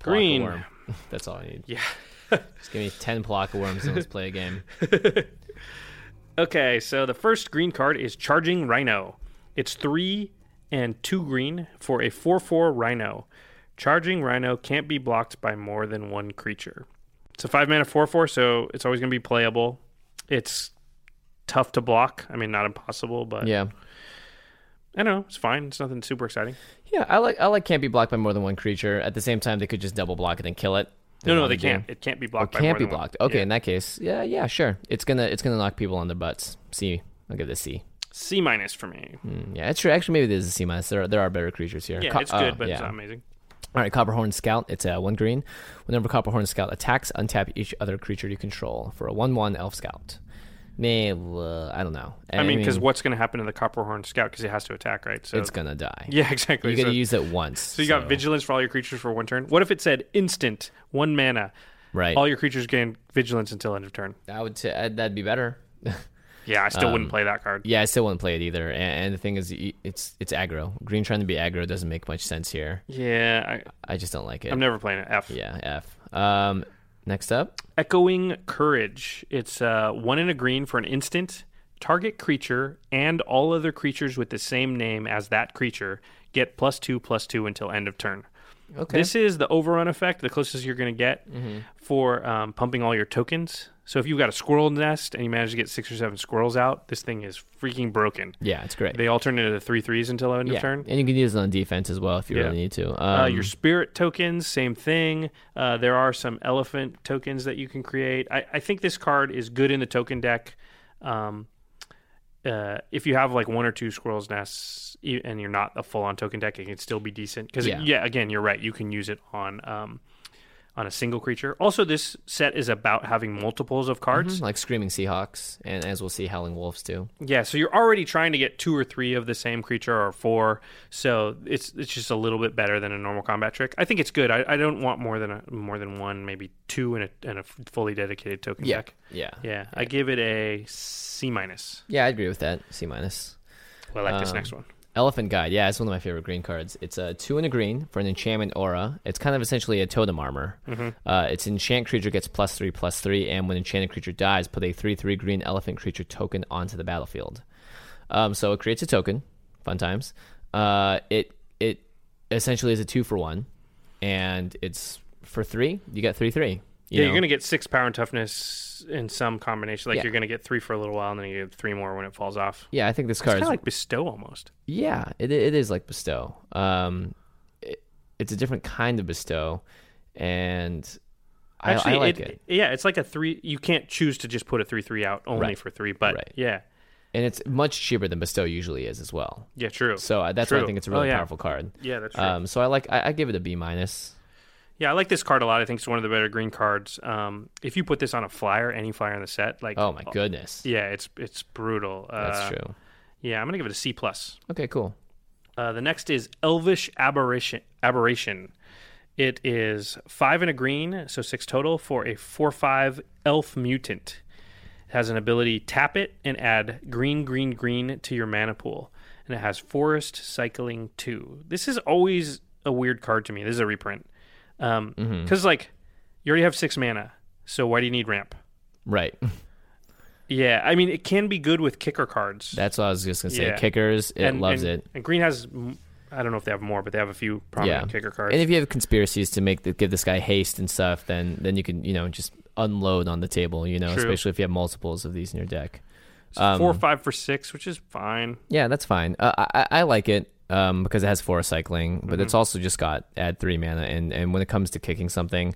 Speaker 2: Block a
Speaker 3: Green.
Speaker 2: worm. That's all I need.
Speaker 3: Yeah.
Speaker 2: Just give me ten block of worms and let's play a game.
Speaker 3: Okay, so the first green card is Charging Rhino. It's three and two green for a 4 4 Rhino. Charging Rhino can't be blocked by more than one creature. It's a five mana 4 4, so it's always going to be playable. It's tough to block. I mean, not impossible, but
Speaker 2: Yeah.
Speaker 3: I don't know. It's fine. It's nothing super exciting.
Speaker 2: Yeah, I like I like can't be blocked by more than one creature. At the same time, they could just double block it and kill it.
Speaker 3: No, no,
Speaker 2: They're
Speaker 3: they
Speaker 2: not doing-
Speaker 3: can't. It can't be blocked by
Speaker 2: can't
Speaker 3: more
Speaker 2: be
Speaker 3: than one.
Speaker 2: blocked. Okay,
Speaker 3: Yeah.
Speaker 2: in that case, yeah, yeah, sure. It's gonna it's gonna knock people on their butts. C, I'll give it a C.
Speaker 3: C minus for me.
Speaker 2: Mm, Yeah, it's true. Actually, maybe this is a C minus. There are, there are better creatures here.
Speaker 3: Yeah,
Speaker 2: Co-
Speaker 3: it's good,
Speaker 2: oh,
Speaker 3: but
Speaker 2: yeah.
Speaker 3: it's not amazing.
Speaker 2: All right, Copperhorn Scout. It's a one green. Whenever Copperhorn Scout attacks, untap each other creature you control for a one-one Elf Scout. Nay, uh, I don't know.
Speaker 3: I mean, because what's going to happen to the Copperhorn Scout? Because it has to attack, right? So
Speaker 2: It's gonna die.
Speaker 3: yeah, exactly.
Speaker 2: you gotta
Speaker 3: So-
Speaker 2: use it once.
Speaker 3: So you got vigilance for all your creatures for one turn. What if it said instant, one mana?
Speaker 2: right.
Speaker 3: All your creatures gain vigilance until end of turn.
Speaker 2: I would say that'd be uh, better.
Speaker 3: Yeah, I still wouldn't play that card.
Speaker 2: Um, Yeah, I still wouldn't play it either. And, and the thing is, y- it's it's aggro. Green trying to be aggro doesn't make much sense here.
Speaker 3: Yeah, I,
Speaker 2: I just don't like it.
Speaker 3: I'm never playing it. F.
Speaker 2: yeah, F. Um, next up,
Speaker 3: Echoing Courage. It's uh, one in a green for an instant. Target creature and all other creatures with the same name as that creature get plus two, plus two until end of turn.
Speaker 2: okay, Mm-hmm.
Speaker 3: This is the overrun effect, the closest you're going to get for um, pumping all your tokens. So if you've got a squirrel nest and you manage to get six or seven squirrels out, this thing is freaking broken.
Speaker 2: yeah, it's great.
Speaker 3: They all turn into three threes until end
Speaker 2: yeah.
Speaker 3: of turn.
Speaker 2: and you can use it on defense as well if you
Speaker 3: Yeah.
Speaker 2: really need to. Um,
Speaker 3: Uh, your spirit tokens, same thing. Uh, there are some elephant tokens that you can create. I, I think this card is good in the token deck. Um, uh, if you have like one or two squirrels nests e- and you're not a full on token deck, it can still be decent. Because
Speaker 2: Yeah.
Speaker 3: yeah. again, you're right. You can use it on um, on a single creature. Also, this set is about having multiples of cards.
Speaker 2: like screaming Seahawks, and as we'll see, howling wolves too.
Speaker 3: Yeah, so you're already trying to get two or three of the same creature or four, so it's it's just a little bit better than a normal combat trick. I think it's good. I, I don't want more than a, more than one, maybe two in a in a fully dedicated token deck.
Speaker 2: yeah,
Speaker 3: Yeah, I give it a C minus.
Speaker 2: yeah. I agree with that. C minus.
Speaker 3: Well, I like
Speaker 2: Um,
Speaker 3: this next one.
Speaker 2: Elephant Guide, yeah, it's one of my favorite green cards. It's a two and a green for an enchantment aura. It's kind of essentially a totem armor.
Speaker 3: Mm-hmm.
Speaker 2: Uh, its enchant creature gets plus three, plus three, and when enchanted creature dies, put a three, three green elephant creature token onto the battlefield. Um, so it creates a token. Fun times. Uh, it it essentially is a two for one, and it's for three. You get three, three. you
Speaker 3: yeah,
Speaker 2: know?
Speaker 3: you're gonna get six power and toughness in some combination. Like
Speaker 2: Yeah.
Speaker 3: you're gonna get three for a little while, and then you get three more when it falls off.
Speaker 2: Yeah, I think this
Speaker 3: It's
Speaker 2: card
Speaker 3: kind
Speaker 2: is
Speaker 3: of like bestow almost.
Speaker 2: Yeah, it, it is like bestow. Um, it, it's a different kind of bestow, and I, I like it,
Speaker 3: Yeah, it's like a three. You can't choose to just put a three three out only
Speaker 2: Right.
Speaker 3: for three, but
Speaker 2: Right.
Speaker 3: yeah,
Speaker 2: and it's much cheaper than bestow usually is as well.
Speaker 3: yeah, true.
Speaker 2: So uh, that's why I
Speaker 3: True.
Speaker 2: think it's a
Speaker 3: Oh,
Speaker 2: really
Speaker 3: yeah.
Speaker 2: powerful card.
Speaker 3: Yeah, that's true.
Speaker 2: Um, so I like I, I give it a B minus.
Speaker 3: yeah, I like this card a lot. I think it's one of the better green cards. Um, if you put this on a flyer, any flyer in the set, like
Speaker 2: Oh my goodness,
Speaker 3: yeah, it's it's brutal. Uh,
Speaker 2: that's true.
Speaker 3: Yeah, I'm gonna give it a C plus.
Speaker 2: Okay, cool.
Speaker 3: Uh, the next is Elvish Aberration. Aberration. It is five and a green, so six total for a four-five elf mutant. It has an ability tap it and add green, green, green to your mana pool, and it has forest cycling two. This is always a weird card to me. This is a reprint because like you already have six mana, so why do you need ramp?
Speaker 2: Right,
Speaker 3: Yeah, I mean it can be good with kicker cards.
Speaker 2: that's what I was just gonna say.
Speaker 3: Yeah.
Speaker 2: Kickers, it loves
Speaker 3: and,
Speaker 2: it.
Speaker 3: And green has, m- I don't know if they have more, but they have a few prominent
Speaker 2: Yeah,
Speaker 3: kicker cards.
Speaker 2: And if you have conspiracies to make the, give this guy haste and stuff, then then you can you know just unload on the table. You know,
Speaker 3: True.
Speaker 2: especially if you have multiples of these in your deck.
Speaker 3: It's four,
Speaker 2: Um,
Speaker 3: five for six, which is fine.
Speaker 2: Yeah, that's fine. Uh, I I- I like it um, because it has forest cycling, but
Speaker 3: Mm-hmm.
Speaker 2: it's also just got add three mana, and and when it comes to kicking something,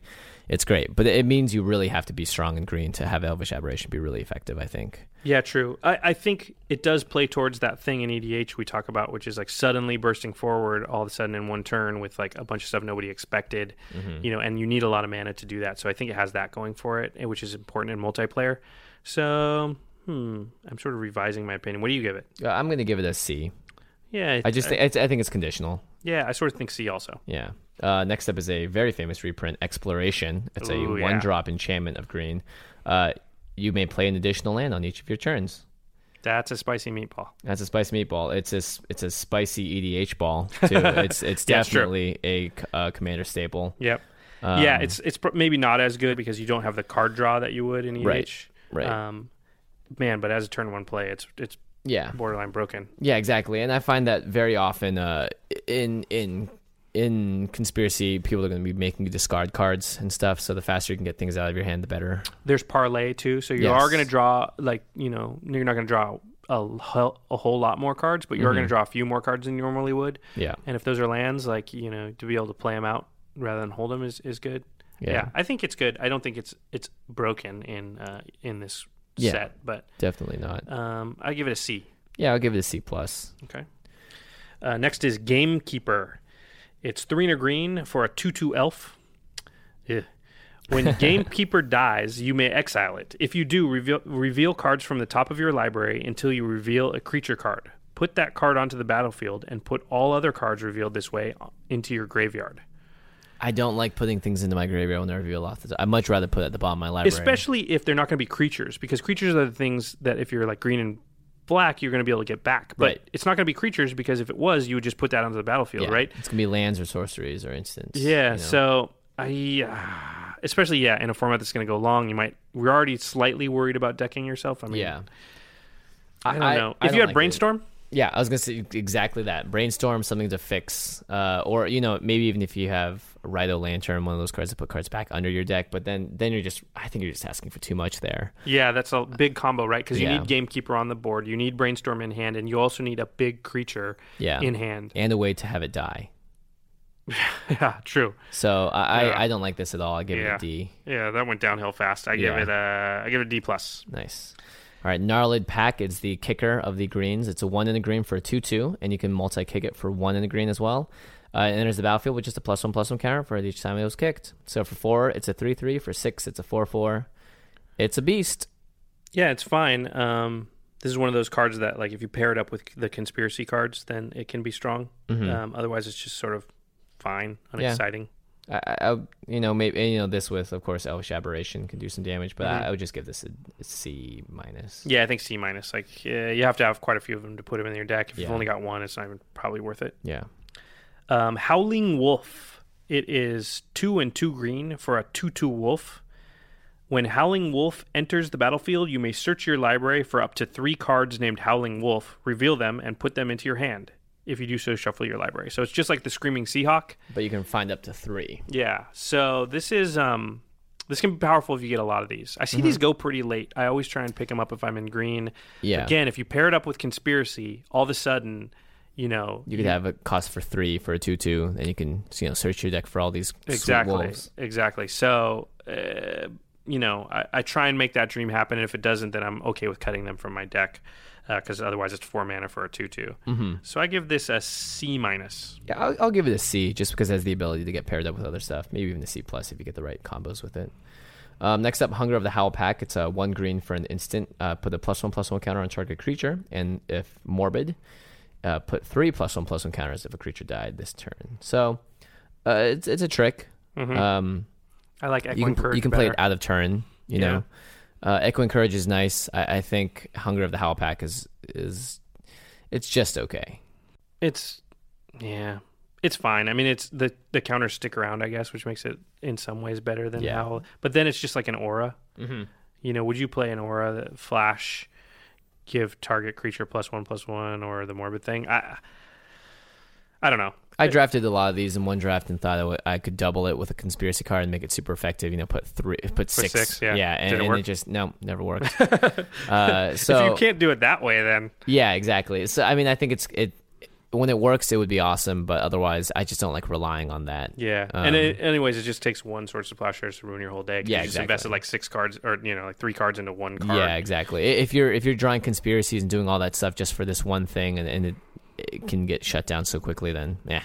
Speaker 2: it's great. But it means you really have to be strong and green to have Elvish Aberration be really effective. I think.
Speaker 3: Yeah, true. I, I think it does play towards that thing in EDH we talk about, which is like suddenly bursting forward all of a sudden in one turn with like a bunch of stuff nobody expected,
Speaker 2: Mm-hmm.
Speaker 3: you know, and you need a lot of mana to do that. So I think it has that going for it, eh, which is important in multiplayer. So, hmm, I'm sort of revising my opinion. What do you give it?
Speaker 2: Uh, I'm gonna give it a C.
Speaker 3: Yeah,
Speaker 2: I just
Speaker 3: think,
Speaker 2: think it's, I think it's conditional.
Speaker 3: yeah, I sort of think C also.
Speaker 2: Yeah. Uh, next up is a very famous reprint, Exploration. It's a
Speaker 3: Ooh, yeah.
Speaker 2: one-drop enchantment of green. Uh, you may play an additional land on each of your turns.
Speaker 3: That's a spicy meatball.
Speaker 2: That's a spicy meatball. It's a s- it's a spicy EDH ball too. it's it's
Speaker 3: Yeah, it's true.
Speaker 2: definitely a c- uh, commander staple.
Speaker 3: Yep. yeah,
Speaker 2: Um,
Speaker 3: it's it's pr- maybe not as good because you don't have the card draw that you would in EDH.
Speaker 2: Right, right.
Speaker 3: Um, man, but as a turn one play, it's it's
Speaker 2: Yeah,
Speaker 3: borderline broken.
Speaker 2: yeah, exactly. And I find that very often uh, in in in conspiracy, people are going to be making you discard cards and stuff. So the faster you can get things out of your hand, the better.
Speaker 3: There's parlay too, so you
Speaker 2: Yes.
Speaker 3: are going to draw like you know you're not going to draw a, hel- a whole lot more cards, but you are going to draw a few more cards than you normally would.
Speaker 2: Mm-hmm. Yeah.
Speaker 3: And if those are lands, like you know, to be able to play them out rather than hold them is, is good.
Speaker 2: Yeah.
Speaker 3: I think it's good. I don't think it's it's broken in uh, in this
Speaker 2: Yeah.
Speaker 3: set, but
Speaker 2: Definitely not.
Speaker 3: um, I give it a C.
Speaker 2: Yeah, I'll give it a C plus.
Speaker 3: Okay. Uh, next is Gamekeeper. It's three and a green for a 2 2 elf. Ugh. When Gamekeeper dies, you may exile it. If you do, reveal, reveal cards from the top of your library until you reveal a creature card. Put that card onto the battlefield and put all other cards revealed this way into your uh, graveyard.
Speaker 2: I don't like putting things into my graveyard when they reveal a lot. I'd much rather put it at the bottom of my library.
Speaker 3: especially if they're not going to be creatures because creatures are the things that if you're like green and black you're going to be able to get back but
Speaker 2: Right.
Speaker 3: it's not going to be creatures because if it was you would just put that onto the battlefield
Speaker 2: Yeah,
Speaker 3: right
Speaker 2: It's gonna be lands or sorceries or instants.
Speaker 3: yeah
Speaker 2: you know.
Speaker 3: so i uh, especially yeah in a format that's going to go long you might we're already slightly worried about decking yourself i mean
Speaker 2: yeah.
Speaker 3: i don't know
Speaker 2: I
Speaker 3: if you had
Speaker 2: like it.
Speaker 3: brainstorm
Speaker 2: Yeah, I was gonna say exactly that. Brainstorm something to fix, uh, or you know, maybe even if you have Rhino Lantern, one of those cards that put cards back under your deck. But then, then you're just, I think you're just asking for too much there.
Speaker 3: yeah that's a big combo right because you
Speaker 2: Yeah.
Speaker 3: need gamekeeper on the board you need brainstorm in hand and you also need a big creature
Speaker 2: Yeah,
Speaker 3: in hand
Speaker 2: and a way to have it die.
Speaker 3: yeah true
Speaker 2: So I,
Speaker 3: Yeah.
Speaker 2: I, I don't like this at all. I give it
Speaker 3: Yeah.
Speaker 2: a D.
Speaker 3: yeah that went downhill fast i
Speaker 2: Yeah.
Speaker 3: give it a i give it a d plus
Speaker 2: Nice. All right, Gnarled Pack is the kicker of the greens. It's a one in a green for a two-two, and you can multi-kick it for one in a green as well. Uh, it enters the battlefield with just a plus one plus one counter for each time it was kicked. So for four, it's a three-three. For six, it's a four-four. It's a beast.
Speaker 3: Yeah, it's fine. Um, this is one of those cards that, like, if you pair it up with the conspiracy cards, then it can be strong.
Speaker 2: Mm-hmm.
Speaker 3: Um, otherwise, it's just sort of fine, unexciting.
Speaker 2: I, I, I- you know, maybe and, you know this with, of course, Elvish Aberration can do some damage, but I, I would just give this a, a C minus.
Speaker 3: Yeah, I think C minus. Like, yeah, you have to have quite a few of them to put them in your deck. If you've
Speaker 2: Yeah.
Speaker 3: only got one, it's not even probably worth it.
Speaker 2: Yeah.
Speaker 3: Um, Howling Wolf. It is two and two green for a two-two wolf. When Howling Wolf enters the battlefield, you may search your library for up to three cards named Howling Wolf, reveal them, and put them into your hand. If you do so, shuffle your library. So it's just like the Screaming Seahawk.
Speaker 2: But you can find up to three.
Speaker 3: Yeah. So this is um this can be powerful if you get a lot of these. I see
Speaker 2: Mm-hmm.
Speaker 3: these go pretty late. I always try and pick them up if I'm in green.
Speaker 2: Yeah.
Speaker 3: Again, if you pair it up with conspiracy, all of a sudden, you know,
Speaker 2: You could have a cost for three for a two-two, and you can you know search your deck for all these
Speaker 3: exactly,
Speaker 2: sweet wolves.
Speaker 3: exactly. So, uh, you know, I, I try and make that dream happen. And if it doesn't, then I'm okay with cutting them from my deck because otherwise it's four mana for a two-two. Mm-hmm. So I give this a C minus.
Speaker 2: Yeah, I'll, I'll give it a C just because it has the ability to get paired up with other stuff. Maybe even a C plus if you get the right combos with it. Um, next up, Hunger of the Howl Pack. It's a one green for an instant. Uh, put a plus one plus one counter on target creature, and if morbid, uh, put three plus one plus one counters if a creature died this turn. So uh, it's it's a trick. Um,
Speaker 3: I like Echoing
Speaker 2: you can
Speaker 3: Courage
Speaker 2: you can play
Speaker 3: better.
Speaker 2: it out of turn. You know, uh, Echoing Courage is nice. I, I think Hunger of the Howl Pack is is it's just okay.
Speaker 3: It's yeah, it's fine. I mean, it's the the counters stick around, I guess, which makes it in some ways better than
Speaker 2: Yeah.
Speaker 3: Howl. But then it's just like an aura. Mm-hmm. You know, would you play an aura that flash, give target creature plus one plus one, or the morbid thing? I I don't know.
Speaker 2: I drafted a lot of these in one draft and thought I would- I could double it with a conspiracy card and make it super effective. You know, put three, put six,
Speaker 3: six, yeah.
Speaker 2: and,
Speaker 3: Did it
Speaker 2: and
Speaker 3: work?
Speaker 2: it just no, never worked. uh, so
Speaker 3: if you can't do it that way, then
Speaker 2: yeah, exactly. So I mean, I think it's it when it works, it would be awesome, but otherwise, I just don't like relying on that.
Speaker 3: yeah.
Speaker 2: Um,
Speaker 3: and it, anyways, it just takes one source of plowshares to ruin your whole day. 'cause
Speaker 2: Yeah,
Speaker 3: you just
Speaker 2: exactly.
Speaker 3: invested like six cards, or you know, like three cards into one card.
Speaker 2: Yeah, exactly. I- If you're if you're drawing conspiracies and doing all that stuff just for this one thing, and, and it, it can get shut down so quickly, then yeah,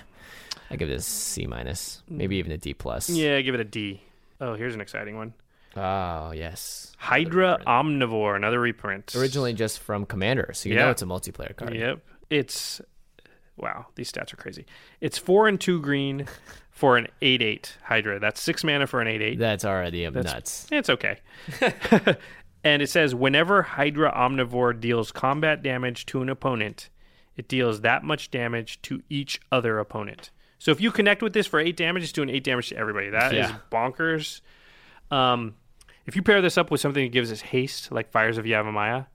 Speaker 2: I give this C minus, maybe even a D plus.
Speaker 3: Mm. yeah. Give it a D. Oh, here's an exciting one.
Speaker 2: Oh yes.
Speaker 3: Hydra Omnivore, another reprint.
Speaker 2: Originally just from Commander, so you know
Speaker 3: Yeah.
Speaker 2: it's a multiplayer card.
Speaker 3: Yep. It's wow, these stats are crazy. It's four and two green for an eight eight Hydra. That's six mana for an eight eight.
Speaker 2: That's already um, nuts.
Speaker 3: It's okay. and it says whenever Hydra Omnivore deals combat damage to an opponent, it deals that much damage to each other opponent. So if you connect with this for eight damage, it's doing eight damage to everybody. That is
Speaker 2: Yeah.
Speaker 3: bonkers. Um, if you pair this up with something that gives us haste, like Fires of Yavimaya,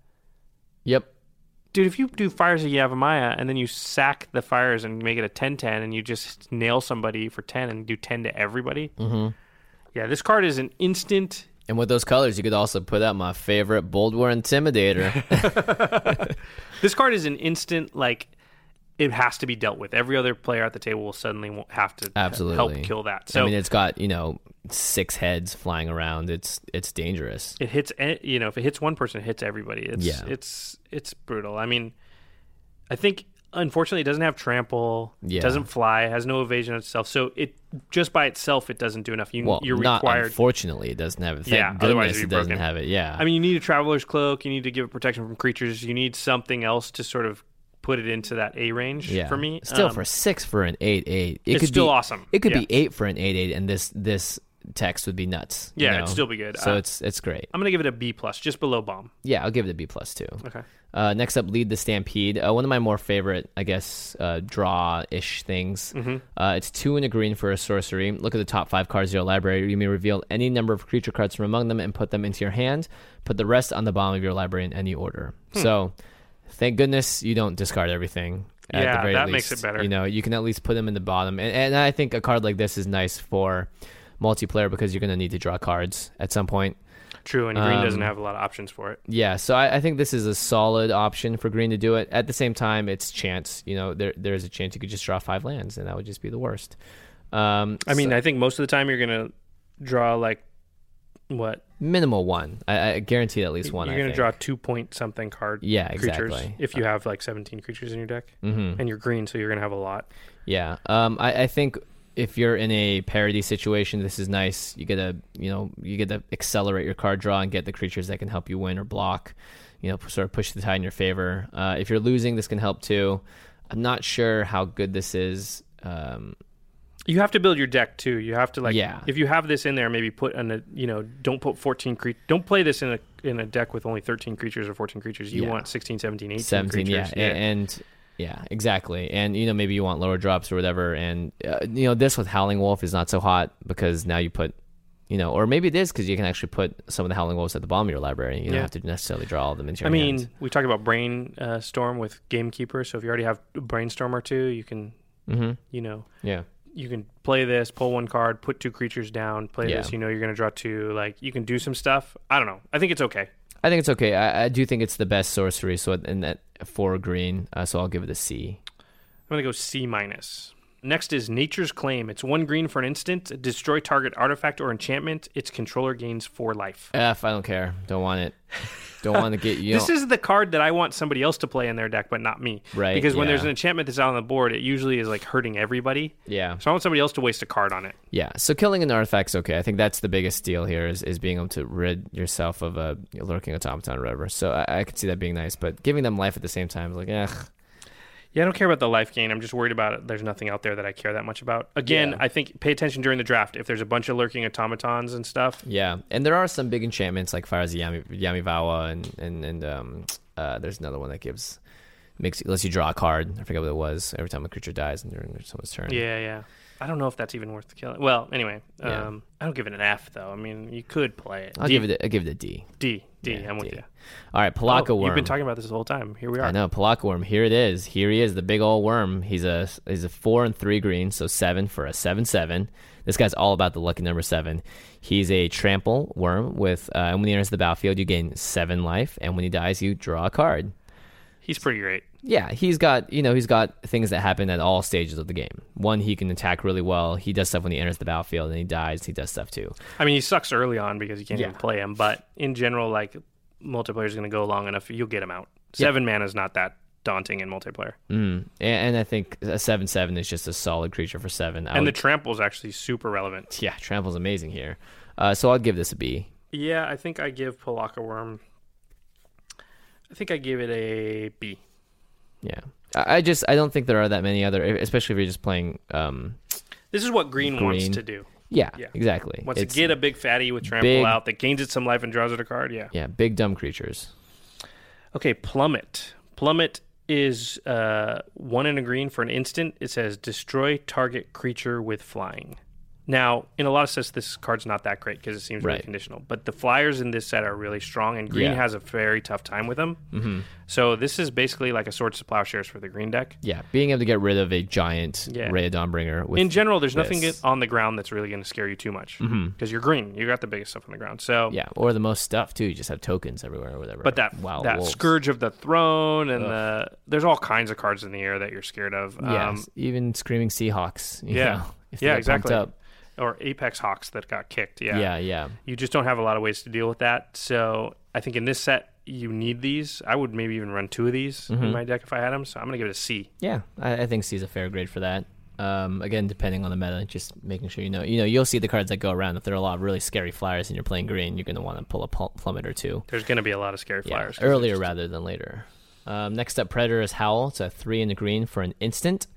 Speaker 2: Yep.
Speaker 3: dude, if you do fires of Yavimaya and then you sack the fires and make it a 10 10 and you just nail somebody for 10 and do 10 to everybody. Mm-hmm. Yeah, this card is an instant.
Speaker 2: And with those colors, you could also put out my favorite Bold War Intimidator.
Speaker 3: This card is an instant, like, it has to be dealt with. Every other player at the table will suddenly won't have to h-
Speaker 2: Absolutely.
Speaker 3: help kill that. So
Speaker 2: I mean, it's got you know six heads flying around. It's it's dangerous.
Speaker 3: it hits a- you know if it hits one person it hits everybody it's
Speaker 2: Yeah.
Speaker 3: it's it's brutal i mean i think unfortunately it doesn't have trample
Speaker 2: Yeah.
Speaker 3: it doesn't fly it has no evasion itself so it just by itself it doesn't do enough you,
Speaker 2: Well,
Speaker 3: you're
Speaker 2: not
Speaker 3: required
Speaker 2: unfortunately, it doesn't have it. Thank
Speaker 3: Yeah, otherwise
Speaker 2: goodness
Speaker 3: it'd
Speaker 2: it
Speaker 3: be
Speaker 2: doesn't
Speaker 3: broken.
Speaker 2: have it. Yeah.
Speaker 3: i mean you need a traveler's cloak you need to give it protection from creatures you need something else to sort of put it into that A range
Speaker 2: Yeah.
Speaker 3: for me.
Speaker 2: Still
Speaker 3: Um,
Speaker 2: for six for an eight eight. It
Speaker 3: It's
Speaker 2: could
Speaker 3: still
Speaker 2: be,
Speaker 3: awesome.
Speaker 2: It could
Speaker 3: Yeah.
Speaker 2: be eight for an eight eight, and this this text would be nuts. you
Speaker 3: Yeah, it'd
Speaker 2: know?
Speaker 3: still be good.
Speaker 2: So
Speaker 3: Uh,
Speaker 2: it's it's great.
Speaker 3: I'm gonna give it a B plus, just below bomb.
Speaker 2: Yeah, I'll give it a B plus too.
Speaker 3: Okay.
Speaker 2: Uh, next up, lead the Stampede. Uh, one of my more favorite, I guess, uh, draw-ish things.
Speaker 3: Mm-hmm.
Speaker 2: Uh, it's two and a green for a sorcery. Look at the top five cards of your library. You may reveal any number of creature cards from among them and put them into your hand. Put the rest on the bottom of your library in any order.
Speaker 3: Hmm.
Speaker 2: So, thank goodness you don't discard everything. At the
Speaker 3: Yeah,
Speaker 2: very
Speaker 3: that
Speaker 2: least.
Speaker 3: makes it better.
Speaker 2: You know, you can at least put them in the bottom. And, and I think a card like this is nice for multiplayer because you're going to need to draw cards at some point.
Speaker 3: True, and green doesn't
Speaker 2: Um,
Speaker 3: have a lot of options for it.
Speaker 2: Yeah, so I, I think this is a solid option for Green to do it. At the same time, it's chance. You know, there there is a chance you could just draw five lands, and that would just be the worst. Um,
Speaker 3: I mean,
Speaker 2: so-
Speaker 3: I think most of the time you're gonna draw like what
Speaker 2: minimal one. I, I guarantee at least one.
Speaker 3: you're
Speaker 2: I
Speaker 3: gonna
Speaker 2: think.
Speaker 3: draw two point something card.
Speaker 2: Yeah,
Speaker 3: creatures
Speaker 2: exactly. Mm-hmm.
Speaker 3: if you have like 17 creatures in your deck, and you're green, so you're gonna have a lot.
Speaker 2: Yeah. Um, I, I think if you're in a parody situation, this is nice. You get to, you know, you get to accelerate your card draw and get the creatures that can help you win or block. You know, sort of push the tide in your favor. Uh, if you're losing, this can help too. I'm not sure how good this is. Um,
Speaker 3: You have to build your deck too. You have to like
Speaker 2: Yeah.
Speaker 3: if you have this in there, maybe put on a you know don't put 14 cre- don't play this in a in a deck with only 13 creatures or 14 creatures. You
Speaker 2: Yeah.
Speaker 3: want 16, 17, 18
Speaker 2: 17 yeah.
Speaker 3: creatures.
Speaker 2: a- and yeah exactly and you know maybe you want lower drops or whatever and uh, you know this with howling wolf is not so hot because now you put you know or maybe it is because you can actually put some of the howling wolves at the bottom of your library you don't
Speaker 3: Yeah.
Speaker 2: have to necessarily draw all of them into your
Speaker 3: I mean,
Speaker 2: hand.
Speaker 3: we talked about brain uh, storm with gamekeeper. So if you already have a brainstorm or two, you can,
Speaker 2: Mm-hmm.
Speaker 3: you know,
Speaker 2: yeah
Speaker 3: you can play this, pull one card, put two creatures down, play
Speaker 2: Yeah.
Speaker 3: this. You know, you're gonna draw two. Like you can do some stuff. I don't know. I think it's okay.
Speaker 2: i think it's okay i, I do think it's the best sorcery so in that four green uh, so i'll give it a c
Speaker 3: I'm gonna go C minus. Next is Nature's Claim. It's one green for an instant. Destroy target artifact or enchantment. Its controller gains four life.
Speaker 2: f i don't care don't want it don't want to get you
Speaker 3: this
Speaker 2: know-
Speaker 3: is the card that I want somebody else to play in their deck, but not me.
Speaker 2: Right,
Speaker 3: Because when
Speaker 2: yeah.
Speaker 3: there's an enchantment that's out on the board, it usually is like hurting everybody.
Speaker 2: yeah
Speaker 3: So I want somebody else to waste a card on it.
Speaker 2: Yeah, so killing an artifact's okay. I think that's the biggest deal here is, is being able to rid yourself of a lurking automaton or whatever. So I, I could see that being nice, but giving them life at the same time is like, eh.
Speaker 3: Yeah, I don't care about the life gain. I'm just worried about it. There's nothing out there that I care that much about. Again,
Speaker 2: Yeah.
Speaker 3: I think pay attention during the draft. If there's a bunch of lurking automatons and stuff,
Speaker 2: Yeah, and there are some big enchantments like Fires of Yami, Yamivawa and and and um, uh, there's another one that gives makes lets you draw a card. I forget what it was. Every time a creature dies and during someone's turn.
Speaker 3: yeah, yeah. I don't know if that's even worth the kill. Well, anyway,
Speaker 2: Yeah.
Speaker 3: um, I don't give it an F though. I mean, you could play it.
Speaker 2: I'll
Speaker 3: D,
Speaker 2: give it. A, I'll give it a D.
Speaker 3: D, D.
Speaker 2: Yeah,
Speaker 3: am with
Speaker 2: D.
Speaker 3: you.
Speaker 2: All right, Palaka
Speaker 3: Oh,
Speaker 2: Worm.
Speaker 3: You've been talking about this the whole time. Here we are.
Speaker 2: I know Palaka worm. Here it is. Here he is, the big old worm. He's a he's a four and three green, so seven for a seven seven. This guy's all about the lucky number seven. He's a trample worm with, uh, and when he enters the battlefield, you gain seven life, and when he dies, you draw a card.
Speaker 3: He's pretty great.
Speaker 2: Yeah, he's got you know he's got things that happen at all stages of the game. One, he can attack really well. He does stuff when he enters the battlefield, and he dies. He does stuff too.
Speaker 3: I mean, he sucks early on because you can't
Speaker 2: Yeah.
Speaker 3: even play him. But in general, like multiplayer is going to go long enough, you'll get him out. Seven mana is not that daunting in multiplayer,
Speaker 2: Mm. And, and I think a seven seven is just a solid creature for seven. I
Speaker 3: and the
Speaker 2: would-
Speaker 3: trample is actually super relevant.
Speaker 2: yeah, trample's amazing here. Uh, so I'll give this a B.
Speaker 3: Yeah, I think I give Palaka Worm. I think I give it a B.
Speaker 2: Yeah. I I just I don't think there are that many other, e, especially if you're just playing. Um,
Speaker 3: This is what green, wants
Speaker 2: Green.
Speaker 3: to do.
Speaker 2: yeah,
Speaker 3: Yeah.
Speaker 2: exactly.
Speaker 3: Wants
Speaker 2: It's-
Speaker 3: to get a big fatty with trample
Speaker 2: big-
Speaker 3: out that gains it some life and draws it a card. Yeah.
Speaker 2: yeah, big dumb creatures.
Speaker 3: Okay, plummet. Plummet is uh, one in a green for an instant. It says destroy target creature with flying. Now, in a lot of sets, this card's not that great because it seems really
Speaker 2: Right.
Speaker 3: conditional. But the flyers in this set are really strong, and green
Speaker 2: Yeah.
Speaker 3: has a very tough time with them. Mm-hmm. So this is basically like a Swords to Plowshares for the green deck.
Speaker 2: Yeah, being able to get rid of a giant
Speaker 3: Yeah.
Speaker 2: Ray of Dawnbringer. With,
Speaker 3: In general, there's nothing
Speaker 2: this. Mm-hmm.
Speaker 3: on the ground that's really going to scare you too much because you're green. You got the biggest stuff on the ground. So
Speaker 2: yeah, or the most stuff too. You just have tokens everywhere or whatever.
Speaker 3: But that
Speaker 2: wow,
Speaker 3: that
Speaker 2: wolves.
Speaker 3: scourge of the throne and the there's all kinds of cards in the air that you're scared of.
Speaker 2: Yeah,
Speaker 3: Um,
Speaker 2: even screaming Seahawks. You
Speaker 3: yeah,
Speaker 2: know, if they
Speaker 3: yeah,
Speaker 2: got pumped
Speaker 3: exactly.
Speaker 2: Up.
Speaker 3: Or Apex Hawks that got kicked. Yeah.
Speaker 2: Yeah. yeah, yeah,
Speaker 3: you just don't have a lot of ways to deal with that. So I think in this set you need these. I would maybe even run two of these
Speaker 2: Mm-hmm.
Speaker 3: in my deck if I had them. So I'm gonna give it a C.
Speaker 2: I, I think C's a fair grade for that. Um, again, depending on the meta, just making sure you know. You know, you'll see the cards that go around. If there are a lot of really scary flyers and you're playing green, you're going to want to pull a pl- plummet or two.
Speaker 3: There's gonna be a lot of scary
Speaker 2: Yeah,
Speaker 3: flyers 'cause
Speaker 2: earlier rather than later. Um, next up, Predator is Howl. It's a three in the green for an instant.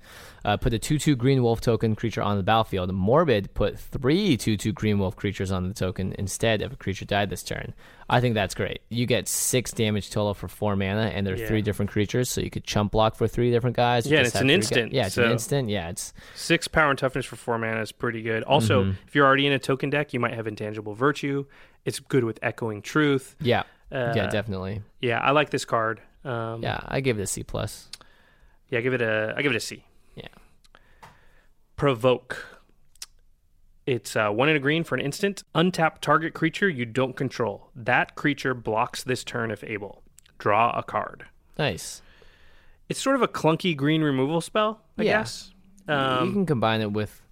Speaker 2: Uh, put the 2 2 green wolf token creature on the battlefield. Morbid put three 2 2 green wolf creatures on the token instead of a creature died this turn. I think that's great. You get six damage total for four mana, and there are
Speaker 3: Yeah.
Speaker 2: three different creatures, so you could chump block for three different guys. or
Speaker 3: Yeah, and
Speaker 2: just
Speaker 3: it's
Speaker 2: have
Speaker 3: an
Speaker 2: three guy-
Speaker 3: instant,
Speaker 2: Yeah, it's an
Speaker 3: so-
Speaker 2: instant. Yeah, it's
Speaker 3: Six power and toughness for four mana is pretty good. Also,
Speaker 2: Mm-hmm.
Speaker 3: if you're already in a token deck, you might have Intangible Virtue. It's good with Echoing Truth.
Speaker 2: yeah, yeah,
Speaker 3: Uh,
Speaker 2: definitely.
Speaker 3: Yeah, I like this card. Um,
Speaker 2: Yeah, I give it a C plus.
Speaker 3: yeah, I give it a I give it a C.
Speaker 2: Yeah.
Speaker 3: Provoke. It's uh, one in a green for an instant. Untap target creature you don't control. That creature blocks this turn if able. Draw a card.
Speaker 2: Nice.
Speaker 3: It's sort of a clunky green removal spell, I
Speaker 2: Yeah.
Speaker 3: guess. Um,
Speaker 2: you can combine it with,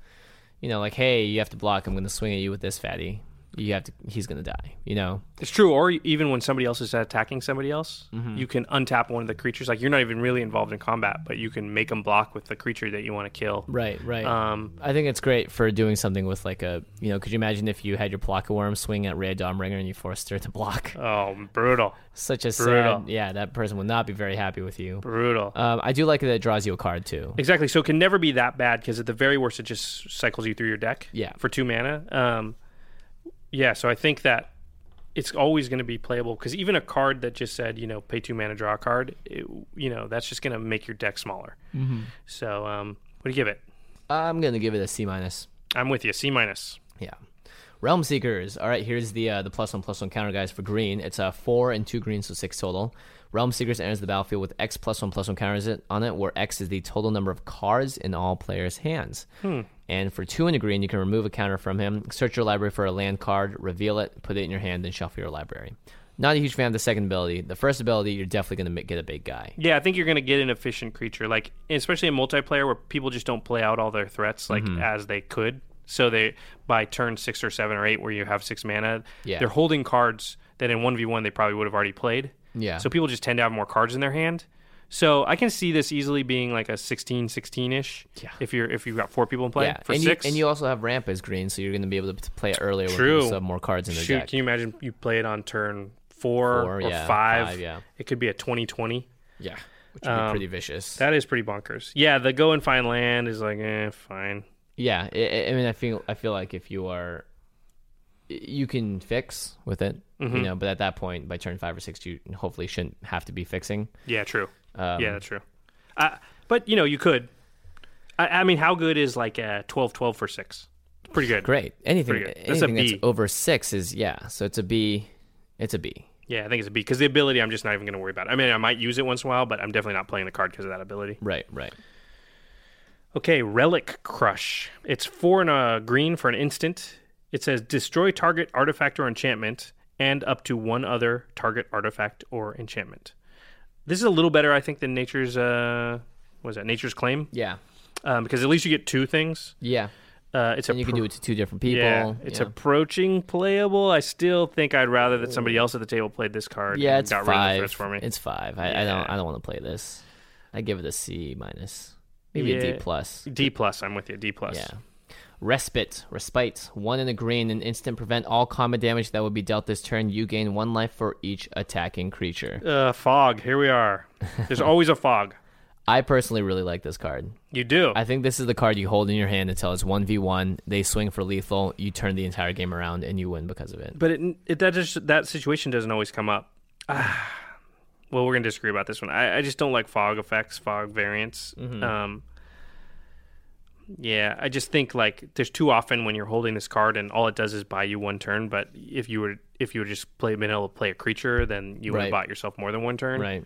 Speaker 2: you know, like, hey, you have to block. I'm going to swing at you with this fatty. You have to. He's going to die. You know.
Speaker 3: It's true. Or even when somebody else is attacking somebody else,
Speaker 2: Mm-hmm.
Speaker 3: you can untap one of the creatures. Like you're not even really involved in combat, but you can make them block with the creature that you want to kill.
Speaker 2: Right. Right.
Speaker 3: Um,
Speaker 2: I think it's great for doing something with like a, you know, could you imagine if you had your blocker worm swing at Red Dom Ringer and you forced her to block?
Speaker 3: oh, brutal,
Speaker 2: Such a
Speaker 3: brutal.
Speaker 2: sad. Yeah, that person would not be very happy with you.
Speaker 3: brutal.
Speaker 2: Um, I do like that it draws you a card too.
Speaker 3: Exactly. So it can never be that bad because at the very worst, it just cycles you through your deck.
Speaker 2: Yeah.
Speaker 3: For two mana. Um, yeah. So I think that it's always going to be playable because even a card that just said you know pay two mana draw a card, it, you know that's just going to make your deck smaller. So um, what do you give it?
Speaker 2: I'm gonna give it a C minus.
Speaker 3: I'm with you. C minus.
Speaker 2: Yeah. Realm Seekers. All right, here's the uh, the plus one plus one counter guys for green. It's a uh, four and two green, so six total. Realm Seekers enters the battlefield with X plus one plus one counters it on it, where X is the total number of cards in all players' hands.
Speaker 3: Hmm.
Speaker 2: And for two and a green, you can remove a counter from him, search your library for a land card, reveal it, put it in your hand, and shuffle your library. Not a huge fan of the second ability. The first ability, you're definitely going to get a big guy.
Speaker 3: Yeah, I think you're going to get an efficient creature, like especially in multiplayer where people just don't play out all their threats like
Speaker 2: Mm-hmm.
Speaker 3: as they could. So they by turn six or seven or eight, where you have six mana,
Speaker 2: Yeah.
Speaker 3: they're holding cards that in one v one they probably would have already played.
Speaker 2: Yeah.
Speaker 3: So people just tend to have more cards in their hand. So I can see this easily being like a 16, 16 ish. Yeah. If you're if you've got four people in play
Speaker 2: yeah,
Speaker 3: for
Speaker 2: and
Speaker 3: six.
Speaker 2: you and you also have ramp as green, so you're going to be able to play it earlier.
Speaker 3: True.
Speaker 2: When people still have more cards in their
Speaker 3: shoot,
Speaker 2: deck.
Speaker 3: can you imagine you play it on turn four,
Speaker 2: Four,
Speaker 3: or
Speaker 2: yeah,
Speaker 3: five?
Speaker 2: five, yeah.
Speaker 3: It could be a twenty twenty.
Speaker 2: yeah, which would be
Speaker 3: Um,
Speaker 2: pretty vicious.
Speaker 3: That is pretty bonkers. Yeah, the go and find land is like, eh, fine.
Speaker 2: Yeah, i I I mean, I feel I feel like if you are, you can fix with it, you
Speaker 3: Mm-hmm.
Speaker 2: know. But at that point, by turn five or six, you hopefully shouldn't have to be fixing.
Speaker 3: Yeah, true. yeah, that's true. Uh, but you know, you could. I, I mean, how good is like a 12-12 for six? It's Pretty good.
Speaker 2: Great, anything
Speaker 3: Pretty good. That's a
Speaker 2: anything that's,
Speaker 3: B.
Speaker 2: over six is yeah. So it's a B, it's a B.
Speaker 3: Yeah, I think it's a B because the ability I'm just not even going to worry about. I mean, I might use it once in a while, but I'm definitely not playing the card because of that ability.
Speaker 2: Right, right.
Speaker 3: Okay, Relic Crush. It's four and a green for an instant. It says destroy target artifact or enchantment and up to one other target artifact or enchantment. This is a little better, I think, than Nature's. Uh, what is that? Nature's Claim,
Speaker 2: Yeah,
Speaker 3: um, because at least you get two things.
Speaker 2: yeah.
Speaker 3: Uh, it's
Speaker 2: And
Speaker 3: a
Speaker 2: you can
Speaker 3: pro-
Speaker 2: do it to two different people.
Speaker 3: Yeah, it's approaching playable. I still think I'd rather that somebody else at the table played this card.
Speaker 2: yeah.
Speaker 3: and
Speaker 2: It's
Speaker 3: got rid of the
Speaker 2: five.
Speaker 3: threats for me.
Speaker 2: It's five. I, I don't I don't want to play this. I give it a C minus, maybe a
Speaker 3: Yeah.
Speaker 2: D plus.
Speaker 3: D plus. I'm with you. D plus.
Speaker 2: Yeah. Respite, respite. One in a green, an instant prevent all combat damage that would be dealt this turn. You gain one life for each attacking creature.
Speaker 3: Uh, fog. Here we are. There's always a fog.
Speaker 2: I personally really like this card.
Speaker 3: You do.
Speaker 2: I think this is the card you hold in your hand until it's one v one. They swing for lethal. You turn the entire game around and you win because of it.
Speaker 3: but it, it that just that situation doesn't always come up. Ah, well, we're gonna disagree about this one. I, I just don't like fog effects, fog variants.
Speaker 2: Mm-hmm.
Speaker 3: Um, yeah, I just think like there's too often when you're holding this card and all it does is buy you one turn. But if you were if you were just play been able to play a creature, then you would have
Speaker 2: Right.
Speaker 3: bought yourself more than one turn.
Speaker 2: Right.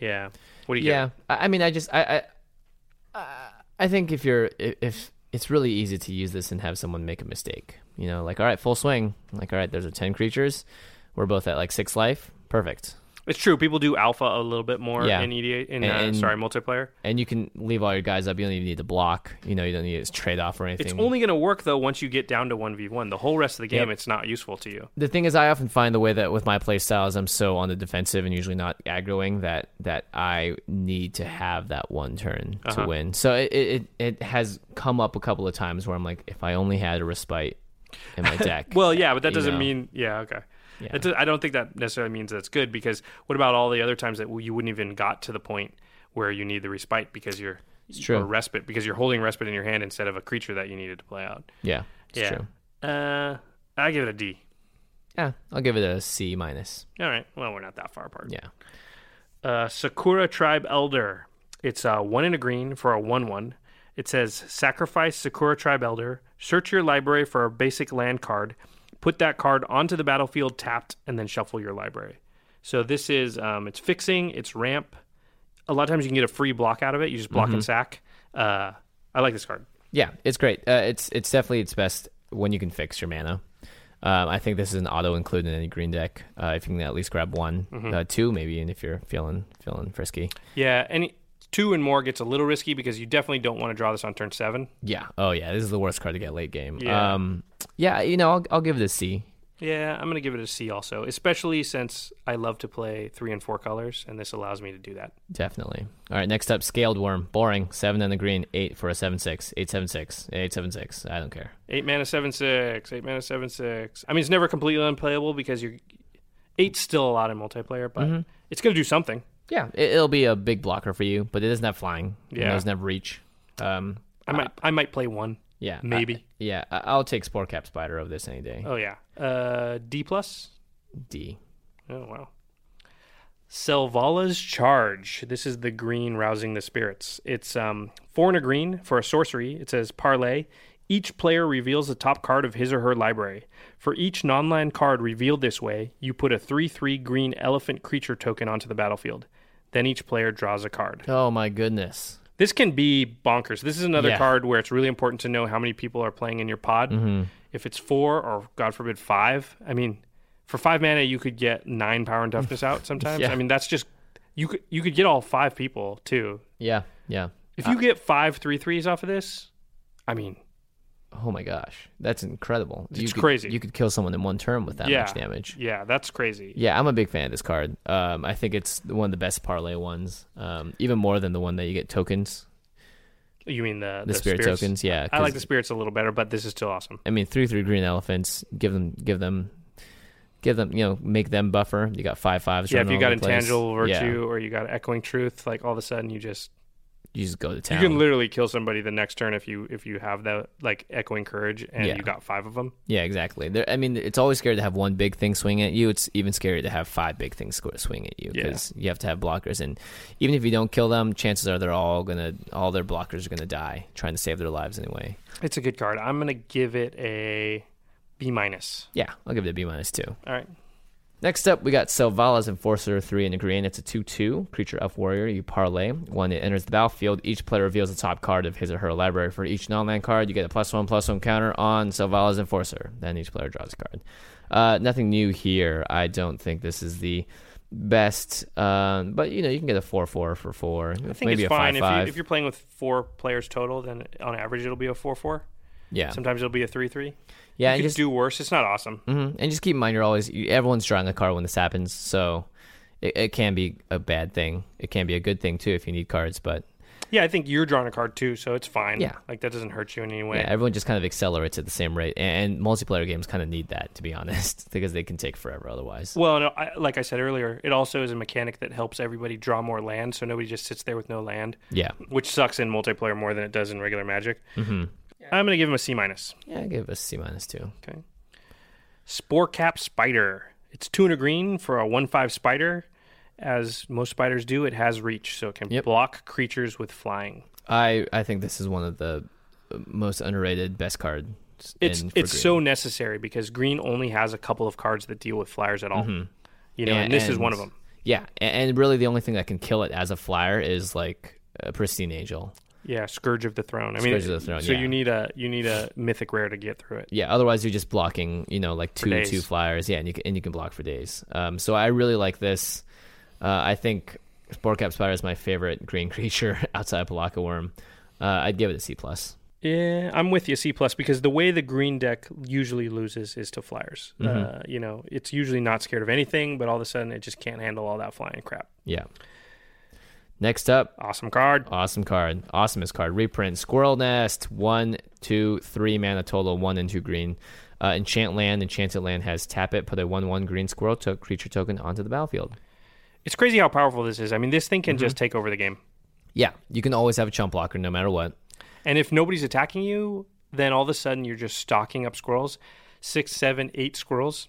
Speaker 3: Yeah. What do you
Speaker 2: Yeah. I, I mean, I just I I I- I think if you're i- if it's really easy to use this and have someone make a mistake. You know, like all right, full swing. Like all right, there's a ten creatures. We're both at like six life. Perfect.
Speaker 3: get? It's true. People do alpha a little bit more
Speaker 2: Yeah.
Speaker 3: in EDA in
Speaker 2: And-
Speaker 3: uh,
Speaker 2: and-
Speaker 3: sorry multiplayer.
Speaker 2: and you can leave all your guys up. You don't even need to block. You know, you don't need to trade off or anything.
Speaker 3: It's only going to work though once you get down to one v one. The whole rest of the game,
Speaker 2: Yep.
Speaker 3: it's not useful to you.
Speaker 2: the thing is, I often find the way that with my play styles, I'm so on the defensive and usually not aggroing that that I need to have that one turn
Speaker 3: Uh-huh.
Speaker 2: to win. So it, it it it has come up a couple of times where I'm like, if I only had a respite in my deck.
Speaker 3: Well, yeah, but that
Speaker 2: you
Speaker 3: doesn't
Speaker 2: know.
Speaker 3: mean yeah. Okay.
Speaker 2: Yeah.
Speaker 3: It do- I don't think that necessarily means that's good because what about all the other times that you wouldn't even got to the point where you need the respite because you're
Speaker 2: true.
Speaker 3: or respite because you're holding respite in your hand instead of a creature that you needed to play out.
Speaker 2: Yeah, it's
Speaker 3: yeah.
Speaker 2: true.
Speaker 3: Uh, I give it a D.
Speaker 2: Yeah, I'll give it a C minus.
Speaker 3: All right. Well, we're not that far apart.
Speaker 2: Yeah.
Speaker 3: Uh, Sakura Tribe Elder. It's uh, one in a green for a 1 1. It says Sacrifice Sakura Tribe Elder. Search your library for a basic land card. Put that card onto the battlefield tapped, and then shuffle your library. So this is um, it's fixing, it's ramp. A lot of times you can get a free block out of it. You just block and sack. Uh, I like this card.
Speaker 2: Yeah, it's great. Uh, it's it's definitely its best when you can fix your mana. Um, I think this is an auto include in any green deck. Uh, if you can at least grab one,
Speaker 3: Mm-hmm.
Speaker 2: uh, two maybe, and if you're feeling feeling frisky.
Speaker 3: Yeah, any two and more gets a little risky because you definitely don't want to draw this on turn seven.
Speaker 2: Yeah. Oh yeah, this is the worst card to get late game.
Speaker 3: Yeah.
Speaker 2: Um, yeah. You know, I'll I'll give it a C.
Speaker 3: Yeah, I'm gonna give it a C also, especially since I love to play three and four colors, and this allows me to do that.
Speaker 2: Definitely. All right. Next up, scaled worm. Boring. Seven in the green. Eight for a seven six. Eight seven six. Eight seven six. I don't care.
Speaker 3: Eight mana seven six, eight mana seven six. I mean, it's never completely unplayable because you're eight's still a lot in multiplayer, but it's gonna do something.
Speaker 2: Mm-hmm. Yeah, it, it'll be a big blocker for you, but it doesn't have flying. Yeah. It
Speaker 3: Yeah.
Speaker 2: doesn't have reach. Um.
Speaker 3: I might, I might play one.
Speaker 2: Yeah. I-
Speaker 3: Maybe.
Speaker 2: yeah. I, I'll take spore cap spider over this any day.
Speaker 3: Oh yeah, uh, D plus.
Speaker 2: D.
Speaker 3: Oh wow. Selvala's Charge. This is the green rousing the spirits. It's um four and a green for a sorcery. It says parlay. Each player reveals the top card of his or her library. For each non-land card revealed this way, you put a three-three green elephant creature token onto the battlefield. Then each player draws a card.
Speaker 2: Oh my goodness.
Speaker 3: This can be bonkers. This is another
Speaker 2: Yeah.
Speaker 3: card where it's really important to know how many people are playing in your pod.
Speaker 2: Mm-hmm.
Speaker 3: If it's four or God forbid five, I mean, for five mana you could get nine power and toughness out sometimes.
Speaker 2: Yeah.
Speaker 3: I mean, that's just you could you could get all five people too.
Speaker 2: Yeah. Yeah.
Speaker 3: If you get five three threes off of this, I mean,
Speaker 2: Oh my gosh. That's incredible.
Speaker 3: It's
Speaker 2: could-
Speaker 3: crazy.
Speaker 2: You could kill someone in one turn with that
Speaker 3: yeah,
Speaker 2: much damage.
Speaker 3: Yeah, that's crazy.
Speaker 2: Yeah, I'm a big fan of this card. Um, I think it's one of the best parlay ones. Um, even more than the one that you get tokens,
Speaker 3: You mean the
Speaker 2: the, spirit
Speaker 3: spirits?
Speaker 2: tokens. Yeah,
Speaker 3: I like
Speaker 2: 'cause,
Speaker 3: the spirits a little better, but this is still awesome.
Speaker 2: I mean, three three green elephants. Give them, give them, give them. You know, make them buffer. You got five fives.
Speaker 3: yeah, if
Speaker 2: running
Speaker 3: you
Speaker 2: all
Speaker 3: got
Speaker 2: over the place.
Speaker 3: intangible
Speaker 2: Yeah,
Speaker 3: virtue or you got echoing truth, like all of a sudden you just
Speaker 2: you just go to
Speaker 3: You
Speaker 2: town.
Speaker 3: can literally kill somebody the next turn if you if you have that like echoing courage and
Speaker 2: Yeah.
Speaker 3: you got five of them.
Speaker 2: yeah, exactly. There, I mean, it's always scary to have one big thing swing at you. It's even scarier to have five big things squ- swing at you
Speaker 3: Yeah.
Speaker 2: because you have to have blockers, and even if you don't kill them, chances are they're all gonna, all their blockers are gonna die trying to save their lives anyway.
Speaker 3: It's a good card. I'm gonna give it a B minus.
Speaker 2: Yeah, I'll give it a B minus two.
Speaker 3: All right.
Speaker 2: Next up, we got Selvala's Enforcer 3 in a green. It's a 2 2 creature elf warrior. You parlay. When it enters the battlefield, each player reveals the top card of his or her library. For each non land card, you get a plus 1 plus 1 counter on Selvala's Enforcer. Then each player draws a card. Uh, nothing new here. I don't think this is the best. Um, but, you know, you can get a 4 4 for 4.
Speaker 3: I think
Speaker 2: maybe
Speaker 3: it's
Speaker 2: a
Speaker 3: fine
Speaker 2: 5 5.
Speaker 3: if you if you're playing with four players total, then on average it'll be a four four.
Speaker 2: yeah.
Speaker 3: Sometimes it'll be a three three.
Speaker 2: yeah,
Speaker 3: you
Speaker 2: and
Speaker 3: could
Speaker 2: just,
Speaker 3: do worse. It's not awesome.
Speaker 2: mhm. and just keep in mind, you're always, you, everyone's drawing a card when this happens. So it, it can be a bad thing. It can be a good thing, too, if you need cards. But.
Speaker 3: Yeah, I think you're drawing a card too, so it's fine.
Speaker 2: Yeah.
Speaker 3: like that doesn't hurt you in any way.
Speaker 2: Yeah, everyone just kind of accelerates at the same rate, and, and multiplayer games kind of need that, to be honest, because they can take forever otherwise.
Speaker 3: Well, no, I, like I said earlier, it also is a mechanic that helps everybody draw more land, so nobody just sits there with no land.
Speaker 2: Yeah,
Speaker 3: which sucks in multiplayer more than it does in regular Magic.
Speaker 2: Mm-hmm.
Speaker 3: I'm gonna give him a C minus.
Speaker 2: yeah, I give it a C minus two.
Speaker 3: Okay. Spore cap spider. It's two and a green for a one five spider. As most spiders do, it has reach, so it can
Speaker 2: Yep.
Speaker 3: block creatures with flying.
Speaker 2: I I think this is one of the uh, most underrated best cards.
Speaker 3: It's
Speaker 2: in for
Speaker 3: it's
Speaker 2: green.
Speaker 3: so necessary because green only has a couple of cards that deal with flyers at all.
Speaker 2: Mm-hmm.
Speaker 3: You know, and, this is one of them.
Speaker 2: Yeah, a- and, really the only thing that can kill it as a flyer is like a pristine angel.
Speaker 3: Yeah, Scourge of the Throne. I mean,
Speaker 2: Scourge of the Throne,
Speaker 3: so
Speaker 2: yeah.
Speaker 3: you need a you need a mythic rare to get through it.
Speaker 2: Yeah, otherwise you're just blocking, you know, like two
Speaker 3: days.
Speaker 2: two flyers. Yeah, and you can, and you can block for days. Um, so I really like this. Uh, I think Sporecap Spider is my favorite green creature outside of Palaka Worm. Uh, I'd give it a C plus.
Speaker 3: Yeah, Eh, I'm with you, C plus, because the way the green deck usually loses is to flyers.
Speaker 2: Mm-hmm.
Speaker 3: Uh, you know, it's usually not scared of anything, but all of a sudden it just can't handle all that flying crap.
Speaker 2: Yeah. Next up,
Speaker 3: Awesome card.
Speaker 2: awesome card. Awesomest card. Reprint. Squirrel Nest. One, two, three mana total. One and two green. Uh, Enchant land. Enchanted land has tap it. Put a one one green squirrel to- creature token onto the battlefield.
Speaker 3: It's crazy how powerful this is. I mean, this thing can
Speaker 2: Mm-hmm.
Speaker 3: just take over the game.
Speaker 2: Yeah, you can always have a chump blocker no matter what.
Speaker 3: And if nobody's attacking you, then all of a sudden you're just stocking up squirrels. Six, seven, eight squirrels.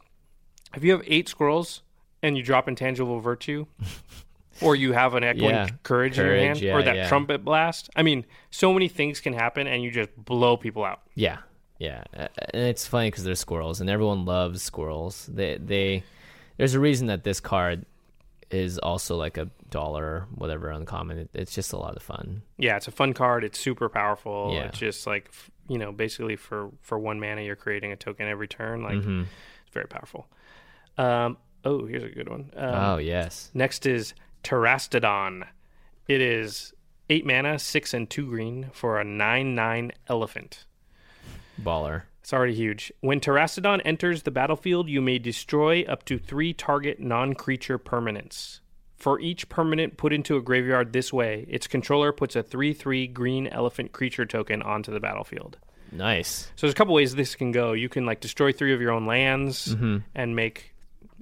Speaker 3: If you have eight squirrels and you drop intangible virtue, or you have an echoing
Speaker 2: Yeah.
Speaker 3: courage, in your
Speaker 2: Courage,
Speaker 3: hand,
Speaker 2: yeah,
Speaker 3: or that
Speaker 2: yeah.
Speaker 3: trumpet blast. I mean, so many things can happen, and you just blow people out.
Speaker 2: Yeah, yeah, Uh, and it's funny because they're squirrels, and everyone loves squirrels. They they there's a reason that this card is also like a dollar whatever uncommon. It, it's just a lot of fun.
Speaker 3: Yeah, it's a fun card. It's super powerful.
Speaker 2: Yeah.
Speaker 3: It's just like f- you know, basically for for one mana, you're creating a token every turn. Like it's very powerful. Um, oh, here's a good one. Um,
Speaker 2: oh yes,
Speaker 3: Next is Terastodon. It is eight mana, six and two green for a nine nine elephant.
Speaker 2: baller.
Speaker 3: It's already huge. When Terastodon enters the battlefield, you may destroy up to three target non creature permanents. For each permanent put into a graveyard this way, its controller puts a 3 3 green elephant creature token onto the battlefield.
Speaker 2: Nice.
Speaker 3: So there's a couple ways this can go. You can like destroy three of your own lands
Speaker 2: Mm-hmm.
Speaker 3: and make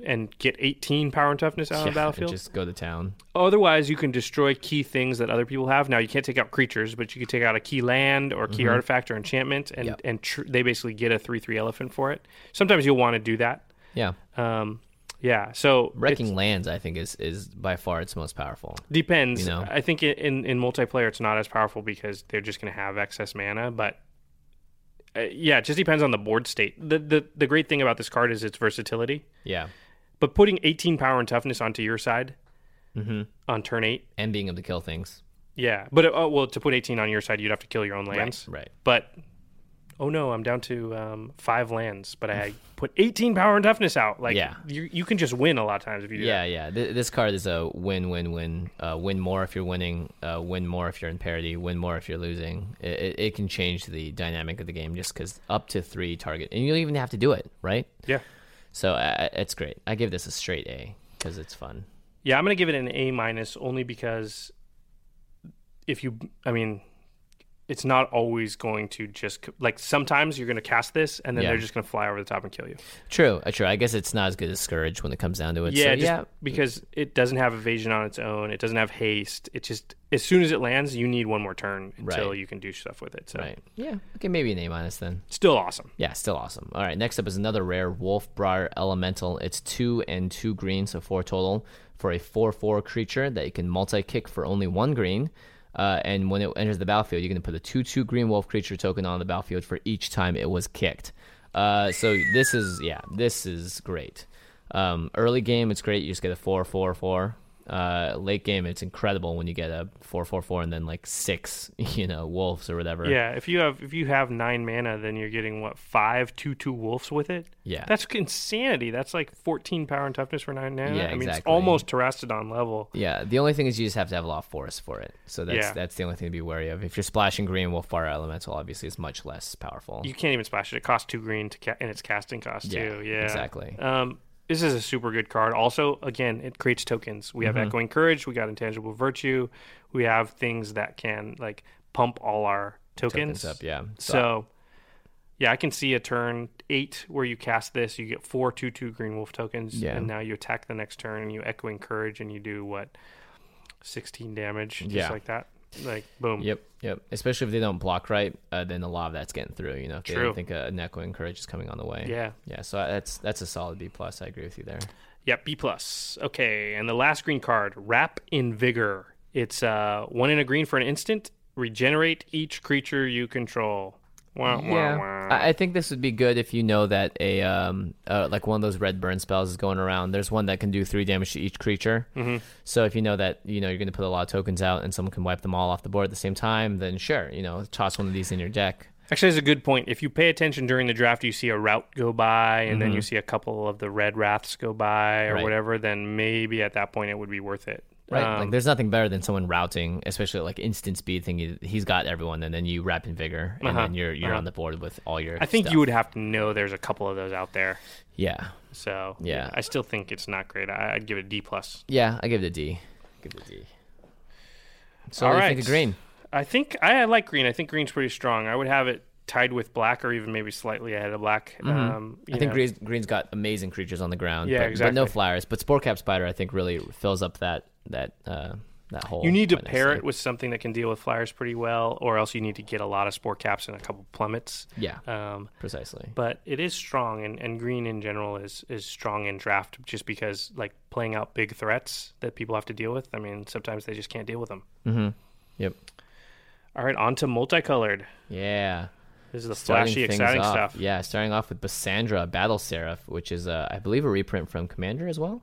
Speaker 3: and get 18 power and toughness out
Speaker 2: Yeah,
Speaker 3: of the battlefield. Uh,
Speaker 2: Just go to town.
Speaker 3: Otherwise, you can destroy key things that other people have. Now, you can't take out creatures, but you can take out a key land or key artifact or enchantment, and
Speaker 2: Mm-hmm. Yep.
Speaker 3: and tr- they basically get a three three elephant for it. Sometimes you'll want to do that.
Speaker 2: Yeah,
Speaker 3: Um, yeah. So
Speaker 2: wrecking
Speaker 3: it's-
Speaker 2: lands I think is is by far its most powerful.
Speaker 3: depends.
Speaker 2: you know.
Speaker 3: I think in, in in multiplayer it's not as powerful because they're just going to have excess mana, but. Uh, yeah, it just depends on the board state. The, the the great thing about this card is its versatility.
Speaker 2: Yeah,
Speaker 3: But putting 18 power and toughness onto your side
Speaker 2: Mm-hmm.
Speaker 3: on turn eight
Speaker 2: and being able to kill things.
Speaker 3: Yeah, but uh, well, to put eighteen on your side, you'd have to kill your own lands.
Speaker 2: right.
Speaker 3: But oh no, I'm down to um, five lands, but I put eighteen power and toughness out. Like,
Speaker 2: Yeah.
Speaker 3: you you can just win a lot of times if you do
Speaker 2: Yeah, yeah. Th- this card is a win, win, win. Uh, win more if you're winning. Uh, win more if you're in parity. Win more if you're losing. It, it, it can change the dynamic of the game just because up to three target, and you don't even have to do it, right?
Speaker 3: that. Yeah,
Speaker 2: So uh, it's great. I give this a straight A because it's fun.
Speaker 3: yeah. I'm gonna give it an A minus only because if you, I mean, it's not always going to just like sometimes you're gonna cast this and then
Speaker 2: Yeah.
Speaker 3: they're just gonna fly over the top and kill you.
Speaker 2: True, uh, true. I guess it's not as good as Scourge when it comes down to it.
Speaker 3: Yeah,
Speaker 2: so,
Speaker 3: just
Speaker 2: yeah.
Speaker 3: because it doesn't have evasion on its own. It doesn't have haste. It just as soon as it lands, you need one more turn until
Speaker 2: Right.
Speaker 3: you can do stuff with it. So
Speaker 2: Right. Yeah. Okay, maybe an A minus then.
Speaker 3: still awesome.
Speaker 2: Yeah, still awesome. All right, next up is another rare Wolf Briar Elemental. It's two and two green, so four total for a four-four creature that you can multi-kick for only one green. Uh, and when it enters the battlefield, you can put a two-two green wolf creature token on the battlefield for each time it was kicked. Uh, so this is yeah, this is great. Um, early game, it's great. You just get a four-four-four. Uh, late game, it's incredible when you get a four-four-four and then like six, you know, wolves or whatever.
Speaker 3: Yeah, if you have if you have nine mana, then you're getting what five two two wolves with it.
Speaker 2: Yeah.
Speaker 3: that's insanity. That's like fourteen power and toughness for nine mana.
Speaker 2: Yeah,
Speaker 3: I mean it's
Speaker 2: exactly.
Speaker 3: almost Terastodon level.
Speaker 2: Yeah, the only thing is you just have to have a lot of forest for it. So that's
Speaker 3: Yeah.
Speaker 2: that's the only thing to be wary of. If you're splashing green, well, fire elemental obviously is much less powerful.
Speaker 3: You can't even splash it. It costs two green to ca- and it's casting cost
Speaker 2: Yeah,
Speaker 3: too. Yeah,
Speaker 2: exactly.
Speaker 3: Um, this is a super good card. Also, again, it creates tokens. We
Speaker 2: Mm-hmm.
Speaker 3: have echoing courage. We got intangible virtue. We have things that can like pump all our tokens,
Speaker 2: Tokens up, yeah.
Speaker 3: So, yeah, I can see a turn eight where you cast this. You get four two two green wolf tokens,
Speaker 2: Yeah.
Speaker 3: and now you attack the next turn and you echoing courage and you do what sixteen damage, just
Speaker 2: Yeah.
Speaker 3: like that. Like boom.
Speaker 2: Yep, yep. Especially if they don't block right, uh, then a lot of that's getting through. You know, if they
Speaker 3: True.
Speaker 2: don't think a Neko and Courage is coming on the way.
Speaker 3: Yeah.
Speaker 2: yeah. So that's that's a solid B plus. I agree with you there.
Speaker 3: Yeah, B plus. Okay, and the last green card, Wrap in Vigor. It's uh, one in a green for an instant. Regenerate each creature you control. Wah, wah, wah.
Speaker 2: I, I think this would be good if you know that a um uh, like one of those red burn spells is going around. There's one that can do three damage to each creature. Mm-hmm. So if you know that you know you're going to put a lot of tokens out and someone can wipe them all off the board at the same time, then sure, you know, toss one of these in your deck.
Speaker 3: Actually, that's a good point. If you pay attention during the draft, you see a route go by, and then you see a couple of the red wraths go by or
Speaker 2: Mm-hmm. Right.
Speaker 3: whatever, then maybe at that point it would be worth it.
Speaker 2: Right,
Speaker 3: Um,
Speaker 2: like there's nothing better than someone routing, especially like instant speed thing. He- He's got everyone, and then you wrap in vigor, and then you're you're on the board with all your.
Speaker 3: Uh-huh. I think
Speaker 2: stuff.
Speaker 3: you would have to know there's a couple of those out there.
Speaker 2: Yeah,
Speaker 3: So
Speaker 2: Yeah.
Speaker 3: I still think it's not great. I, I'd give it a D plus.
Speaker 2: yeah. I give it a D. Give it a D. So
Speaker 3: All
Speaker 2: what do you
Speaker 3: right.
Speaker 2: think of green?
Speaker 3: I think I, I like green. I think green's pretty strong. I would have it tied with black, or even maybe slightly ahead of black. Um,
Speaker 2: Mm-hmm.
Speaker 3: you
Speaker 2: I think
Speaker 3: know.
Speaker 2: green's, green's got amazing creatures on the ground.
Speaker 3: Yeah,
Speaker 2: but, But no
Speaker 3: exactly.
Speaker 2: flowers. But spore cap spider, I think, really fills up that that uh, that hole.
Speaker 3: You need to
Speaker 2: quite
Speaker 3: pair
Speaker 2: nicely.
Speaker 3: it with something that can deal with flyers pretty well, or else you need to get a lot of spore caps and a couple plummets.
Speaker 2: Yeah,
Speaker 3: Um,
Speaker 2: precisely.
Speaker 3: but it is strong, and, and green in general is is strong in draft just because like playing out big threats that people have to deal with. I mean, sometimes they just can't deal with them.
Speaker 2: Yep. Hmm.
Speaker 3: All right, on to multicolored.
Speaker 2: Yeah.
Speaker 3: This is the
Speaker 2: starting
Speaker 3: flashy,
Speaker 2: things
Speaker 3: exciting
Speaker 2: off.
Speaker 3: stuff.
Speaker 2: Yeah, starting off with Basandra Battle Seraph, which is, uh, I believe, a reprint from Commander as well.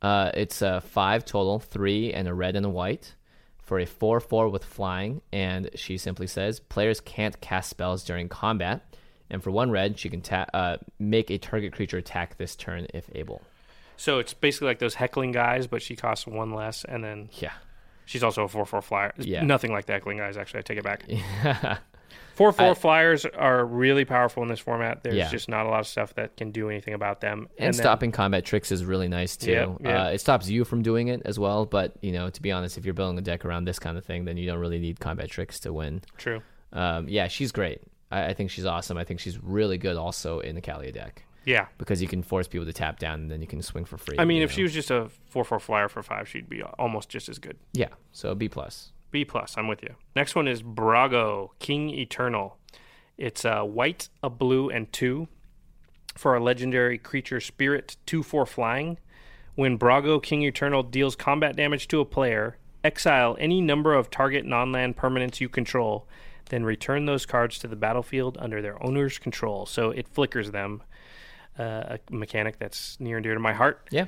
Speaker 2: Uh, it's uh, five total, three and a red and a white for a 4 4 with flying. And she simply says players can't cast spells during combat. And for one red, she can ta- uh, make a target creature attack this turn if able.
Speaker 3: So it's basically like those heckling guys, but she costs one less, and then
Speaker 2: Yeah.
Speaker 3: she's also a four four flyer. It's
Speaker 2: Yeah.
Speaker 3: Nothing like the heckling guys. Actually, I take it back. Four four flyers are really powerful in this format. There's
Speaker 2: Yeah.
Speaker 3: just not a lot of stuff that can do anything about them.
Speaker 2: and,
Speaker 3: then-
Speaker 2: stopping combat tricks is really nice too.
Speaker 3: Yep, yep.
Speaker 2: Uh, it stops you from doing it as well. But you know, to be honest, if you're building a deck around this kind of thing, then you don't really need combat tricks to win.
Speaker 3: True.
Speaker 2: Um, yeah, she's great. I, I think she's awesome. I think she's really good also in the Kalia deck
Speaker 3: Yeah.
Speaker 2: because you can force people to tap down and then you can swing for free.
Speaker 3: I mean,
Speaker 2: you
Speaker 3: if
Speaker 2: know?
Speaker 3: she was just a four four flyer for five, she'd be almost just as good.
Speaker 2: yeah, so B plus.
Speaker 3: B plus. I'm with you. Next one is Brago King Eternal. It's a white, a blue, and two for a legendary creature spirit two four flying. When Brago King Eternal deals combat damage to a player, exile any number of target non-land permanents you control, then return those cards to the battlefield under their owner's control. So it flickers them. Uh, a mechanic that's near and dear to my heart.
Speaker 2: Yeah,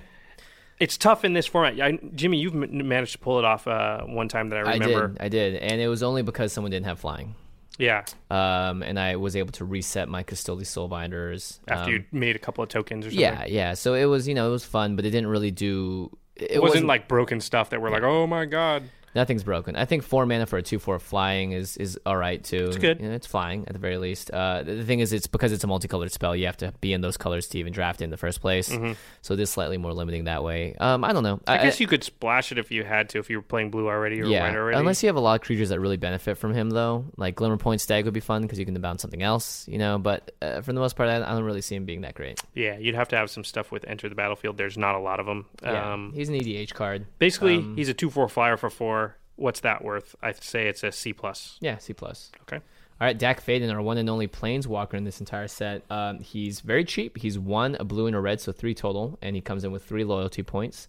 Speaker 3: It's tough in this format. I, Jimmy, you've m- managed to pull it off uh, one time that I
Speaker 2: I
Speaker 3: remember.
Speaker 2: did. I did, and it was only because someone didn't have flying.
Speaker 3: Yeah,
Speaker 2: Um, and I was able to reset my Custodi Soulbinders
Speaker 3: after
Speaker 2: um,
Speaker 3: you made a couple of tokens or something.
Speaker 2: Yeah, yeah. So it was, you know, it was fun, but it didn't really do. It,
Speaker 3: It wasn't, like broken stuff that were like, oh my god.
Speaker 2: Nothing's broken. I think four mana for a two four flying is is all right too. It's
Speaker 3: good.
Speaker 2: it's flying at the very least. Uh, the the thing is, it's because it's a multicolored spell. You have to be in those colors to even draft it in the first place. So this slightly more limiting that way. Um, I don't know.
Speaker 3: Mm-hmm. I, guess you could splash it if you had to, if you were playing blue already or
Speaker 2: yeah.
Speaker 3: white already.
Speaker 2: Unless you have a lot of creatures that really benefit from him, though, like Glimmer Point Stag would be fun because you can bounce something else, you know. But uh, for the most part, I, I don't really see him being that great.
Speaker 3: yeah, you'd have to have some stuff with enter the battlefield. There's not a lot of them.
Speaker 2: Yeah. Um,
Speaker 3: Um,
Speaker 2: He's an EDH card.
Speaker 3: basically, he's a two four flyer for four. What's that worth? I say it's a C plus.
Speaker 2: Yeah, C plus.
Speaker 3: Okay.
Speaker 2: All right, Dak Faden, our one and only planeswalker in this entire set. Um, he's very cheap. He's one, a blue, and a red, so three total, and he comes in with three loyalty points.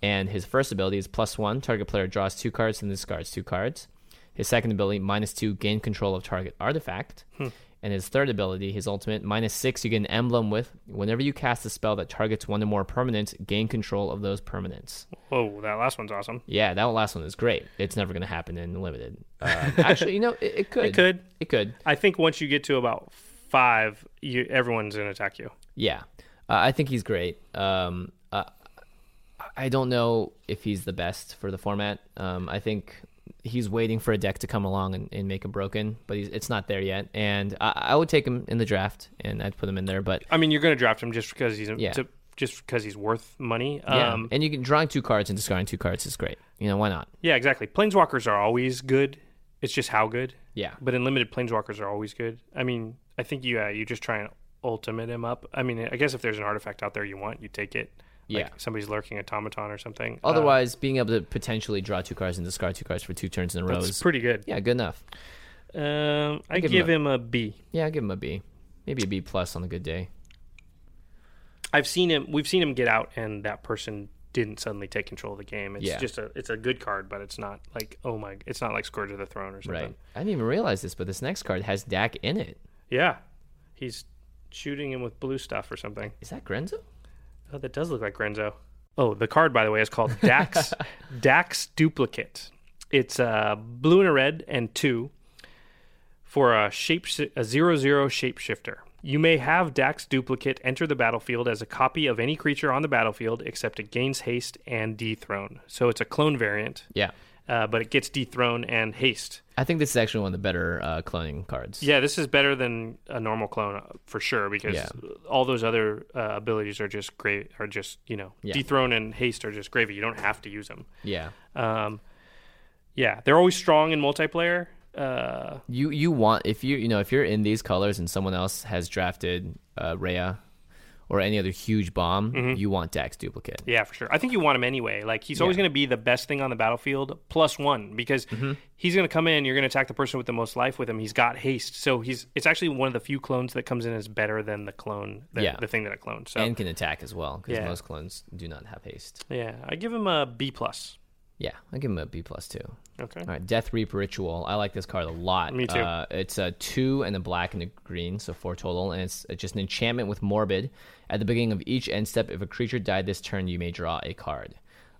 Speaker 2: And his first ability is plus one. Target player draws two cards and discards two cards. His second ability, minus two, gain control of target artifact. And his third ability, his ultimate, minus six, you get an emblem with. Whenever you cast a spell that targets one or more permanents, gain control of those permanents.
Speaker 3: Whoa, that last one's awesome.
Speaker 2: Yeah, that last one is great. It's never going to happen in limited. Um, actually, you know, it, it could. It
Speaker 3: could.
Speaker 2: It could.
Speaker 3: I think once you get to about five, you everyone's gonna attack you.
Speaker 2: Yeah, uh, I think he's great. Um, uh, I don't know if he's the best for the format. Um, I think he's waiting for a deck to come along and, and make him broken, but he's, it's not there yet. And I, I would take him in the draft, and I'd put him in there. But
Speaker 3: I mean, you're gonna draft him just because he's a,
Speaker 2: Yeah.
Speaker 3: to- just because he's worth money.
Speaker 2: yeah,
Speaker 3: Um,
Speaker 2: and you can drawing two cards and discarding two cards is great. You know why not?
Speaker 3: Yeah, exactly. Planeswalkers are always good. It's just how good.
Speaker 2: Yeah.
Speaker 3: But in limited, planeswalkers are always good. I mean, I think you uh, you just try and ultimate him up. I mean, I guess if there's an artifact out there you want, you take it.
Speaker 2: Yeah.
Speaker 3: Like somebody's lurking automaton or something. Uh,
Speaker 2: Otherwise, being able to potentially draw two cards and discard two cards for two turns in a row
Speaker 3: that's
Speaker 2: is
Speaker 3: pretty good.
Speaker 2: yeah, good enough.
Speaker 3: Um, I
Speaker 2: give
Speaker 3: give,
Speaker 2: him a-
Speaker 3: him, a B.
Speaker 2: Yeah, I'll give him a B, maybe a B plus on a good day.
Speaker 3: I've seen him. We've seen him get out, and that person didn't suddenly take control of the game. It's
Speaker 2: Yeah.
Speaker 3: just a it's a good card, but it's not like oh my, it's not like Scourge of the Throne or something.
Speaker 2: Right. I didn't even realize this, but this next card has Dak in it.
Speaker 3: Yeah, he's shooting him with blue stuff or something.
Speaker 2: Is that Grenzo?
Speaker 3: Oh, that does look like Renzo. Oh, the card, by the way, is called Dax Dax Duplicate. It's uh, blue and a red and two for a shape a zero zero shapeshifter. You may have Dax Duplicate enter the battlefield as a copy of any creature on the battlefield, except it gains haste and dethrone. So it's a clone variant,
Speaker 2: Yeah.
Speaker 3: uh, but it gets dethrone and haste.
Speaker 2: I think this is actually one of the better uh, cloning cards.
Speaker 3: Yeah, this is better than a normal clone uh, for sure because
Speaker 2: Yeah.
Speaker 3: all those other uh, abilities are just great. Are just you know dethrone and haste are just gravy. You don't have to use them.
Speaker 2: Yeah.
Speaker 3: Um, Yeah, they're always strong in multiplayer. Uh,
Speaker 2: You you want if you you know if you're in these colors and someone else has drafted uh, Rhea or any other huge bomb,
Speaker 3: Mm-hmm.
Speaker 2: you want Dax duplicate.
Speaker 3: Yeah, for sure. I think you want him anyway. Like he's always going to be the best thing on the battlefield plus one because
Speaker 2: Mm-hmm.
Speaker 3: he's going to come in. You're going to attack the person with the most life with him. He's got haste, so he's it's actually one of the few clones that comes in as better than the clone, the,
Speaker 2: Yeah.
Speaker 3: the thing that I cloned. So
Speaker 2: And can attack as well because
Speaker 3: Yeah.
Speaker 2: most clones do not have haste.
Speaker 3: yeah, I give him a B plus.
Speaker 2: Yeah, I give him a B plus two.
Speaker 3: Okay.
Speaker 2: All right, Death Reap Ritual. I like this card a lot.
Speaker 3: Me too.
Speaker 2: Uh, it's a two and a black and a green, so four total, and it's just an enchantment with Morbid. At the beginning of each end step, if a creature died this turn, you may draw a card.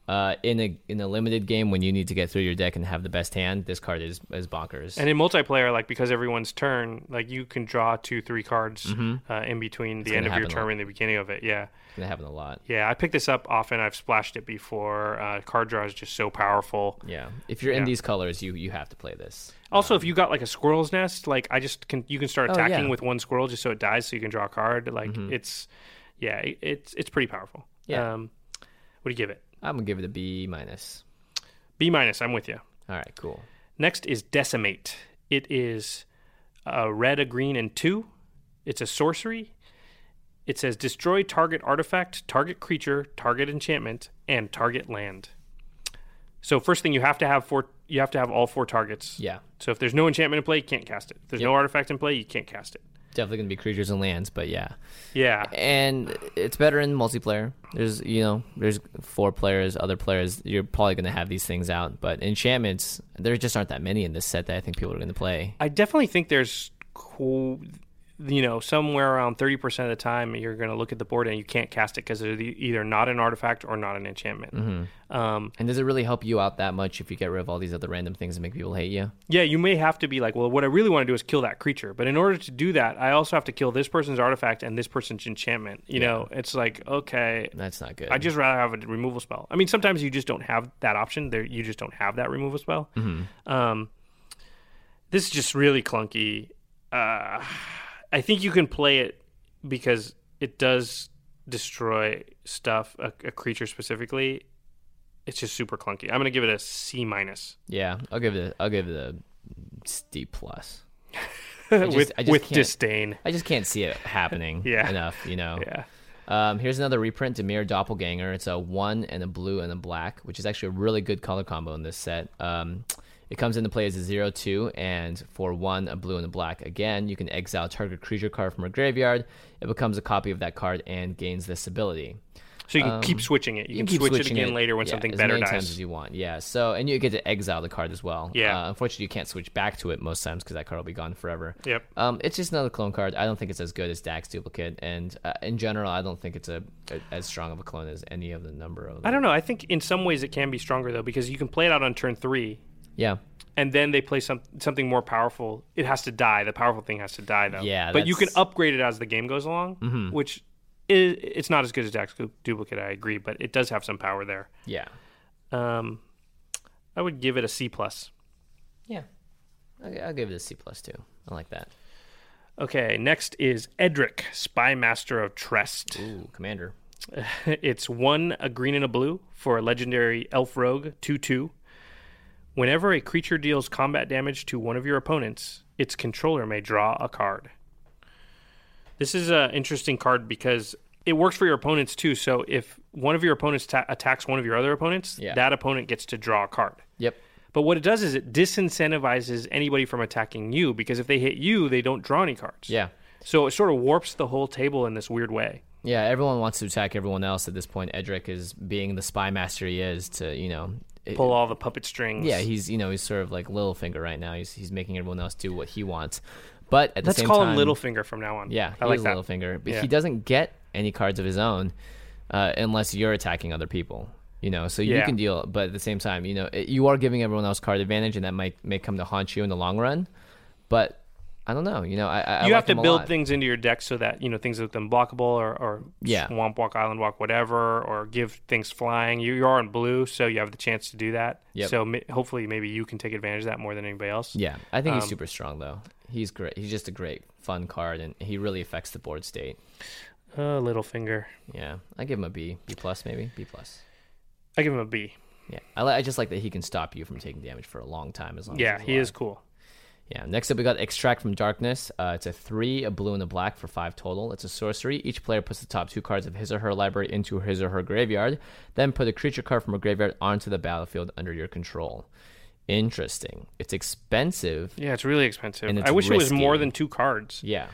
Speaker 2: Uh, in a in a limited game, when you need to get through your deck and have the best hand, this card is is bonkers.
Speaker 3: And in multiplayer, like because everyone's turn, like you can draw two, three cards uh, in between the end
Speaker 2: Mm-hmm. gonna
Speaker 3: of your
Speaker 2: happen a
Speaker 3: turn
Speaker 2: lot.
Speaker 3: and the beginning of it. Yeah.
Speaker 2: That happened a lot.
Speaker 3: Yeah, I pick this up often. I've splashed it before. Uh, card draw is just so powerful.
Speaker 2: Yeah, if you're in
Speaker 3: Yeah.
Speaker 2: these colors, you you have to play this.
Speaker 3: Also, if you got like a squirrel's nest, like I just can, you can start
Speaker 2: Um, Oh,
Speaker 3: attacking
Speaker 2: yeah. Mm-hmm.
Speaker 3: with one squirrel just so it dies, so you can draw a card. Like it's, yeah, it- it's it's pretty powerful.
Speaker 2: Yeah.
Speaker 3: Um, what do you give it?
Speaker 2: I'm gonna give it a B minus.
Speaker 3: B minus. I'm with you.
Speaker 2: All right, cool.
Speaker 3: Next is decimate. It is a red, a green, and two. It's a sorcery. It says destroy target artifact, target creature, target enchantment, and target land. So first thing you have to have four. You have to have all four targets.
Speaker 2: Yeah,
Speaker 3: So if there's no enchantment in play, you can't cast it. If there's no artifact in play, you can't cast it.
Speaker 2: definitely gonna be creatures and lands, but yeah.
Speaker 3: Yeah.
Speaker 2: and it's better in multiplayer. There's you know there's four players, other players. You're probably gonna have these things out, but enchantments there just aren't that many in this set that I think people are gonna play.
Speaker 3: I definitely think there's cool, you know, somewhere around 30% of the time you're going to look at the board and you can't cast it because it's either not an artifact or not an enchantment. Um,
Speaker 2: And does it really help you out that much if you get rid of all these other random things that make people hate you?
Speaker 3: yeah, you may have to be like, well, what I really want to do is kill that creature. But in order to do that, I also have to kill this person's artifact and this person's enchantment. You know, it's like, okay.
Speaker 2: That's not good.
Speaker 3: I just rather have a removal spell. I mean, sometimes you just don't have that option. There, you just don't have that removal spell.
Speaker 2: Mm-hmm.
Speaker 3: Um, this is just really clunky. Uh, I think you can play it because it does destroy stuff, a, a creature specifically. It's just super clunky. I'm gonna give it a C minus
Speaker 2: yeah, I'll give it a, I'll give it a D plus. just-
Speaker 3: with
Speaker 2: I just
Speaker 3: with
Speaker 2: can't-
Speaker 3: disdain.
Speaker 2: I just can't see it happening
Speaker 3: Yeah.
Speaker 2: enough, you know.
Speaker 3: Yeah.
Speaker 2: Um, here's another reprint, Demir Doppelganger. It's a one and a blue and a black, which is actually a really good color combo in this set. Um, it comes into play as a zero two, and for one, a blue and a black. Again, you can exile target creature card from a graveyard. It becomes a copy of that card and gains this ability.
Speaker 3: So you can keep switching it. You, can
Speaker 2: Um, keep
Speaker 3: switch it
Speaker 2: switching
Speaker 3: again later when
Speaker 2: yeah,
Speaker 3: something
Speaker 2: as
Speaker 3: better
Speaker 2: many
Speaker 3: dies.
Speaker 2: times as you want. Yeah. So, and you get to exile the card as well.
Speaker 3: Yeah.
Speaker 2: Uh, unfortunately, you can't switch back to it most times because that card will be gone forever.
Speaker 3: Yep.
Speaker 2: Um, it's just another clone card. I don't think it's as good as Dax duplicate, and uh, in general, I don't think it's a, a as strong of a clone as any of the number of. Them.
Speaker 3: I don't know. I think in some ways it can be stronger though because you can play it out on turn three
Speaker 2: Yeah.
Speaker 3: and then they play some something more powerful. It has to die. The powerful thing has to die, though.
Speaker 2: Yeah,
Speaker 3: but you can
Speaker 2: that's- Mm-hmm.
Speaker 3: upgrade it as the game goes along, which is it's not as good as Dax Du- Duplicate. I agree, but it does have some power there.
Speaker 2: Yeah.
Speaker 3: Um, I would give it a C plus.
Speaker 2: Yeah. I'll, I'll give it a C plus two. I like that.
Speaker 3: Okay, next is Edric, Spy Master of Trest.
Speaker 2: Ooh, commander.
Speaker 3: it's one a green and a blue for a legendary elf rogue 2-2 whenever a creature deals combat damage to one of your opponents its controller may draw a card this is an interesting card because it works for your opponents too so if one of your opponents ta- attacks one of your other opponents
Speaker 2: Yeah.
Speaker 3: that opponent gets to draw a card
Speaker 2: Yep.
Speaker 3: but what it does is it disincentivizes anybody from attacking you because if they hit you they don't draw any cards
Speaker 2: Yeah.
Speaker 3: so it sort of warps the whole table in this weird way
Speaker 2: Yeah. Everyone wants to attack everyone else at this point. Edric is being the spy master he is to you know. it-
Speaker 3: pull all the puppet strings
Speaker 2: yeah, he's you know he's sort of like Littlefinger right now. He's he's making everyone else do what he wants. But at the
Speaker 3: Let's
Speaker 2: same
Speaker 3: call
Speaker 2: time,
Speaker 3: him Littlefinger from now on.
Speaker 2: Yeah, he
Speaker 3: I like
Speaker 2: is
Speaker 3: that.
Speaker 2: Littlefinger, but
Speaker 3: Yeah.
Speaker 2: he doesn't get any cards of his own uh, unless you're attacking other people. You know, so you
Speaker 3: Yeah.
Speaker 2: can deal, but at the same time, you know, it, you are giving everyone else card advantage, and that might may come to haunt you in the long run. But I don't know. You know, I, I like
Speaker 3: you have to
Speaker 2: him a
Speaker 3: build
Speaker 2: lot.
Speaker 3: things into your deck so that you know things like unblockable or, or
Speaker 2: Yeah.
Speaker 3: swamp walk, island walk, whatever, or give things flying. You, you are in blue, so you have the chance to do that.
Speaker 2: Yep.
Speaker 3: So ma- hopefully, maybe you can take advantage of that more than anybody else.
Speaker 2: Yeah, I think he's
Speaker 3: Um,
Speaker 2: super strong though. He's great. He's just a great fun card, and he really affects the board state.
Speaker 3: Uh, Littlefinger,
Speaker 2: Yeah, I give him a B, B plus maybe, B plus.
Speaker 3: I give him a B.
Speaker 2: Yeah, I, li- I just like that he can stop you from taking damage for a long time as long.
Speaker 3: Yeah,
Speaker 2: as he's
Speaker 3: he
Speaker 2: alive.
Speaker 3: is cool.
Speaker 2: Yeah. Next up, we got Extract from Darkness. Uh, it's a three, a blue, and a black for five total. It's a sorcery. Each player puts the top two cards of his or her library into his or her graveyard, then put a creature card from a graveyard onto the battlefield under your control. Interesting. It's expensive.
Speaker 3: Yeah, it's really expensive.
Speaker 2: And it's
Speaker 3: I wish it was more
Speaker 2: risky.
Speaker 3: than two cards.
Speaker 2: Yeah.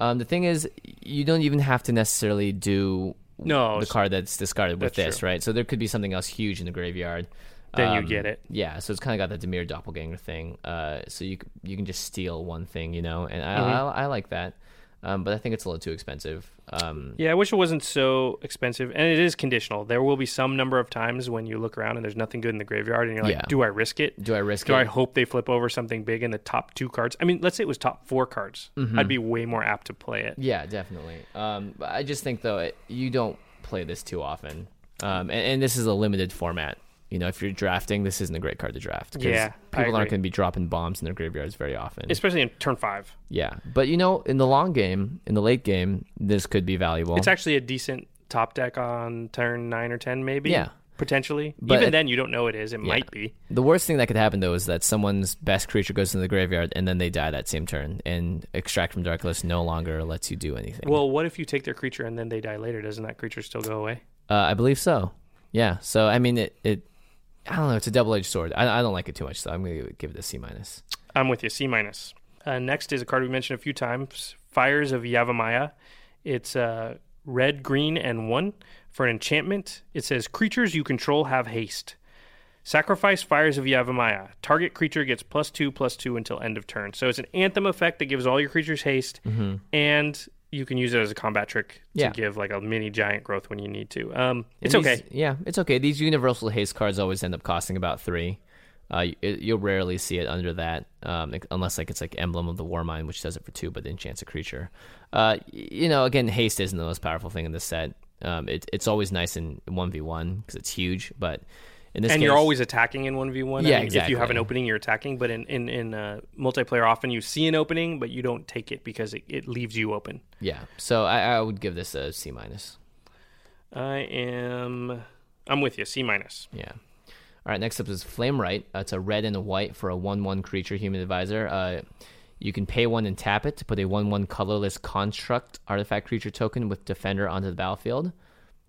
Speaker 2: Um, the thing is, you don't even have to necessarily do
Speaker 3: No,
Speaker 2: the
Speaker 3: it's-
Speaker 2: card that's discarded with
Speaker 3: that's
Speaker 2: this,
Speaker 3: true.
Speaker 2: right? So there could be something else huge in the graveyard.
Speaker 3: Then
Speaker 2: Um,
Speaker 3: you get it.
Speaker 2: Yeah, so it's kind of got that Demir doppelganger thing. Uh, so you c- you can just steal one thing, you know, and
Speaker 3: Mm-hmm.
Speaker 2: I I, I like that, um, but I think it's a little too expensive. Um,
Speaker 3: Yeah, I wish it wasn't so expensive. And it is conditional. There will be some number of times when you look around and there's nothing good in the graveyard, and you're like,
Speaker 2: Yeah.
Speaker 3: "Do I risk it?
Speaker 2: Do I risk
Speaker 3: Do
Speaker 2: it?
Speaker 3: I hope they flip over something big in the top two cards? I mean, let's say it was top four cards. I'd be way more apt to play it.
Speaker 2: Mm-hmm. yeah, definitely. Um, but I just think though it, you don't play this too often, um, and, and this is a limited format. You know, if you're drafting, this isn't a great card to draft. 'cause
Speaker 3: Yeah, I
Speaker 2: people aren't
Speaker 3: agree.
Speaker 2: going to be dropping bombs in their graveyards very often.
Speaker 3: especially in turn five.
Speaker 2: yeah, but you know, in the long game, in the late game, this could be valuable.
Speaker 3: It's actually a decent top deck on turn nine or ten, maybe.
Speaker 2: Yeah.
Speaker 3: potentially.
Speaker 2: But-
Speaker 3: Even then, you don't know it is. It might be.
Speaker 2: The worst thing that could happen though is that someone's best creature goes into the graveyard and then they die that same turn, and extract from dark list no longer lets you do anything.
Speaker 3: Well, what if you take their creature and then they die later? Doesn't that creature still go away?
Speaker 2: uh, I believe so. Yeah. So I mean, it. it I don't know. It's a double edged sword. I, I don't like it too much, so I'm gonna give it- give it a C minus.
Speaker 3: I'm with you. C minus. Uh, next is a card we mentioned a few times: Fires of Yavamaya. It's uh, red, green, and one for an enchantment. It says creatures you control have haste. Sacrifice Fires of Yavamaya. Target creature gets plus two, plus two until end of turn. So it's an anthem effect that gives all your creatures haste, and you can use it as a combat trick
Speaker 2: Mm-hmm. Yeah.
Speaker 3: to give like a mini giant growth when you need to. Um, it's
Speaker 2: And
Speaker 3: okay.
Speaker 2: these- Yeah, it's okay. These universal haste cards always end up costing about three. Uh, you, it- you'll rarely see it under that, um, ex- unless like it's like Emblem of the War Mine, which does it for two, but enchants a creature. Uh, y- you know, again, haste isn't the most powerful thing in this set. Um, it, it's always nice in one v one because it's huge, but in this
Speaker 3: and you're
Speaker 2: case-
Speaker 3: always attacking in 1v1 I
Speaker 2: Yeah,
Speaker 3: mean, if you have
Speaker 2: exactly.
Speaker 3: an opening you're attacking but in in, in uh, multiplayer often you see an opening but you don't take it because it, it leaves you open
Speaker 2: yeah. So I, I would give this a C minus.
Speaker 3: i am i'm with you c minus
Speaker 2: Yeah. All right. Next up is Flame Right. Uh, it's a red and a white for a one-one creature human advisor. Uh, you can pay one and tap it to put a one-one colorless construct artifact creature token with Defender onto the battlefield.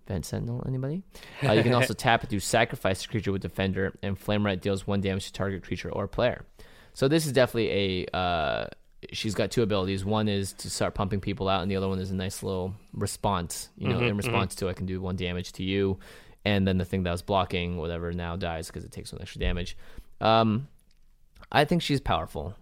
Speaker 2: Vent Sentinel, anybody? Uh, you can also tap it to sacrifice a creature with Defender, and Flame Right deals one damage to target creature or player. So this is definitely a. Uh, she's got two abilities. One is to start pumping people out, and the other one is a nice little response. You know,
Speaker 3: Mm-hmm,
Speaker 2: in response to I can do one damage to you, and then the thing that was blocking whatever now dies because it takes one extra damage. Um, I think she's powerful.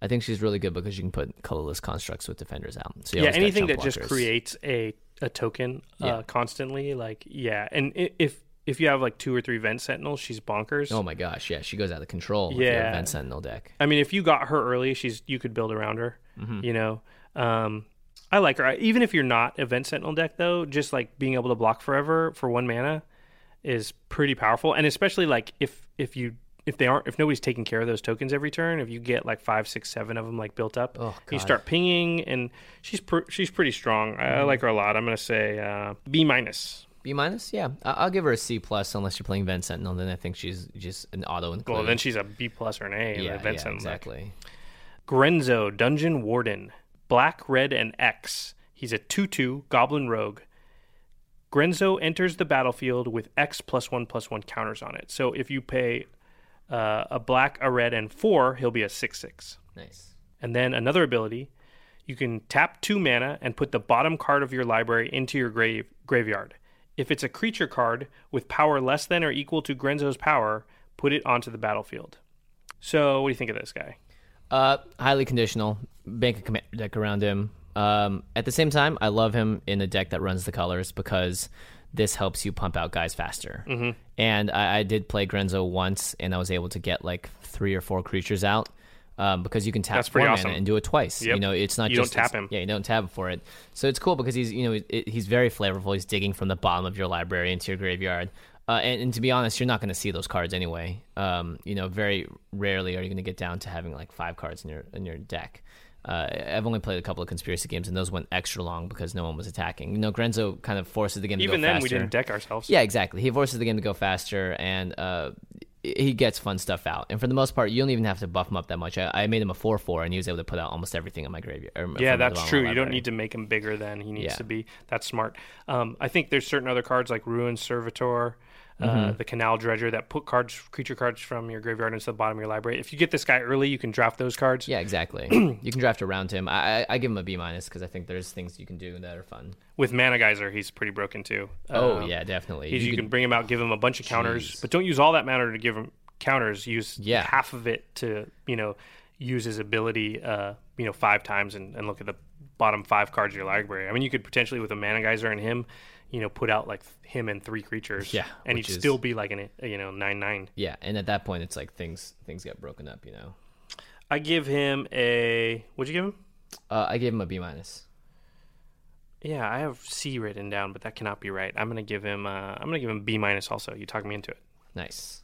Speaker 2: I think she's really good because you can put colorless constructs with defenders out. So you
Speaker 3: yeah
Speaker 2: always got
Speaker 3: anything that
Speaker 2: jump
Speaker 3: just
Speaker 2: blockers.
Speaker 3: creates a, a token
Speaker 2: Yeah.
Speaker 3: uh, constantly like yeah and i- if if you have like two or three vent sentinels she's bonkers
Speaker 2: Oh my gosh! Yeah, she goes out of control. with your
Speaker 3: Yeah.
Speaker 2: Vent Sentinel deck.
Speaker 3: I mean, if you got her early, she's you could build around her.
Speaker 2: Mm-hmm.
Speaker 3: You know, um, I like her. I- Even if you're not event sentinel deck, though, just like being able to block forever for one mana is pretty powerful. And especially like if if you if they aren't if nobody's taking care of those tokens every turn, if you get like five, six, seven of them like built up,
Speaker 2: Oh,
Speaker 3: you start pinging, and she's pr- she's pretty strong. I,
Speaker 2: Mm-hmm.
Speaker 3: I like her a lot. I'm gonna say uh, B minus.
Speaker 2: B minus, yeah. I- I'll give her a C plus unless you're playing Vent Sentinel. Then I think she's just an auto include.
Speaker 3: Well, then she's a B plus or an A. in
Speaker 2: yeah,
Speaker 3: the event
Speaker 2: yeah,
Speaker 3: sentinel deck.
Speaker 2: exactly.
Speaker 3: Grenzo, Dungeon Warden, Black, Red, and X. He's a 2 2 Goblin Rogue. Grenzo enters the battlefield with X plus 1 plus 1 counters on it. So if you pay uh, a black, a red, and 4, he'll be a 6 6.
Speaker 2: Nice.
Speaker 3: And then another ability, you can tap 2 mana and put the bottom card of your library into your grave- graveyard. If it's a creature card with power less than or equal to Grenzo's power, put it onto the battlefield. So what do you think of this guy?
Speaker 2: Uh, highly conditional. Bank a commander deck around him. Um, at the same time, I love him in a deck that runs the colors because this helps you pump out guys faster. Mm-hmm. And I, I did play Grenzo once, and I was able to get like three or four creatures out um, because you can tap
Speaker 3: That's
Speaker 2: four
Speaker 3: pretty
Speaker 2: mana
Speaker 3: awesome.
Speaker 2: and do it twice.
Speaker 3: Yep.
Speaker 2: You know, it's not
Speaker 3: You don't
Speaker 2: just
Speaker 3: tap
Speaker 2: it's-
Speaker 3: him.
Speaker 2: Yeah, you don't tap him for it. So it's cool because he's you know it- he's very flavorful. He's digging from the bottom of your library into your graveyard. Uh, and, and to be honest, you're not going to see those cards anyway. Um, you know, very rarely are you going to get down to having like five cards in your in your deck. Uh, I've only played a couple of conspiracy games, and those went extra long because no one was attacking. You know, Grenzo kind of forces the game to
Speaker 3: Even
Speaker 2: go
Speaker 3: then,
Speaker 2: faster.
Speaker 3: we didn't deck ourselves.
Speaker 2: Yeah, exactly. He forces the game to go faster, and uh, he gets fun stuff out. And for the most part, you don't even have to buff him up that much. I, I made him a four four, and he was able to put out almost everything in my graveyard. or
Speaker 3: Yeah,
Speaker 2: from the
Speaker 3: that's
Speaker 2: Lama
Speaker 3: true. You don't
Speaker 2: library.
Speaker 3: need to make him bigger than he needs
Speaker 2: Yeah.
Speaker 3: to be. That's smart. Um, I think there's certain other cards like Ruin Servitor, uh,
Speaker 2: Mm-hmm.
Speaker 3: the Canal Dredger that put cards, creature cards from your graveyard into the bottom of your library. If you get this guy early, you can draft those cards.
Speaker 2: Yeah, exactly. you can draft around him. I, I, I give him a B minus because I think there's things you can do that are fun.
Speaker 3: With Mana Geyser, he's pretty broken too.
Speaker 2: Oh
Speaker 3: Um,
Speaker 2: yeah, definitely.
Speaker 3: he's- you,
Speaker 2: could-
Speaker 3: can bring him out, give him a bunch of counters, but don't use all that mana to give him counters. Use
Speaker 2: Yeah.
Speaker 3: half of it to you know use his ability uh, you know five times and, and look at the bottom five cards of your library. I mean, you could potentially with a mana geyser and him, you know, put out like him and three creatures.
Speaker 2: Yeah,
Speaker 3: and
Speaker 2: which
Speaker 3: he'd
Speaker 2: is-
Speaker 3: still be like an you know nine nine.
Speaker 2: yeah, and at that point, it's like things things get broken up. You know,
Speaker 3: I give him a. What'd you give him?
Speaker 2: uh, I gave him a B minus.
Speaker 3: Yeah, I have C written down, but that cannot be right. I'm gonna give him. Uh, I'm gonna give him B minus. Also, you talked me into it.
Speaker 2: Nice.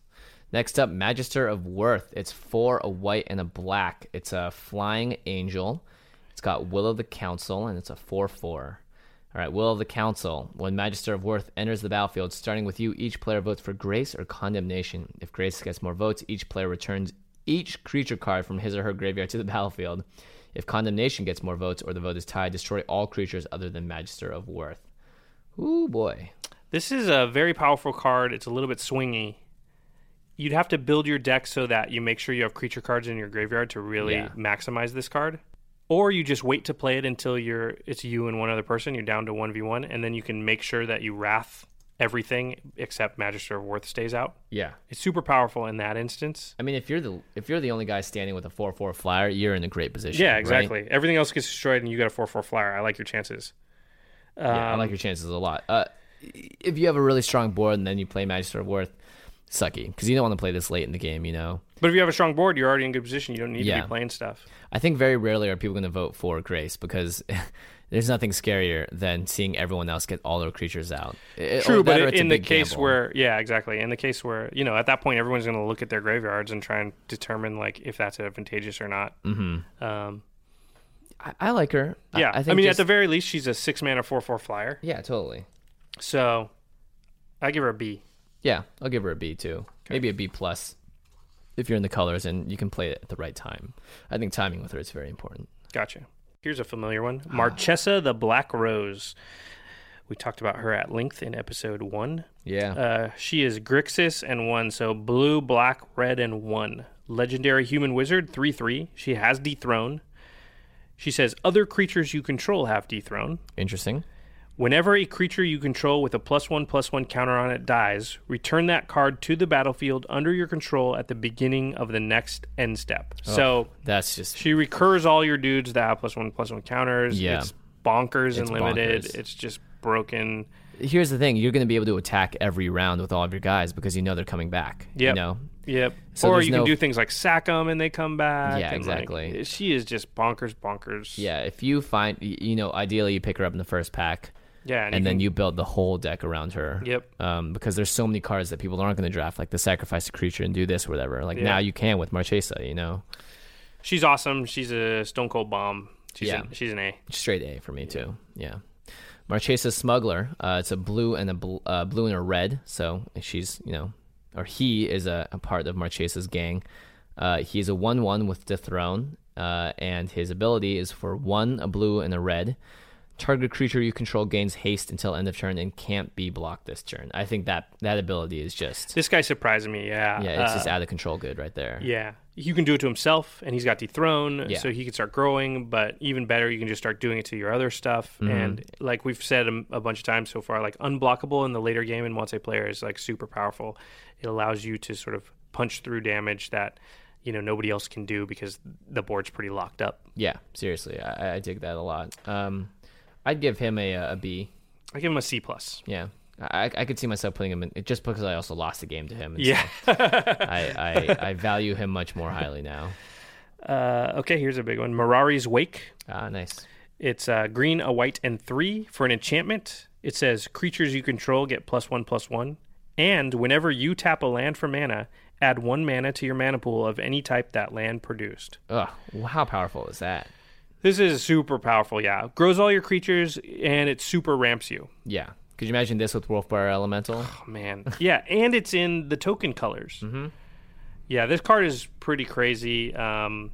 Speaker 2: Next up, Magister of Worth. It's four, a white, and a black. It's a flying angel. It's got Will of the Council, and it's a 4 4. All right, Will of the Council. When Magister of Worth enters the battlefield, starting with you, each player votes for Grace or Condemnation. If Grace gets more votes, each player returns each creature card from his or her graveyard to the battlefield. If Condemnation gets more votes or the vote is tied, destroy all creatures other than Magister of Worth. Ooh, boy.
Speaker 3: This is a very powerful card. It's a little bit swingy. You'd have to build your deck so that you make sure you have creature cards in your graveyard to really
Speaker 2: Yeah.
Speaker 3: maximize this card. Or you just wait to play it until you're it's you and one other person, you're down to 1v1 and then you can make sure that you wrath everything except Magister of Worth stays out.
Speaker 2: Yeah.
Speaker 3: It's super powerful in that instance.
Speaker 2: I mean, if you're the if you're the only guy standing with a four four flyer, you're in a great position.
Speaker 3: Yeah,
Speaker 2: right?
Speaker 3: exactly. Everything else gets destroyed and you got a 4/4 flyer. I like your chances.
Speaker 2: Yeah,
Speaker 3: Um,
Speaker 2: I like your chances a lot. Uh, if you have a really strong board and then you play Magister of Worth, sucky because you don't want to play this late in the game. You know,
Speaker 3: But if you have a strong board, you're already in good position. You don't need to
Speaker 2: Yeah.
Speaker 3: be playing stuff.
Speaker 2: I think very rarely are people going to vote for Grace because there's nothing scarier than seeing everyone else get all their creatures out. It- or
Speaker 3: True, but
Speaker 2: that or it's a
Speaker 3: in the
Speaker 2: big
Speaker 3: case
Speaker 2: gamble.
Speaker 3: where, yeah, exactly. In the case where, you know, at that point, everyone's going to look at their graveyards and try and determine like if that's advantageous or not. Mm-hmm. Um,
Speaker 2: I, I like her. I-
Speaker 3: yeah,
Speaker 2: I,
Speaker 3: I,
Speaker 2: think.
Speaker 3: mean,
Speaker 2: just-
Speaker 3: at the very least, she's a six mana four four flyer.
Speaker 2: yeah, totally.
Speaker 3: So, I give her a B.
Speaker 2: Yeah, I'll give her a B too. Maybe a B plus if you're in the colors and you can play it at the right time. I think timing with her is very important.
Speaker 3: Gotcha. Here's a familiar one: Marchesa the Black Rose. We talked about her at length in episode one.
Speaker 2: Yeah.
Speaker 3: Uh, she is Grixis and one, so blue, black, red, and one. Legendary human wizard, 3 3. She has dethrone. She says, Other creatures you control have dethrone.
Speaker 2: Interesting.
Speaker 3: Whenever a creature you control with a plus one plus one counter on it dies, return that card to the battlefield under your control at the beginning of the next end step.
Speaker 2: Oh.
Speaker 3: So
Speaker 2: That's just
Speaker 3: she recurs all your dudes that have plus one plus one counters.
Speaker 2: Yeah.
Speaker 3: It's bonkers and
Speaker 2: It's
Speaker 3: limited.
Speaker 2: bonkers.
Speaker 3: It's just broken.
Speaker 2: here's the thing: you're going to be able to attack every round with all of your guys because you know they're coming back. Yeah. You
Speaker 3: Yep.
Speaker 2: know,
Speaker 3: Yep.
Speaker 2: So
Speaker 3: or
Speaker 2: there's
Speaker 3: you
Speaker 2: no-
Speaker 3: can do things like sack them and they come back.
Speaker 2: Yeah,
Speaker 3: and, like,
Speaker 2: exactly.
Speaker 3: she is just bonkers, bonkers.
Speaker 2: yeah. If you find, y- you know, ideally you pick her up in the first pack,
Speaker 3: Yeah.
Speaker 2: and then you build the whole deck around her.
Speaker 3: Yep.
Speaker 2: Um, because there's so many cards that people aren't going to draft, like the sacrifice a creature and do this, or whatever. Like now you can with Marchesa. You know,
Speaker 3: can- she's awesome. She's a stone cold bomb. She's
Speaker 2: Yeah.
Speaker 3: An, she's an A.
Speaker 2: straight A for me too. Yeah. Marchesa Smuggler. Uh, it's a blue and a bl- uh, blue and a red. So she's you know, or he is a, a part of Marchesa's gang. Uh, he's a one-one with Dethrone, uh, and his ability is for one a blue and a red. Target creature you control gains haste until end of turn and can't be blocked this turn. I think that that ability is just
Speaker 3: This guy surprised me. Yeah.
Speaker 2: yeah, it's just
Speaker 3: Uh,
Speaker 2: out of control good right there.
Speaker 3: yeah. You can do it to himself, and he's got dethroned,
Speaker 2: Yeah.
Speaker 3: so he can start growing. But even better, you can just start doing it to your other stuff. And like we've said a, a bunch of times so far, like unblockable in the later game in multiplayer is like super powerful. It allows you to sort of punch through damage that you know nobody else can do because the board's pretty locked up.
Speaker 2: Yeah, seriously, I, I dig that a lot. Um, I'd give him a, a B.
Speaker 3: I give him a C plus.
Speaker 2: Yeah. I, I could see myself putting him in just because I also lost the game to him. and
Speaker 3: Yeah.
Speaker 2: so I, I, I value him much more highly now.
Speaker 3: Uh, okay, here's a big one. Mirari's Wake.
Speaker 2: Ah, nice.
Speaker 3: It's uh, green, a white, and three for an enchantment. It says creatures you control get plus one plus one, and whenever you tap a land for mana, add one mana to your mana pool of any type that land produced.
Speaker 2: Ugh, how powerful is that?
Speaker 3: This is super powerful. Yeah, grows all your creatures and it super ramps you.
Speaker 2: Yeah. Could you imagine this with Wolf Bar Elemental?
Speaker 3: Oh, man. Yeah, and it's in the token colors. Mm-hmm. Yeah, this card is pretty crazy. Um,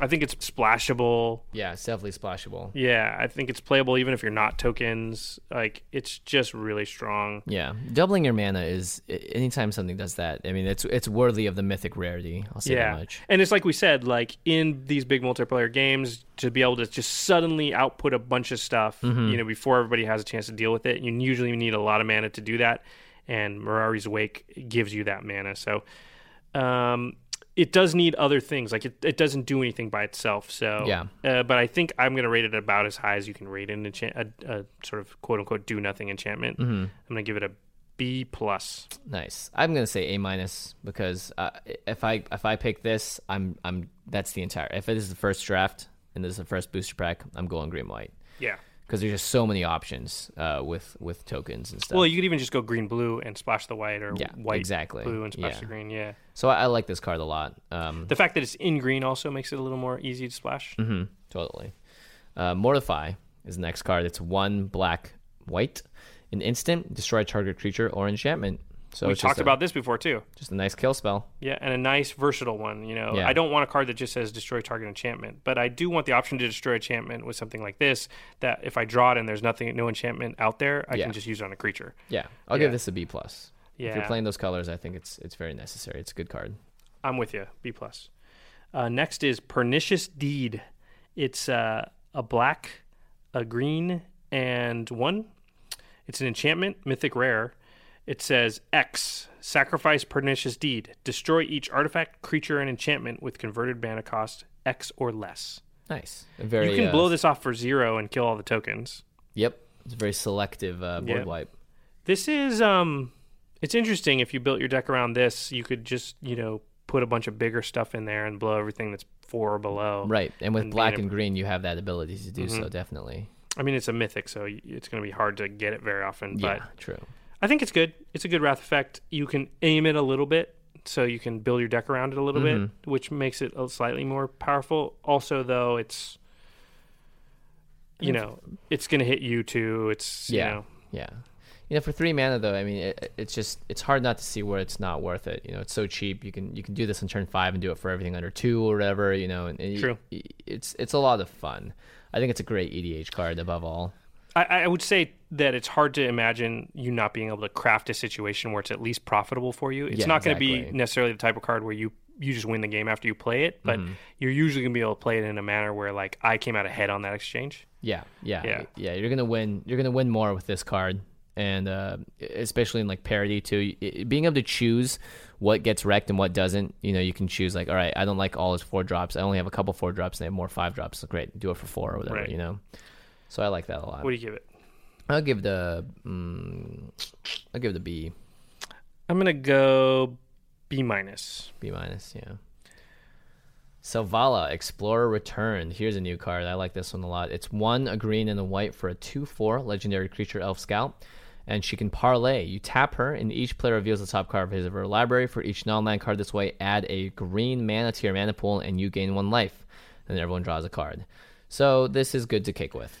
Speaker 3: I think it's splashable.
Speaker 2: Yeah, it's definitely splashable.
Speaker 3: Yeah, I think it's playable even if you're not tokens. Like, it's just really strong.
Speaker 2: Yeah, doubling your mana is a- anytime something does that. I mean, it's it's worthy of the mythic rarity. I'll say that much.
Speaker 3: And it's like we said, like in these big multiplayer games, to be able to just suddenly output a bunch of stuff,
Speaker 2: Mm-hmm.
Speaker 3: you know, before everybody has a chance to deal with it, you usually need a lot of mana to do that. And Mirari's Wake gives you that mana. So um, it does need other things. Like it, it doesn't do anything by itself. So
Speaker 2: Yeah.
Speaker 3: Uh, but I think I'm going to rate it about as high as you can rate an enchant, a, a sort of quote unquote do nothing enchantment.
Speaker 2: Mm-hmm.
Speaker 3: I'm going to give it a B plus.
Speaker 2: Nice. I'm gonna say A minus because uh, if I if I pick this, I'm I'm that's the entire. If it is the first draft and this is the first booster pack, I'm going green white
Speaker 3: Yeah.
Speaker 2: because there's just so many options uh, with with tokens and stuff.
Speaker 3: Well, you could even just go green blue and splash the white, or
Speaker 2: Yeah,
Speaker 3: white
Speaker 2: exactly.
Speaker 3: blue and splash
Speaker 2: Yeah.
Speaker 3: the green. Yeah.
Speaker 2: so I, I like this card a lot. Um,
Speaker 3: The fact that it's in green also makes it a little more easy to splash.
Speaker 2: mhm, totally. Uh, Mortify is the next card. It's one black white, an instant destroy target creature or enchantment. So
Speaker 3: We
Speaker 2: it's just
Speaker 3: talked
Speaker 2: a-
Speaker 3: about this before too.
Speaker 2: just a nice kill spell.
Speaker 3: Yeah, and a nice versatile one. You know,
Speaker 2: Yeah.
Speaker 3: I don't want a card that just says destroy target enchantment, but I do want the option to destroy enchantment with something like this. That if I draw it and there's nothing, no enchantment out there, I
Speaker 2: Yeah.
Speaker 3: can just use it on a creature.
Speaker 2: Yeah, I'll
Speaker 3: Yeah.
Speaker 2: give this a B plus. If you're
Speaker 3: Yeah.
Speaker 2: playing those colors, I think it's it's very necessary. It's a good card.
Speaker 3: I'm with you. B plus. Uh, next is pernicious deed. It's uh, a black, a green, and one. It's an enchantment, mythic rare. It says X. Sacrifice pernicious deed. Destroy each artifact, creature, and enchantment with converted mana cost X or less.
Speaker 2: Nice. A very,
Speaker 3: you can
Speaker 2: uh,
Speaker 3: blow this off for zero and kill all the tokens.
Speaker 2: Yep. It's a very selective uh, board
Speaker 3: Yep.
Speaker 2: wipe.
Speaker 3: This is um, it's interesting. If you built your deck around this, you could just you know put a bunch of bigger stuff in there and blow everything that's four or below.
Speaker 2: Right. And with
Speaker 3: being
Speaker 2: black
Speaker 3: a-
Speaker 2: and green, you have that ability to do
Speaker 3: Mm-hmm.
Speaker 2: so, definitely.
Speaker 3: I mean, it's a mythic, so y- it's going to be hard to get it very often.
Speaker 2: Yeah,
Speaker 3: But
Speaker 2: true.
Speaker 3: I think it's good. It's a good Wrath effect. You can aim it a little bit, so you can build your deck around it a little
Speaker 2: Mm-hmm.
Speaker 3: bit, which makes it a slightly more powerful. Also, though, it's you know, it's going to hit you too. It's
Speaker 2: Yeah.
Speaker 3: you know,
Speaker 2: Yeah. You know, for three mana though, I mean, it, it's just it's hard not to see where it's not worth it. You know, it's so cheap. You can you can do this on turn five and do it for everything under two or whatever. You know, and, and
Speaker 3: True.
Speaker 2: y- it's it's a lot of fun. I think it's a great EDH card above all.
Speaker 3: I, I would say that it's hard to imagine you not being able to craft a situation where it's at least profitable for you. It's
Speaker 2: Yeah,
Speaker 3: not going to be
Speaker 2: exactly.
Speaker 3: necessarily the type of card where you you just win the game after you play it,
Speaker 2: Mm-hmm.
Speaker 3: but you're usually going to be able to play it in a manner where like I came out ahead on that exchange.
Speaker 2: Yeah, yeah,
Speaker 3: Yeah.
Speaker 2: yeah, You're gonna win. You're gonna win more with this card, and uh, especially in like parody too. Y- y- Being able to choose what gets wrecked and what doesn't. You know, you can choose like, all right, I don't like all his four drops. I only have a couple four drops, and I have more five drops. So great, do it for four or whatever.
Speaker 3: Right.
Speaker 2: You know. So I like that a lot.
Speaker 3: What do you give it?
Speaker 2: I'll give the mm, I'll give the B
Speaker 3: I'm going to go B minus.
Speaker 2: B minus. Yeah. Selvala, Explorer Returned. Here's a new card. I like this one a lot. It's one, a green, and a white for a 2 4 legendary creature, Elf Scout. And she can parlay. You tap her, and each player reveals the top card of his or her library. For each non land card this way, add a green mana to your mana pool, and you gain one life. Then everyone draws a card. So this is good to kick with.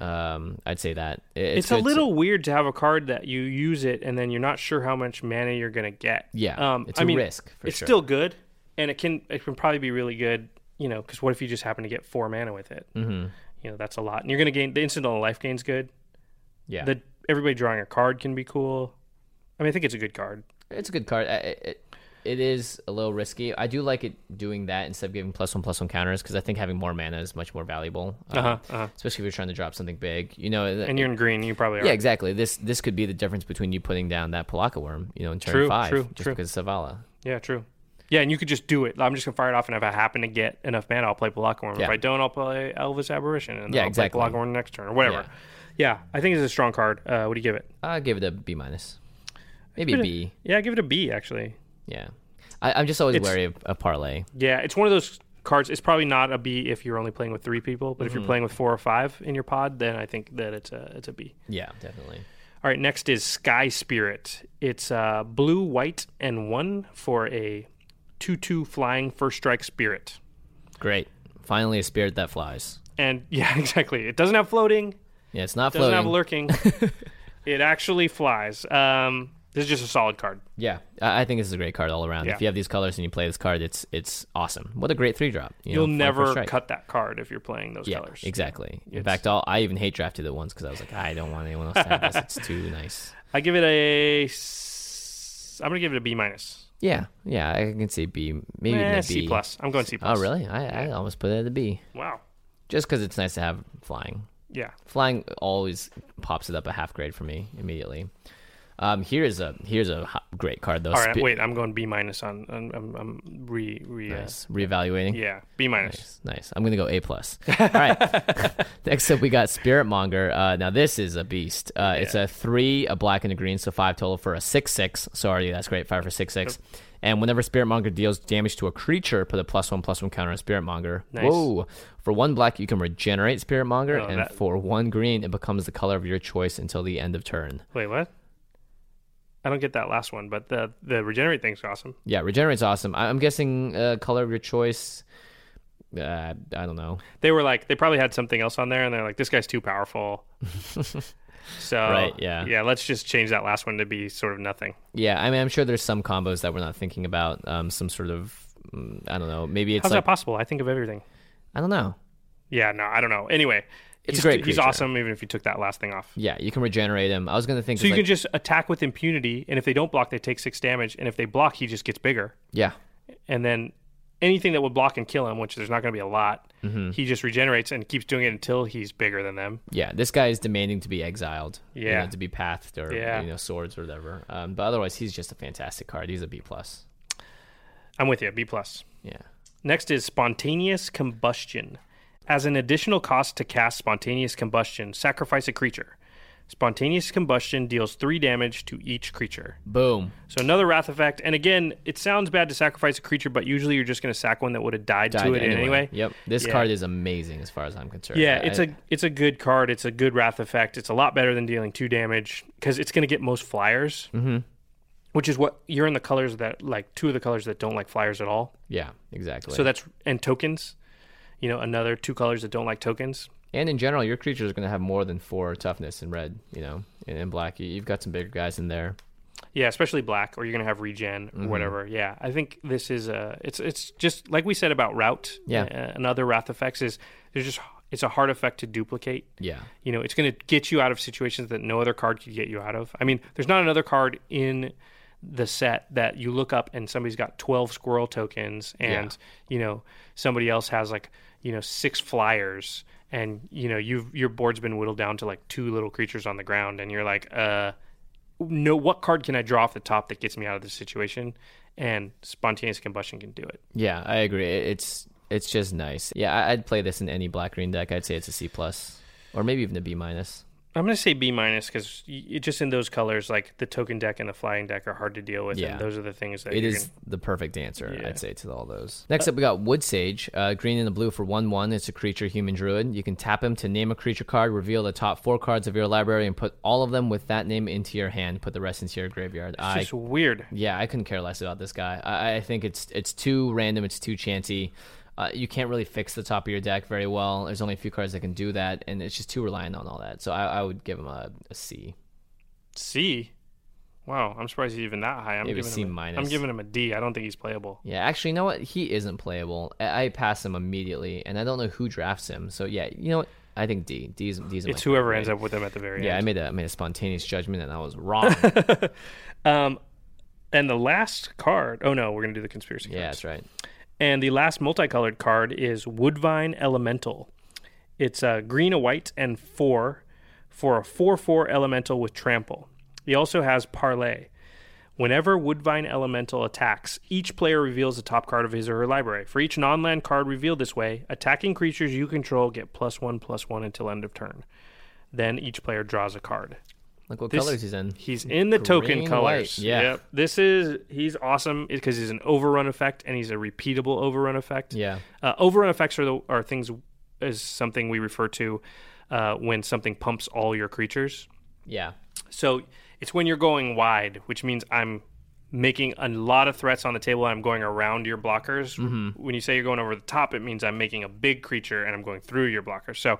Speaker 2: Um, I'd say that. It-
Speaker 3: It's, a
Speaker 2: good to-
Speaker 3: little weird to have a card that you use it and then you're not sure how much mana you're going to get.
Speaker 2: Yeah,
Speaker 3: um,
Speaker 2: it's
Speaker 3: I
Speaker 2: a
Speaker 3: mean,
Speaker 2: risk, for
Speaker 3: it's
Speaker 2: sure.
Speaker 3: still good, and it can it can probably be really good. You know, because what if you just happen to get four mana with it? Mm-hmm. You know, that's a lot, and you're going to gain the instant on the life gain's good.
Speaker 2: yeah.
Speaker 3: The everybody drawing a card can be cool. I mean, I think it's a good card.
Speaker 2: It's a good card. I- It, it, it is a little risky. I do like it doing that instead of giving plus one plus one counters because I think having more mana is much more valuable, um, especially if you're trying to drop something big. You know,
Speaker 3: Uh-huh. And you're in green, you probably are.
Speaker 2: yeah, exactly. This this could be the difference between you putting down that Palaka worm, you know, in turn
Speaker 3: True,
Speaker 2: five,
Speaker 3: true,
Speaker 2: just
Speaker 3: true.
Speaker 2: because of Savala.
Speaker 3: Yeah, true. Yeah, and you could just do it. I'm just gonna fire it off, and if I happen to get enough mana, I'll play Blackhorn. If
Speaker 2: Yeah.
Speaker 3: I don't, I'll play Elvis Aberration, and
Speaker 2: Yeah,
Speaker 3: I'll
Speaker 2: exactly.
Speaker 3: play Blackhorn next turn or whatever.
Speaker 2: Yeah.
Speaker 3: Yeah. I think it's a strong card. Uh, what do you give it?
Speaker 2: I give it a B minus, maybe a B.
Speaker 3: Yeah, I give it a B actually.
Speaker 2: Yeah, I, I'm just always
Speaker 3: It's-
Speaker 2: wary of, of parlay.
Speaker 3: Yeah, it's one of those cards. It's probably not a B if you're only playing with three people, but if
Speaker 2: Mm-hmm.
Speaker 3: you're playing with four or five in your pod, then I think that it's a it's a B.
Speaker 2: Yeah, definitely.
Speaker 3: All right, next is Sky Spirit. It's uh, blue, white, and one for a two-two flying first strike spirit.
Speaker 2: Great. Finally, a spirit that flies.
Speaker 3: And yeah, exactly. It doesn't have floating.
Speaker 2: Yeah, it's not
Speaker 3: Doesn't
Speaker 2: floating.
Speaker 3: have lurking. it actually flies. Um, this is just a solid card.
Speaker 2: yeah, I I think this is a great card all around.
Speaker 3: Yeah.
Speaker 2: If you have these colors and you play this card, it's it's awesome. What a great three drop. You
Speaker 3: You'll
Speaker 2: know, fly first
Speaker 3: never
Speaker 2: strike.
Speaker 3: cut that card if you're playing those
Speaker 2: Yeah,
Speaker 3: colors.
Speaker 2: exactly. In
Speaker 3: It's-
Speaker 2: fact, all, I even hate drafted it once because I was like, I don't want anyone else to have this. It's too nice.
Speaker 3: I give it a. s- I'm gonna give it a B minus.
Speaker 2: Yeah, yeah, I can see B, maybe even
Speaker 3: Eh,
Speaker 2: a
Speaker 3: C
Speaker 2: B.
Speaker 3: plus. I'm going C
Speaker 2: Oh,
Speaker 3: plus.
Speaker 2: really? I, I almost put it at a B,
Speaker 3: Wow.
Speaker 2: just because it's nice to have flying.
Speaker 3: Yeah.
Speaker 2: Flying always pops it up a half grade for me immediately. Um, here is a here's a ho- great card though.
Speaker 3: All right.
Speaker 2: Spe-
Speaker 3: wait, I'm going B minus on. on I'm, I'm re re. uh,
Speaker 2: Nice. Reevaluating.
Speaker 3: yeah. B minus.
Speaker 2: Nice, nice. I'm gonna go A plus. All right. Next up, we got Spirit Monger. Uh, now this is a beast. Uh, It's a three, a black and a green, so five total for a six six. Sorry, that's great. Five for six six. And whenever Spirit Monger deals damage to a creature, put a plus one plus one counter on Spirit Monger.
Speaker 3: Nice.
Speaker 2: Whoa! For one black, you can regenerate Spirit Monger,
Speaker 3: Oh,
Speaker 2: and
Speaker 3: that-
Speaker 2: for one green, it becomes the color of your choice until the end of turn.
Speaker 3: Wait, what? I don't get that last one, but the the regenerate thing's awesome.
Speaker 2: Yeah, regenerate's awesome. I- I'm guessing uh, color of your choice. Uh, I don't know.
Speaker 3: They were like, they probably had something else on there, and they're like, this guy's too powerful. so
Speaker 2: Right, yeah.
Speaker 3: yeah. Let's just change that last one to be sort of nothing.
Speaker 2: Yeah, I mean, I'm sure there's some combos that we're not thinking about. Um, some sort of, mm, I don't know, maybe it's
Speaker 3: How's
Speaker 2: like
Speaker 3: that possible? I think of everything.
Speaker 2: I don't know.
Speaker 3: Yeah. No, I don't know. Anyway,
Speaker 2: It's a
Speaker 3: he's,
Speaker 2: great
Speaker 3: He's
Speaker 2: creature.
Speaker 3: awesome, even if you took that last thing off.
Speaker 2: Yeah, you can regenerate him. I was gonna think,
Speaker 3: So you
Speaker 2: like,
Speaker 3: can just attack with impunity, and if they don't block, they take six damage, and if they block, he just gets bigger.
Speaker 2: yeah,
Speaker 3: And then anything that would block and kill him, which there's not going to be a lot,
Speaker 2: Mm-hmm.
Speaker 3: he just regenerates and keeps doing it until he's bigger than them.
Speaker 2: yeah. This guy is demanding to be exiled. you
Speaker 3: Yeah.
Speaker 2: know, to be pathed or
Speaker 3: Yeah.
Speaker 2: you know swords or whatever. Um, but otherwise, he's just a fantastic card. He's a B plus.
Speaker 3: I'm with you. B plus.
Speaker 2: Yeah.
Speaker 3: Next is spontaneous combustion. As an additional cost to cast spontaneous combustion, sacrifice a creature. Spontaneous combustion deals three damage to each creature.
Speaker 2: Boom.
Speaker 3: So another wrath effect, and again, it sounds bad to sacrifice a creature, but usually you're just going to sack one that would have died,
Speaker 2: Died
Speaker 3: to it anyway.
Speaker 2: Yep. This
Speaker 3: Yeah.
Speaker 2: card is amazing as far as I'm concerned.
Speaker 3: Yeah,
Speaker 2: I-
Speaker 3: it's a it's a good card. It's a good wrath effect. It's a lot better than dealing two damage because it's going to get most flyers, mm-hmm. which is what you're in the colors that like two of the colors that don't like flyers at all.
Speaker 2: yeah, exactly.
Speaker 3: So that's and tokens, you know, another two colors that don't like tokens.
Speaker 2: and in general, your creatures are gonna have more than four toughness in red. You know, and in black, you, you've got some bigger guys in there.
Speaker 3: Yeah, especially black, or you're going to have regen or
Speaker 2: Mm-hmm.
Speaker 3: whatever. Yeah, I think this is a it's it's just like we said about route.
Speaker 2: Yeah.
Speaker 3: uh, and other wrath effects is there's just it's a hard effect to duplicate.
Speaker 2: Yeah.
Speaker 3: you know it's going to get you out of situations that no other card could get you out of i mean there's not another card in the set that you look up and somebody's got 12 squirrel tokens and you know somebody else has like you know six flyers and you know you've your board's been whittled down to like two little creatures on the ground and you're like uh no what card can i draw off the top that gets me out of this situation and spontaneous combustion can do it
Speaker 2: Yeah, I agree. It- It's it's just nice. Yeah, I- I'd play this in any black green deck. I'd say it's a C plus, or maybe even a B minus.
Speaker 3: I'm gonna say B minus because just in those colors, like the token deck and the flying deck are hard to deal with.
Speaker 2: Yeah.
Speaker 3: and those are the things that
Speaker 2: It
Speaker 3: you're
Speaker 2: is
Speaker 3: gonna-
Speaker 2: the perfect answer,
Speaker 3: Yeah.
Speaker 2: I'd say, to all those. Next up, we got Wood Sage, uh, green and a blue for 1 1. It's a creature, human druid. You can tap him to name a creature card, reveal the top four cards of your library, and put all of them with that name into your hand. Put the rest into your graveyard. I
Speaker 3: just weird.
Speaker 2: Yeah, I couldn't care less about this guy. I, I think it's it's too random. It's too chancy. Uh, you can't really fix the top of your deck very well. There's only a few cards that can do that, and it's just too reliant on all that. So I, I would give him a, a C.
Speaker 3: C. Wow, I'm surprised he's even that high. I'm
Speaker 2: Maybe
Speaker 3: giving
Speaker 2: C
Speaker 3: him a-
Speaker 2: minus.
Speaker 3: I'm giving him a D. I don't think he's playable.
Speaker 2: Yeah, actually, you know what? He isn't playable. I, I pass him immediately, and I don't know who drafts him. So yeah, you know what? I think D. D's, D's
Speaker 3: It's whoever ends up with him at the very
Speaker 2: Yeah, I
Speaker 3: end.
Speaker 2: made a I made a spontaneous judgment, and I was wrong.
Speaker 3: um, and the last card. Oh no, we're gonna do the conspiracy.
Speaker 2: yeah,
Speaker 3: cards.
Speaker 2: that's right.
Speaker 3: And the last multicolored card is Woodvine Elemental. It's uh, green, a white, and four for a 4 4 elemental with trample. He also has parlay. Whenever Woodvine Elemental attacks, each player reveals the top card of his or her library. For each non land card revealed this way, attacking creatures you control get plus one plus one until end of turn. Then each player draws a card.
Speaker 2: Look what
Speaker 3: This-
Speaker 2: colors he's in.
Speaker 3: He's in the token
Speaker 2: Green,
Speaker 3: colors.
Speaker 2: white, yeah.
Speaker 3: This is he's awesome because he's an overrun effect and he's a repeatable overrun effect.
Speaker 2: Yeah.
Speaker 3: Uh, overrun effects are the, are things is something we refer to uh, when something pumps all your creatures.
Speaker 2: Yeah,
Speaker 3: So it's when you're going wide, which means I'm making a lot of threats on the table and I'm going around your blockers. When you say you're going over the top, it means I'm making a big creature and I'm going through your blockers. So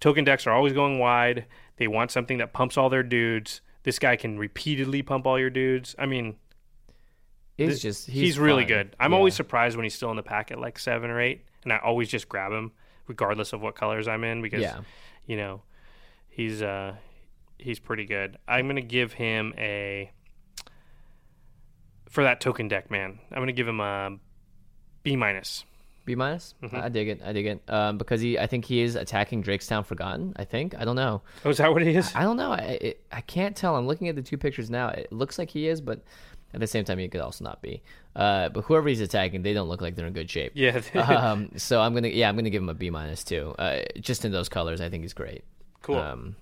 Speaker 3: token decks are always going wide. They want something that pumps all their dudes. This guy can repeatedly pump all your dudes. I mean,
Speaker 2: He's
Speaker 3: th-
Speaker 2: just
Speaker 3: he's, really
Speaker 2: fun.
Speaker 3: good. I'm
Speaker 2: Yeah.
Speaker 3: always surprised when he's still in the pack at like seven or eight, and I always just grab him regardless of what colors I'm in because
Speaker 2: Yeah.
Speaker 3: you know he's uh he's pretty good. I'm gonna give him a for that token deck, man. I'm gonna give him a B minus.
Speaker 2: B minus.
Speaker 3: Mm-hmm.
Speaker 2: I dig it. I dig it. Um, because he, I think he is attacking Drakestown Forgotten. I think. I don't know.
Speaker 3: Oh, is that what he is?
Speaker 2: I don't know. I it, I can't tell. I'm looking at the two pictures now. It looks like he is, but at the same time, he could also not be. Uh, but whoever he's attacking, they don't look like they're in good shape.
Speaker 3: yeah,
Speaker 2: um, so I'm gonna, yeah, I'm gonna give him a B minus too. Uh, just in those colors, I think he's great.
Speaker 3: cool.
Speaker 2: Um,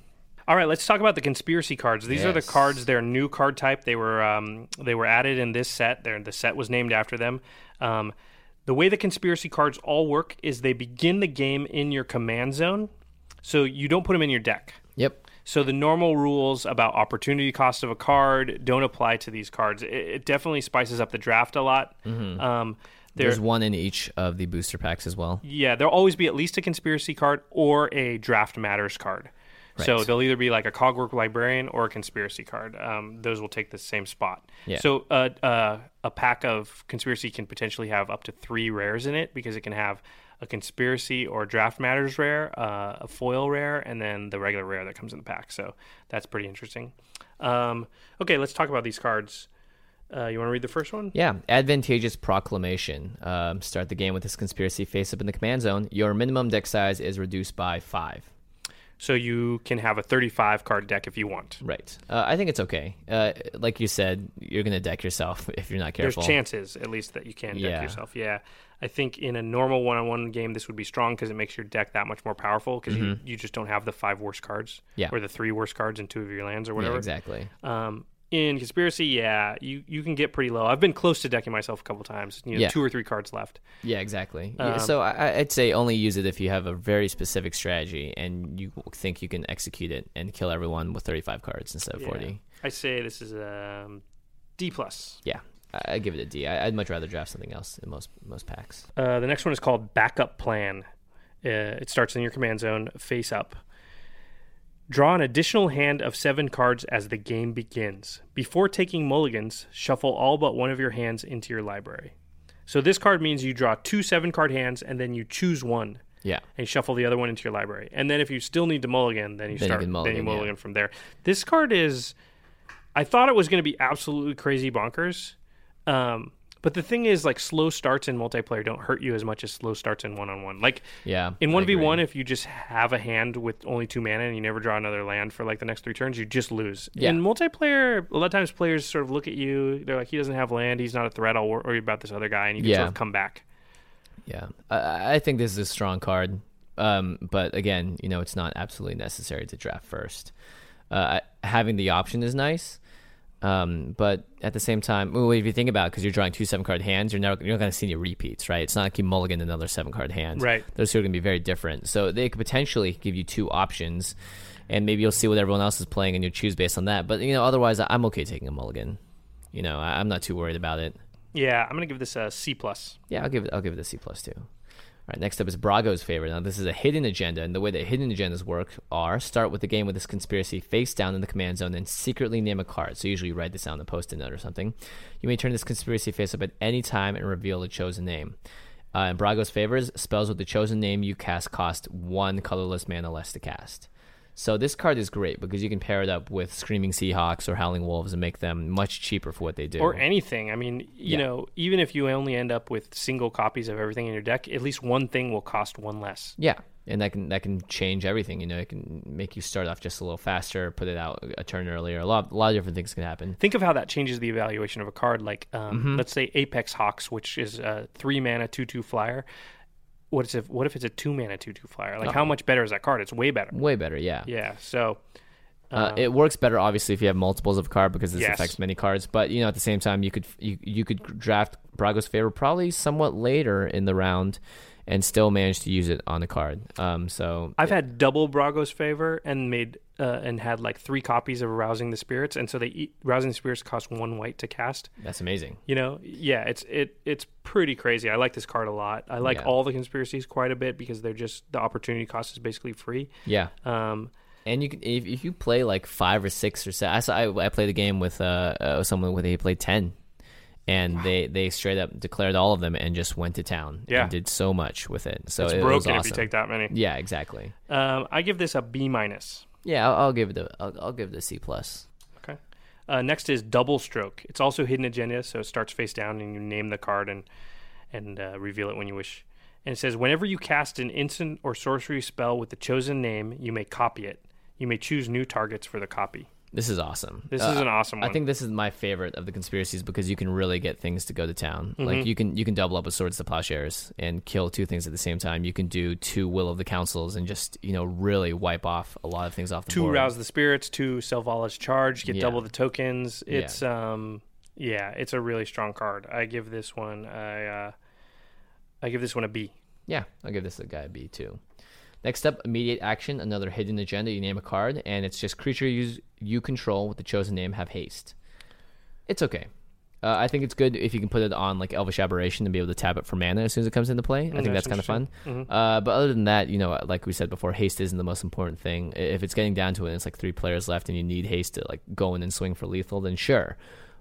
Speaker 3: All right, let's talk about the conspiracy cards. These are the
Speaker 2: Yes.
Speaker 3: cards. They're new card type. They were um, they were added in this set. They're, the set was named after them. Um, the way the conspiracy cards all work is they begin the game in your command zone, so you don't put them in your deck.
Speaker 2: yep.
Speaker 3: So the normal rules about opportunity cost of a card don't apply to these cards. It, it definitely spices up the draft a lot. Um, there-
Speaker 2: Mm-hmm. There's one in each of the booster packs as well.
Speaker 3: yeah, there'll always be at least a conspiracy card or a draft matters card. So
Speaker 2: Right.
Speaker 3: they'll either be like a cogwork librarian or a conspiracy card. Um, those will take the same spot.
Speaker 2: Yeah.
Speaker 3: So uh, uh, a pack of conspiracy can potentially have up to three rares in it because it can have a conspiracy or draft matters rare, uh, a foil rare, and then the regular rare that comes in the pack. So that's pretty interesting. Um, okay, let's talk about these cards. Uh, you want to read the first one?
Speaker 2: Yeah, advantageous proclamation. Um, start the game with this conspiracy face up in the command zone. Your minimum deck size is reduced by five.
Speaker 3: So you can have a 35 card deck if you want.
Speaker 2: Right. Uh, I think it's okay. Uh, like you said, you're gonna deck yourself if you're not
Speaker 3: there's
Speaker 2: careful.
Speaker 3: chances at least that you can deck
Speaker 2: Yeah.
Speaker 3: yourself. Yeah, I think in a normal one-on-one game, this would be strong because it makes your deck that much more powerful because you, you just don't have the five worst cards,
Speaker 2: Mm-hmm. Yeah.
Speaker 3: or the three worst cards in two of your lands or
Speaker 2: Yeah,
Speaker 3: whatever.
Speaker 2: exactly.
Speaker 3: Um, in conspiracy, yeah, you you can get pretty low. I've been close to decking myself a couple times. You know,
Speaker 2: Yeah.
Speaker 3: two or three cards left.
Speaker 2: Yeah, exactly.
Speaker 3: Um,
Speaker 2: Yeah, so I, I- I'd say only use it if you have a very specific strategy and you think you can execute it and kill everyone with 35 cards instead of
Speaker 3: Yeah.
Speaker 2: 40.
Speaker 3: I say this is um, D plus.
Speaker 2: Yeah, I, I'd give it a D. I, I'd much rather draft something else in most most packs.
Speaker 3: Uh, the next one is called Backup Plan. Uh, it starts in your command zone, face up. Draw an additional hand of seven cards as the game begins. Before taking mulligans, shuffle all but one of your hands into your library. So this card means you draw two seven card hands and then you choose one
Speaker 2: Yeah.
Speaker 3: and shuffle the other one into your library. And then if you still need to mulligan, then you
Speaker 2: Then you
Speaker 3: start
Speaker 2: can
Speaker 3: then you
Speaker 2: mulligan, yeah.
Speaker 3: mulligan from there. This card is I thought it was going to be absolutely crazy bonkers. Um but the thing is like slow starts in multiplayer don't hurt you as much as slow starts in one-on-one. Like
Speaker 2: Yeah.
Speaker 3: in
Speaker 2: I
Speaker 3: 1v1
Speaker 2: agree.
Speaker 3: if you just have a hand with only two mana and you never draw another land for like the next 3 turns, you just lose.
Speaker 2: Yeah.
Speaker 3: In multiplayer, a lot of times players sort of look at you, they're like he doesn't have land, he's not a threat, I'll wor- worry about this other guy and you can
Speaker 2: Yeah.
Speaker 3: sort of come back.
Speaker 2: Yeah. I- I, I think this is a strong card. Um, but again, you know, it's not absolutely necessary to draft first. Uh, I- having the option is nice. Um, but at the same time, well, if you think about it, because you're drawing two seven card hands, you're never you're not going to see any repeats, right? It's not like you mulligan another seven card hand.
Speaker 3: Right.
Speaker 2: Those two are going to be very different. So they could potentially give you two options, and maybe you'll see what everyone else is playing and you choose based on that. But, you know, otherwise, I- I'm okay taking a mulligan. You know, I- I'm not too worried about it.
Speaker 3: Yeah, I'm going to give this a C plus.
Speaker 2: Yeah, I'll give it. I'll give it a C plus two. All right, next up is Brago's favorite. Now, this is a hidden agenda, and the way that hidden agendas work are start with the game with this conspiracy face down in the command zone, then secretly name a card. So usually you write this down on a post-it note or something. You may turn this conspiracy face up at any time and reveal the chosen name. Uh, and Brago's favors spells with the chosen name you cast cost one colorless mana less to cast. So this card is great because you can pair it up with Screaming Seahawks or Howling Wolves and make them much cheaper for what they do.
Speaker 3: or anything. I mean,
Speaker 2: Yeah.
Speaker 3: you know, even if you only end up with single copies of everything in your deck, at least one thing will cost one less.
Speaker 2: Yeah, and that can that can change everything. You know, it can make you start off just a little faster, put it out a turn earlier. A lot, a lot of different things can happen.
Speaker 3: Think of how that changes the evaluation of a card. Like, um, let's say Apex Hawks, which is a three mana two two flyer. What is if what if it's a two mana two two flyer? Like, how much better is that card? It's way better.
Speaker 2: Way better, yeah.
Speaker 3: Yeah. So
Speaker 2: Uh, it works better, obviously, if you have multiples of a card because this
Speaker 3: Yes.
Speaker 2: affects many cards. But you know, at the same time, you could you you could draft Brago's favor probably somewhat later in the round, and still managed to use it on the card. Um, so
Speaker 3: I've had double Brago's favor and made uh, and had like three copies of Rousing the Spirits, and so they eat, Rousing the Spirits cost one white to cast.
Speaker 2: that's amazing.
Speaker 3: You know, yeah, it's it it's pretty crazy. I like this card a lot. I like
Speaker 2: Yeah.
Speaker 3: all the conspiracies quite a bit because they're just the opportunity cost is basically free.
Speaker 2: Yeah.
Speaker 3: Um,
Speaker 2: And you can if, if you play like five or six or seven. I saw I, I played a game with uh, uh someone with he played ten, and they they straight up declared all of them and just went to town.
Speaker 3: Yeah.
Speaker 2: and did so much with it. So
Speaker 3: it's
Speaker 2: Oh, it was
Speaker 3: broken
Speaker 2: awesome.
Speaker 3: if you take that many.
Speaker 2: Yeah, exactly.
Speaker 3: Um, I give this a B minus.
Speaker 2: Yeah, I'll, I'll give it a I'll, I'll give it a C plus.
Speaker 3: Okay. Uh, next is Double Stroke. It's also hidden agenda, so it starts face down, and you name the card and and uh, reveal it when you wish. And it says, whenever you cast an instant or sorcery spell with the chosen name, you may copy it. You may choose new targets for the copy.
Speaker 2: This is awesome.
Speaker 3: This is an awesome one.
Speaker 2: Uh, I think this is my favorite of the conspiracies because you can really get things to go to town.
Speaker 3: Mm-hmm.
Speaker 2: Like you can you can double up with swords to plowshares and kill two things at the same time. You can do two will of the councils and just you know really wipe off a lot of things off the
Speaker 3: two
Speaker 2: board.
Speaker 3: rouse the spirits, two Selvala's charge, get
Speaker 2: Yeah.
Speaker 3: double the tokens. It's um yeah, it's a really strong card. I give this one I uh I give this one a B.
Speaker 2: Yeah, I'll give this a guy a B too. Next up, immediate action, another hidden agenda. You name a card, and it's just creature you, you control with the chosen name have haste. It's okay. Uh, I think it's good if you can put it on like Elvish Aberration and be able to tap it for mana as soon as it comes into play. I think that's,
Speaker 3: that's
Speaker 2: kind of fun. Uh, but other than that, you know, like we said before, haste isn't the most important thing. I- If it's getting down to it, and it's like three players left, and you need haste to like go in and swing for lethal, then sure.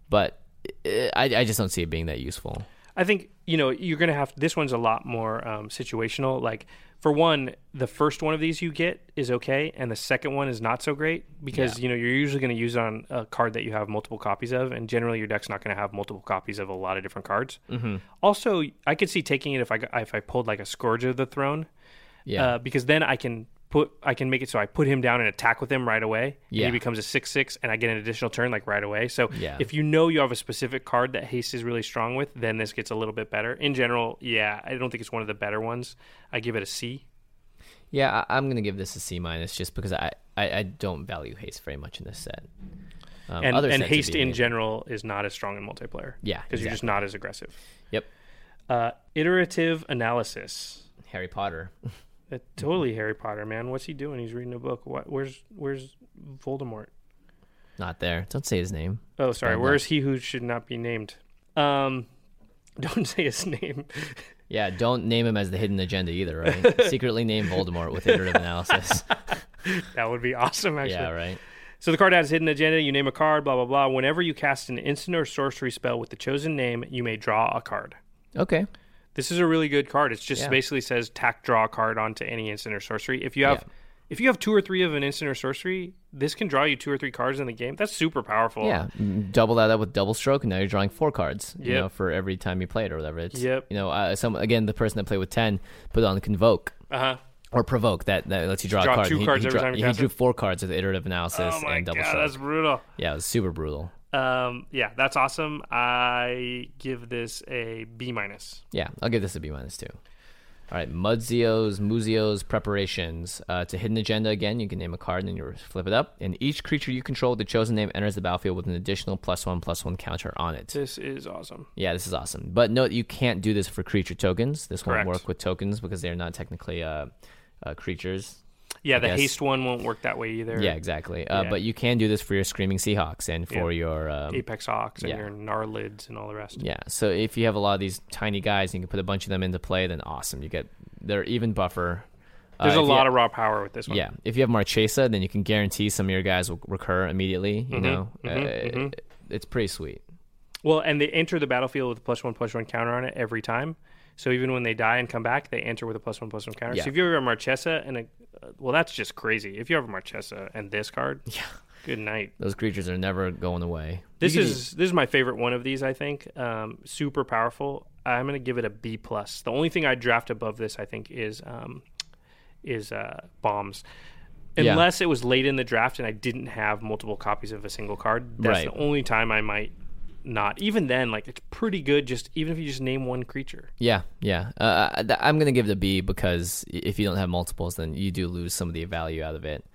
Speaker 2: But uh, I, I just don't see it being that useful.
Speaker 3: I think you know you're gonna have this one's a lot more um, situational. Like for one, the first one of these you get is okay, and the second one is not so great because you know you're usually gonna use it on a card that you have multiple copies of, and generally your deck's not gonna have multiple copies of a lot of different cards. Mm-hmm. Also, I could see taking it if I got- if I pulled like a Scourge of the Throne,
Speaker 2: Yeah.
Speaker 3: uh, because then I can put I can make it so I put him down and attack with him right away. and
Speaker 2: Yeah.
Speaker 3: he becomes a six six, and I get an additional turn like right away. So
Speaker 2: Yeah.
Speaker 3: if you know you have a specific card that haste is really strong with, then this gets a little bit better. In general, yeah, I don't think it's one of the better ones. I give it a C.
Speaker 2: Yeah, I, I'm gonna give this a C minus just because I, I, I don't value haste very much in this set. Um,
Speaker 3: and
Speaker 2: other
Speaker 3: and
Speaker 2: sets would
Speaker 3: haste
Speaker 2: be
Speaker 3: in
Speaker 2: amazing.
Speaker 3: general is not as strong in multiplayer.
Speaker 2: Yeah,
Speaker 3: because you're just not as aggressive.
Speaker 2: Yep,
Speaker 3: Uh, iterative analysis.
Speaker 2: Harry Potter.
Speaker 3: Uh, totally Harry Potter, man. What's he doing? He's reading a book. What? Where's Where's Voldemort?
Speaker 2: Not there. Don't say his name.
Speaker 3: Oh, sorry.
Speaker 2: bad
Speaker 3: Where
Speaker 2: luck.
Speaker 3: is he who should not be named? Um, don't say his name.
Speaker 2: Yeah, don't name him as the hidden agenda either. Right? Secretly name Voldemort with iterative analysis.
Speaker 3: that would be awesome, actually.
Speaker 2: Yeah, right.
Speaker 3: So the card has hidden agenda. You name a card, blah blah blah. Whenever you cast an instant or sorcery spell with the chosen name, you may draw a card.
Speaker 2: Okay.
Speaker 3: This is a really good card. It just
Speaker 2: Yeah.
Speaker 3: basically says tack draw a card onto any instant or sorcery. If you have
Speaker 2: Yeah.
Speaker 3: if you have two or three of an instant or sorcery, this can draw you two or three cards in the game. That's super powerful.
Speaker 2: Yeah, m- double that up with double stroke, and now you're drawing four cards. You
Speaker 3: Yep.
Speaker 2: know, for every time you play it or whatever. It's,
Speaker 3: Yep.
Speaker 2: You know, uh, some again the person that played with ten put on convoke.
Speaker 3: Uh huh.
Speaker 2: Or provoke that, that lets you draw,
Speaker 3: Draw
Speaker 2: a card.
Speaker 3: two
Speaker 2: He- he
Speaker 3: cards every
Speaker 2: draw-
Speaker 3: time you
Speaker 2: he
Speaker 3: cast it.
Speaker 2: drew four cards with iterative analysis
Speaker 3: Oh my
Speaker 2: and
Speaker 3: god,
Speaker 2: double stroke.
Speaker 3: that's brutal.
Speaker 2: Yeah, it was super brutal.
Speaker 3: Um, yeah, that's awesome. I give this a B minus.
Speaker 2: Yeah, I'll give this a B minus too. All right, Mudzio's Muzio's preparations. Uh, it's a hidden agenda again. You can name a card and then you flip it up. And each creature you control with the chosen name enters the battlefield with an additional plus one plus one counter on it.
Speaker 3: This is awesome.
Speaker 2: Yeah, this is awesome. But note you can't do this for creature tokens. This
Speaker 3: Correct.
Speaker 2: won't work with tokens because they are not technically uh, uh, creatures.
Speaker 3: Yeah, the
Speaker 2: guess.
Speaker 3: haste one won't work that way either.
Speaker 2: Yeah, exactly. Uh,
Speaker 3: Yeah.
Speaker 2: But you can do this for your Screaming Seahawks and for your um,
Speaker 3: Apex Hawks and
Speaker 2: Yeah.
Speaker 3: your Gnarlids and all the rest.
Speaker 2: Yeah. So if you have a lot of these tiny guys and you can put a bunch of them into play, then awesome. You get they're even buffer. Uh,
Speaker 3: There's
Speaker 2: if
Speaker 3: a
Speaker 2: you-
Speaker 3: lot of raw power with this one.
Speaker 2: yeah. If you have Marchesa, then you can guarantee some of your guys will recur immediately. You
Speaker 3: Mm-hmm,
Speaker 2: know, Uh, it- it's pretty sweet.
Speaker 3: Well, and they enter the battlefield with a plus one plus one counter on it every time. So even when they die and come back, they enter with a plus one plus one counter.
Speaker 2: Yeah.
Speaker 3: So if you have a Marchesa and a, uh, well, that's just crazy. If you have a Marchesa and this card, yeah, good night.
Speaker 2: Those creatures are never going away.
Speaker 3: This
Speaker 2: You can
Speaker 3: is this is my favorite one of these. I think um, super powerful. I'm gonna give it a B plus. The only thing I draft above this, I think, is um, is uh, bombs.
Speaker 2: Yeah.
Speaker 3: Unless it was late in the draft and I didn't have multiple copies of a single card,
Speaker 2: Right.
Speaker 3: that's the only time I might not. Even then, like it's pretty good. Just even if you just name one creature,
Speaker 2: Yeah, yeah. Uh, I- th- I'm gonna give it a B because i- if you don't have multiples, then you do lose some of the value out of it.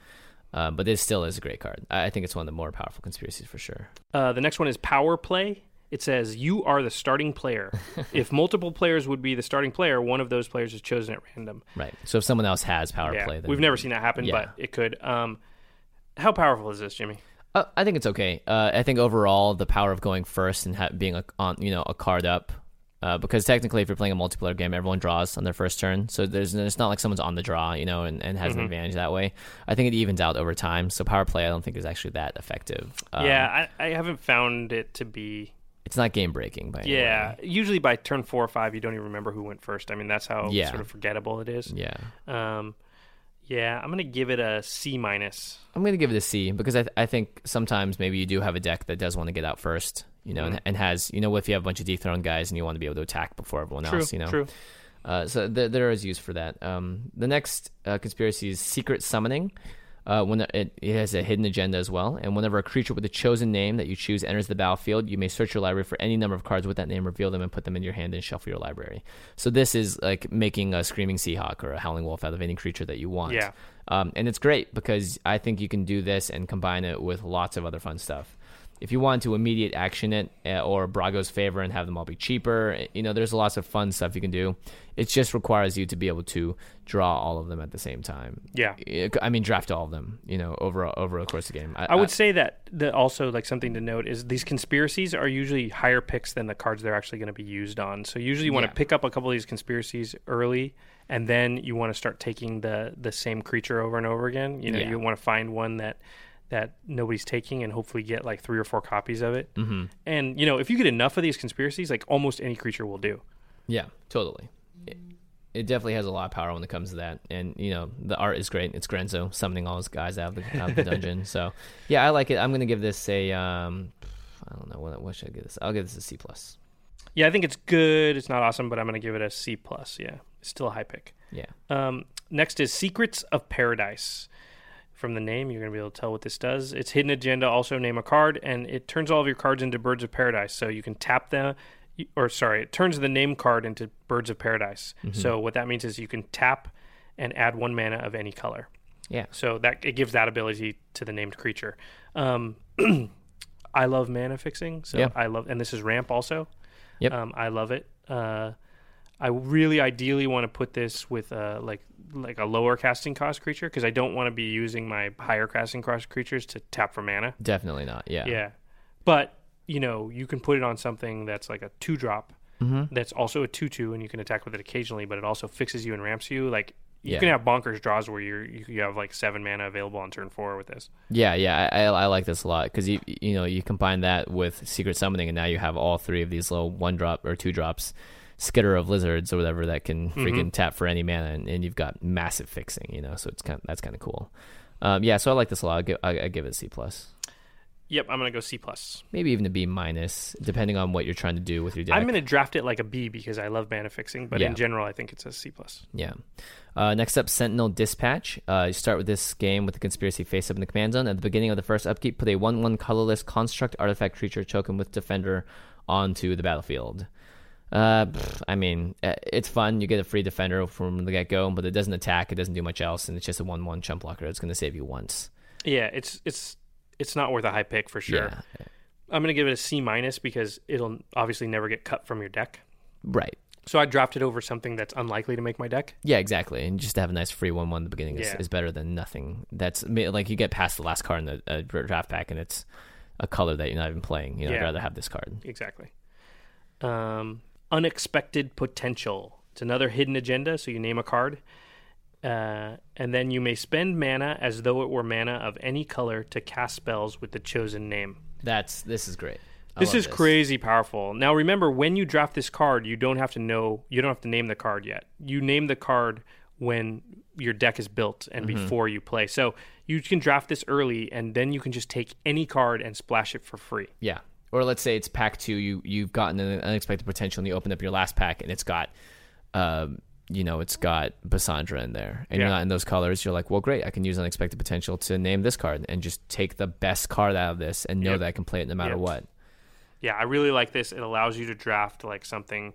Speaker 2: Uh, but this still is a great card. I I think it's one of the more powerful conspiracies for sure.
Speaker 3: Uh, the next one is power play. It says you are the starting player. if multiple players would be the starting player, one of those players is chosen at random.
Speaker 2: Right. So if someone else has power play, then
Speaker 3: We've never seen that happen, but it could. Um, how powerful is this, Jimmy?
Speaker 2: Uh, I think it's okay. Uh, I think overall the power of going first and ha- being a, on you know a card up, uh, because technically if you're playing a multiplayer game, everyone draws on their first turn, so there's it's not like someone's on the draw, you know, and, and has
Speaker 3: Mm-hmm.
Speaker 2: an advantage that way. I think it evens out over time. So power play, I don't think is actually that effective. Um,
Speaker 3: yeah, I, I haven't found it to be.
Speaker 2: it's not game breaking, by any
Speaker 3: Yeah, usually by turn four or five, you don't even remember who went first. I mean, that's how
Speaker 2: Yeah.
Speaker 3: sort of forgettable it is.
Speaker 2: way. yeah.
Speaker 3: Um, yeah, I'm gonna give it a C minus.
Speaker 2: I'm gonna give it a C because I, th- I think sometimes maybe you do have a deck that does want to get out first, you know,
Speaker 3: Mm-hmm.
Speaker 2: and, and has you know if you have a bunch of dethroned guys and you want to be able to attack before everyone
Speaker 3: True,
Speaker 2: else, you know.
Speaker 3: true.
Speaker 2: Uh, so th- there is use for that. Um, the next uh, conspiracy is secret summoning. Uh, when it, it has a hidden agenda as well, and whenever a creature with a chosen name that you choose enters the battlefield, you may search your library for any number of cards with that name, reveal them, and put them in your hand and shuffle your library. So this is like making a screaming seahawk or a howling wolf out of any creature that you want.
Speaker 3: Yeah.
Speaker 2: Um, and it's great because I think you can do this and combine it with lots of other fun stuff. If you want to immediate action it uh, or Brago's favor and have them all be cheaper, eh, you know, there's lots of fun stuff you can do. It just requires you to be able to draw all of them at the same time.
Speaker 3: Yeah.
Speaker 2: I- I mean, draft all of them, you know, over over a course of the game.
Speaker 3: I would say that that also like something to note is these conspiracies are usually higher picks than the cards they're actually going to be used on. So usually you want
Speaker 2: Yeah.
Speaker 3: to pick up a couple of these conspiracies early, and then you want to start taking the the same creature over and over again. You know,
Speaker 2: Yeah.
Speaker 3: you want to find one that that nobody's taking and hopefully get like three or four copies of it. Mm-hmm. And you know, if you get enough of these conspiracies, like almost any creature will do.
Speaker 2: Yeah, totally. It, it definitely has a lot of power when it comes to that, and you know the art is great. It's Grenzo summoning all his guys out of the, out of the dungeon. So yeah, I like it. I'm gonna give this a um, I don't know what, what should I give this. I'll give this a C plus.
Speaker 3: Yeah, I think it's good. It's not awesome, but I'm going to give it a C plus. Yeah, it's still a high pick.
Speaker 2: Yeah,
Speaker 3: Um, next is Secrets of Paradise. From the name, you're going to be able to tell what this does. It's hidden agenda. Also, name a card, and it turns all of your cards into birds of paradise. So you can tap them, or sorry, it turns the name card into birds of paradise. So what that means is you can tap and add one mana of any color.
Speaker 2: yeah,
Speaker 3: So that it gives that ability to the named creature. Um, I love mana fixing, so
Speaker 2: Yeah.
Speaker 3: I love, and this is ramp also.
Speaker 2: Yep.
Speaker 3: Um, I love it. Uh, I really ideally want to put this with uh, like like a lower casting cost creature because I don't want to be using my higher casting cost creatures to tap for mana.
Speaker 2: definitely not. Yeah,
Speaker 3: Yeah, but you know you can put it on something that's like a two drop.
Speaker 2: Mm-hmm.
Speaker 3: That's also a two two, and you can attack with it occasionally. But it also fixes you and ramps you. Like you
Speaker 2: Yeah.
Speaker 3: can have bonkers draws where you're you, you have like seven mana available on turn four with this.
Speaker 2: yeah, yeah. I, I, I like this a lot because you you know you combine that with secret summoning, and now you have all three of these little one drop or two drops. Skitter of lizards or whatever that can freaking tap for any mana, and, and you've got massive fixing, you know. So it's kind that's kind of cool. Um, yeah, so I like this a lot. I give, I, I give it a C plus.
Speaker 3: Yep, I'm gonna go C plus.
Speaker 2: maybe even a B minus, depending on what you're trying to do with your deck.
Speaker 3: I'm gonna draft it like a B because I love mana fixing, but
Speaker 2: Yeah.
Speaker 3: in general, I think it's a C plus.
Speaker 2: yeah. Uh, next up, Sentinel Dispatch. Uh, you start with this game with the conspiracy face up in the command zone. At the beginning of the first upkeep, put a one-one colorless construct artifact creature token with defender onto the battlefield. Uh, pff, I mean, uh, it's fun. You get a free defender from the get go, but it doesn't attack. It doesn't do much else, and it's just a one-one chump blocker. It's going to save you once.
Speaker 3: Yeah, it's it's it's not worth a high pick for sure.
Speaker 2: Yeah.
Speaker 3: I'm gonna give it a C minus because it'll obviously never get cut from your deck.
Speaker 2: Right.
Speaker 3: So I drafted over something that's unlikely to make my deck.
Speaker 2: Yeah, exactly. And just to have a nice free one one at the beginning is,
Speaker 3: Yeah.
Speaker 2: is better than nothing. That's I mean, like you get past the last card in the uh, draft pack, and it's a color that you're not even playing. You know, I'd
Speaker 3: Yeah.
Speaker 2: rather have this card.
Speaker 3: Exactly. Um, unexpected potential. It's another hidden agenda. So you name a card, uh, and then you may spend mana as though it were mana of any color to cast spells with the chosen name.
Speaker 2: That's this is great. I
Speaker 3: This
Speaker 2: love
Speaker 3: is crazy powerful. Now remember, when you draft this card, you don't have to know, you don't have to name the card yet. You name the card when your deck is built and
Speaker 2: Mm-hmm.
Speaker 3: before you play. So you can draft this early, and then you can just take any card and splash it for free.
Speaker 2: Yeah. Or let's say it's pack two. You you've gotten an unexpected potential, and you open up your last pack, and it's got, um, you know, it's got Basandra in there, and you're
Speaker 3: Yeah.
Speaker 2: not in those colors. You're like, well, great, I can use unexpected potential to name this card, and just take the best card out of this, and know
Speaker 3: Yep.
Speaker 2: that I can play it no matter
Speaker 3: Yep.
Speaker 2: what.
Speaker 3: Yeah, I really like this. It allows you to draft like something,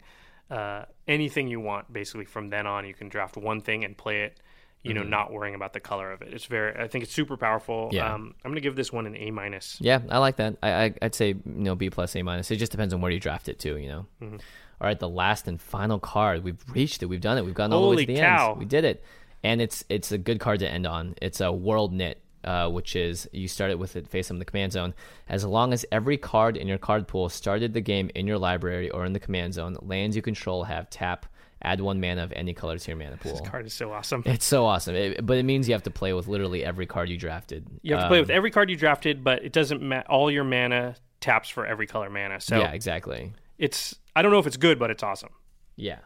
Speaker 3: uh, anything you want. Basically, from then on, you can draft one thing and play it. you
Speaker 2: Mm-hmm.
Speaker 3: know, not worrying about the color of it. It's very, I think it's super powerful.
Speaker 2: Yeah.
Speaker 3: Um, I'm going to give this one an A minus.
Speaker 2: Yeah, I like that. I, I I'd say you know B plus A minus. It just depends on where you draft it to. You know.
Speaker 3: Mm-hmm.
Speaker 2: All right, the last and final card. We've reached it. We've done it. We've gotten all the way
Speaker 3: Holy
Speaker 2: to the
Speaker 3: cow.
Speaker 2: end. We did it, and it's it's a good card to end on. It's a world knit. Uh, which is you started with it face up in the command zone. As long as every card in your card pool started the game in your library or in the command zone, lands you control have tap, add one mana of any color to your mana pool.
Speaker 3: This card is so awesome.
Speaker 2: It's so awesome, it, but it means you have to play with literally every card you drafted.
Speaker 3: You have to play
Speaker 2: Um,
Speaker 3: with every card you drafted, but it doesn't matter. All your mana taps for every color mana. So
Speaker 2: yeah, exactly.
Speaker 3: it's, I don't know if it's good, but it's awesome.
Speaker 2: Yeah,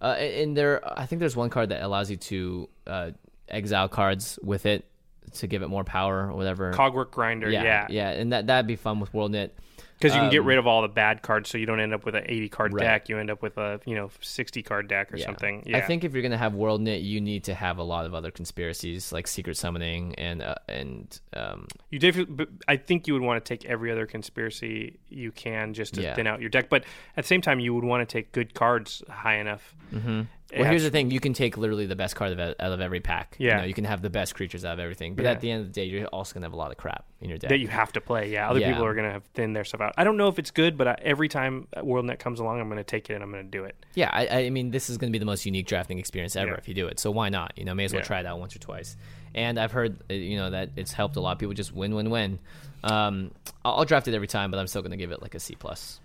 Speaker 2: uh, a- and there, I think there's one card that allows you to uh, exile cards with it to give it more power or whatever.
Speaker 3: Cogwork Grinder.
Speaker 2: yeah,
Speaker 3: Yeah.
Speaker 2: yeah, and that that'd be fun with WorldNet.
Speaker 3: Because you can get rid of all the bad cards, so you don't end up with an 80 card
Speaker 2: Right.
Speaker 3: deck. You end up with a you know 60 card deck or
Speaker 2: Yeah.
Speaker 3: something. Yeah.
Speaker 2: I think if you're gonna have WorldNet, you need to have a lot of other conspiracies like secret summoning and uh, and um,
Speaker 3: you def- but I think you would want to take every other conspiracy you can just to
Speaker 2: Yeah.
Speaker 3: thin out your deck. But at the same time, you would want to take good cards high enough. Mm-hmm.
Speaker 2: Well, here's the thing: you can take literally the best card of, out of every pack.
Speaker 3: Yeah.
Speaker 2: you, know, you can have the best creatures out of everything, but at the end of the day, you're also gonna have a lot of crap in your deck.
Speaker 3: that you have to play. Yeah, other
Speaker 2: Yeah.
Speaker 3: people are going to have thinned their stuff out. I don't know if it's good, but I, every time WorldNet comes along, I'm going to take it and I'm going to do it.
Speaker 2: Yeah, I, I mean, this is going to be the most unique drafting experience ever
Speaker 3: Yeah.
Speaker 2: if you do it. So why not? You know, may as well
Speaker 3: Yeah.
Speaker 2: try it out once or twice. And I've heard, uh, you know, that it's helped a lot. People just win, win, win. Um, I'll, I'll draft it every time, but I'm still going to give it like a C plus.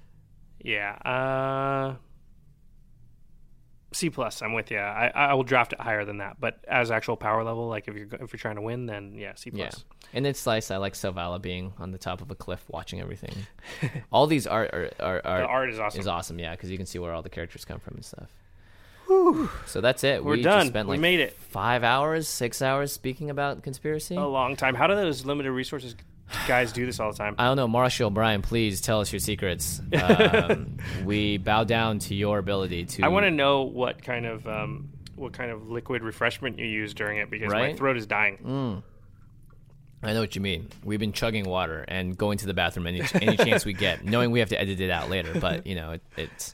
Speaker 3: Yeah. Uh, C plus. I'm with you. I, I will draft it higher than that, but as actual power level, like if you're go- if you're trying to win, then yeah, C
Speaker 2: Yeah.
Speaker 3: plus.
Speaker 2: And then slice, I like Selvala being on the top of a cliff watching everything. all these art are, are, are
Speaker 3: The art is awesome.
Speaker 2: is awesome, yeah, because you can see where all the characters come from and stuff. So that's it.
Speaker 3: We're
Speaker 2: we
Speaker 3: done.
Speaker 2: Just spent
Speaker 3: We
Speaker 2: like
Speaker 3: made it. Oh,
Speaker 2: Five hours, six hours speaking about conspiracy.
Speaker 3: A long time. How do those limited resources guys do this all the time?
Speaker 2: I don't know, Marshall O'Brien. Please tell us your secrets. Um, we bow down to your ability to.
Speaker 3: I want to know what kind of um, what kind of liquid refreshment you use during it because my
Speaker 2: Right? Mm,
Speaker 3: throat is dying.
Speaker 2: I know what you mean. We've been chugging water and going to the bathroom any any chance we get, knowing we have to edit it out later. But you know, it, it's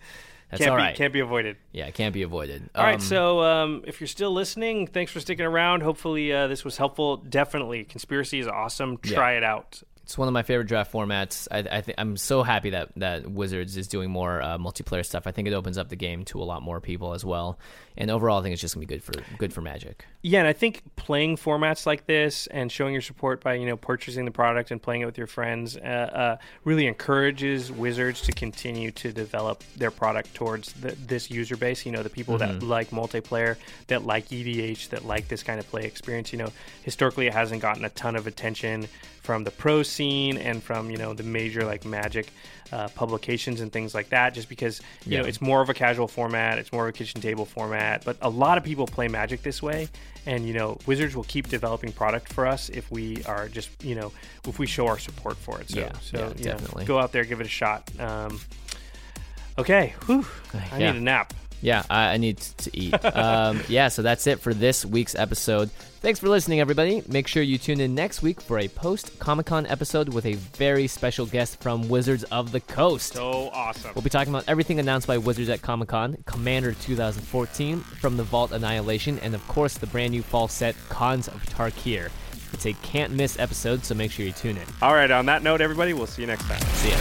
Speaker 2: that's
Speaker 3: Can't
Speaker 2: all
Speaker 3: be
Speaker 2: right.
Speaker 3: can't be avoided.
Speaker 2: yeah, it can't be avoided.
Speaker 3: All right, so um, if you're still listening, thanks for sticking around. Hopefully, uh, this was helpful. Definitely, conspiracy is awesome. Try it out.
Speaker 2: It's one of my favorite draft formats. I, I think I'm so happy that that Wizards is doing more uh, multiplayer stuff. I think it opens up the game to a lot more people as well. And overall, I think it's just gonna be good for good for Magic.
Speaker 3: Yeah, and I think playing formats like this and showing your support by you know purchasing the product and playing it with your friends uh, uh, really encourages Wizards to continue to develop their product towards the, this user base. You know, the people that like multiplayer, that like EDH, that like this kind of play experience. You know, historically it hasn't gotten a ton of attention from the pro scene and from you know the major like Magic uh, publications and things like that, just because you know
Speaker 2: Yeah.
Speaker 3: it's more of a casual format. It's more of a kitchen table format, but a lot of people play Magic this way. And you know, Wizards will keep developing product for us if we are just you know if we show our support for it. So,
Speaker 2: Yeah,
Speaker 3: so
Speaker 2: yeah,
Speaker 3: you know,
Speaker 2: definitely.
Speaker 3: go out there, give it a shot. Um, okay, whew, I
Speaker 2: Yeah.
Speaker 3: need a nap.
Speaker 2: Yeah, I, I need t- to eat. um, yeah, so that's it for this week's episode. Thanks for listening, everybody. Make sure you tune in next week for a post Comic Con episode with a very special guest from Wizards of the Coast.
Speaker 3: So awesome.
Speaker 2: We'll be talking about everything announced by Wizards at Comic Con, Commander 2014, From the Vault Annihilation, and of course the brand new fall set, Cons of Tarkir. It's a can't miss episode, so make sure you tune in.
Speaker 3: All right. On that note, everybody, we'll see you next time.
Speaker 2: See ya.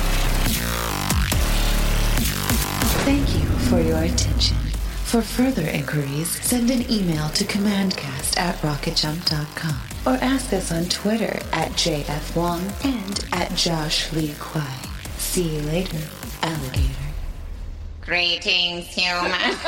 Speaker 1: Thank you for your attention. For further inquiries, send an email to commandcast at rocketjump.com or ask us on Twitter at JF Wong and at Josh Lee Kwai. See you later, alligator.
Speaker 4: Greetings, humans.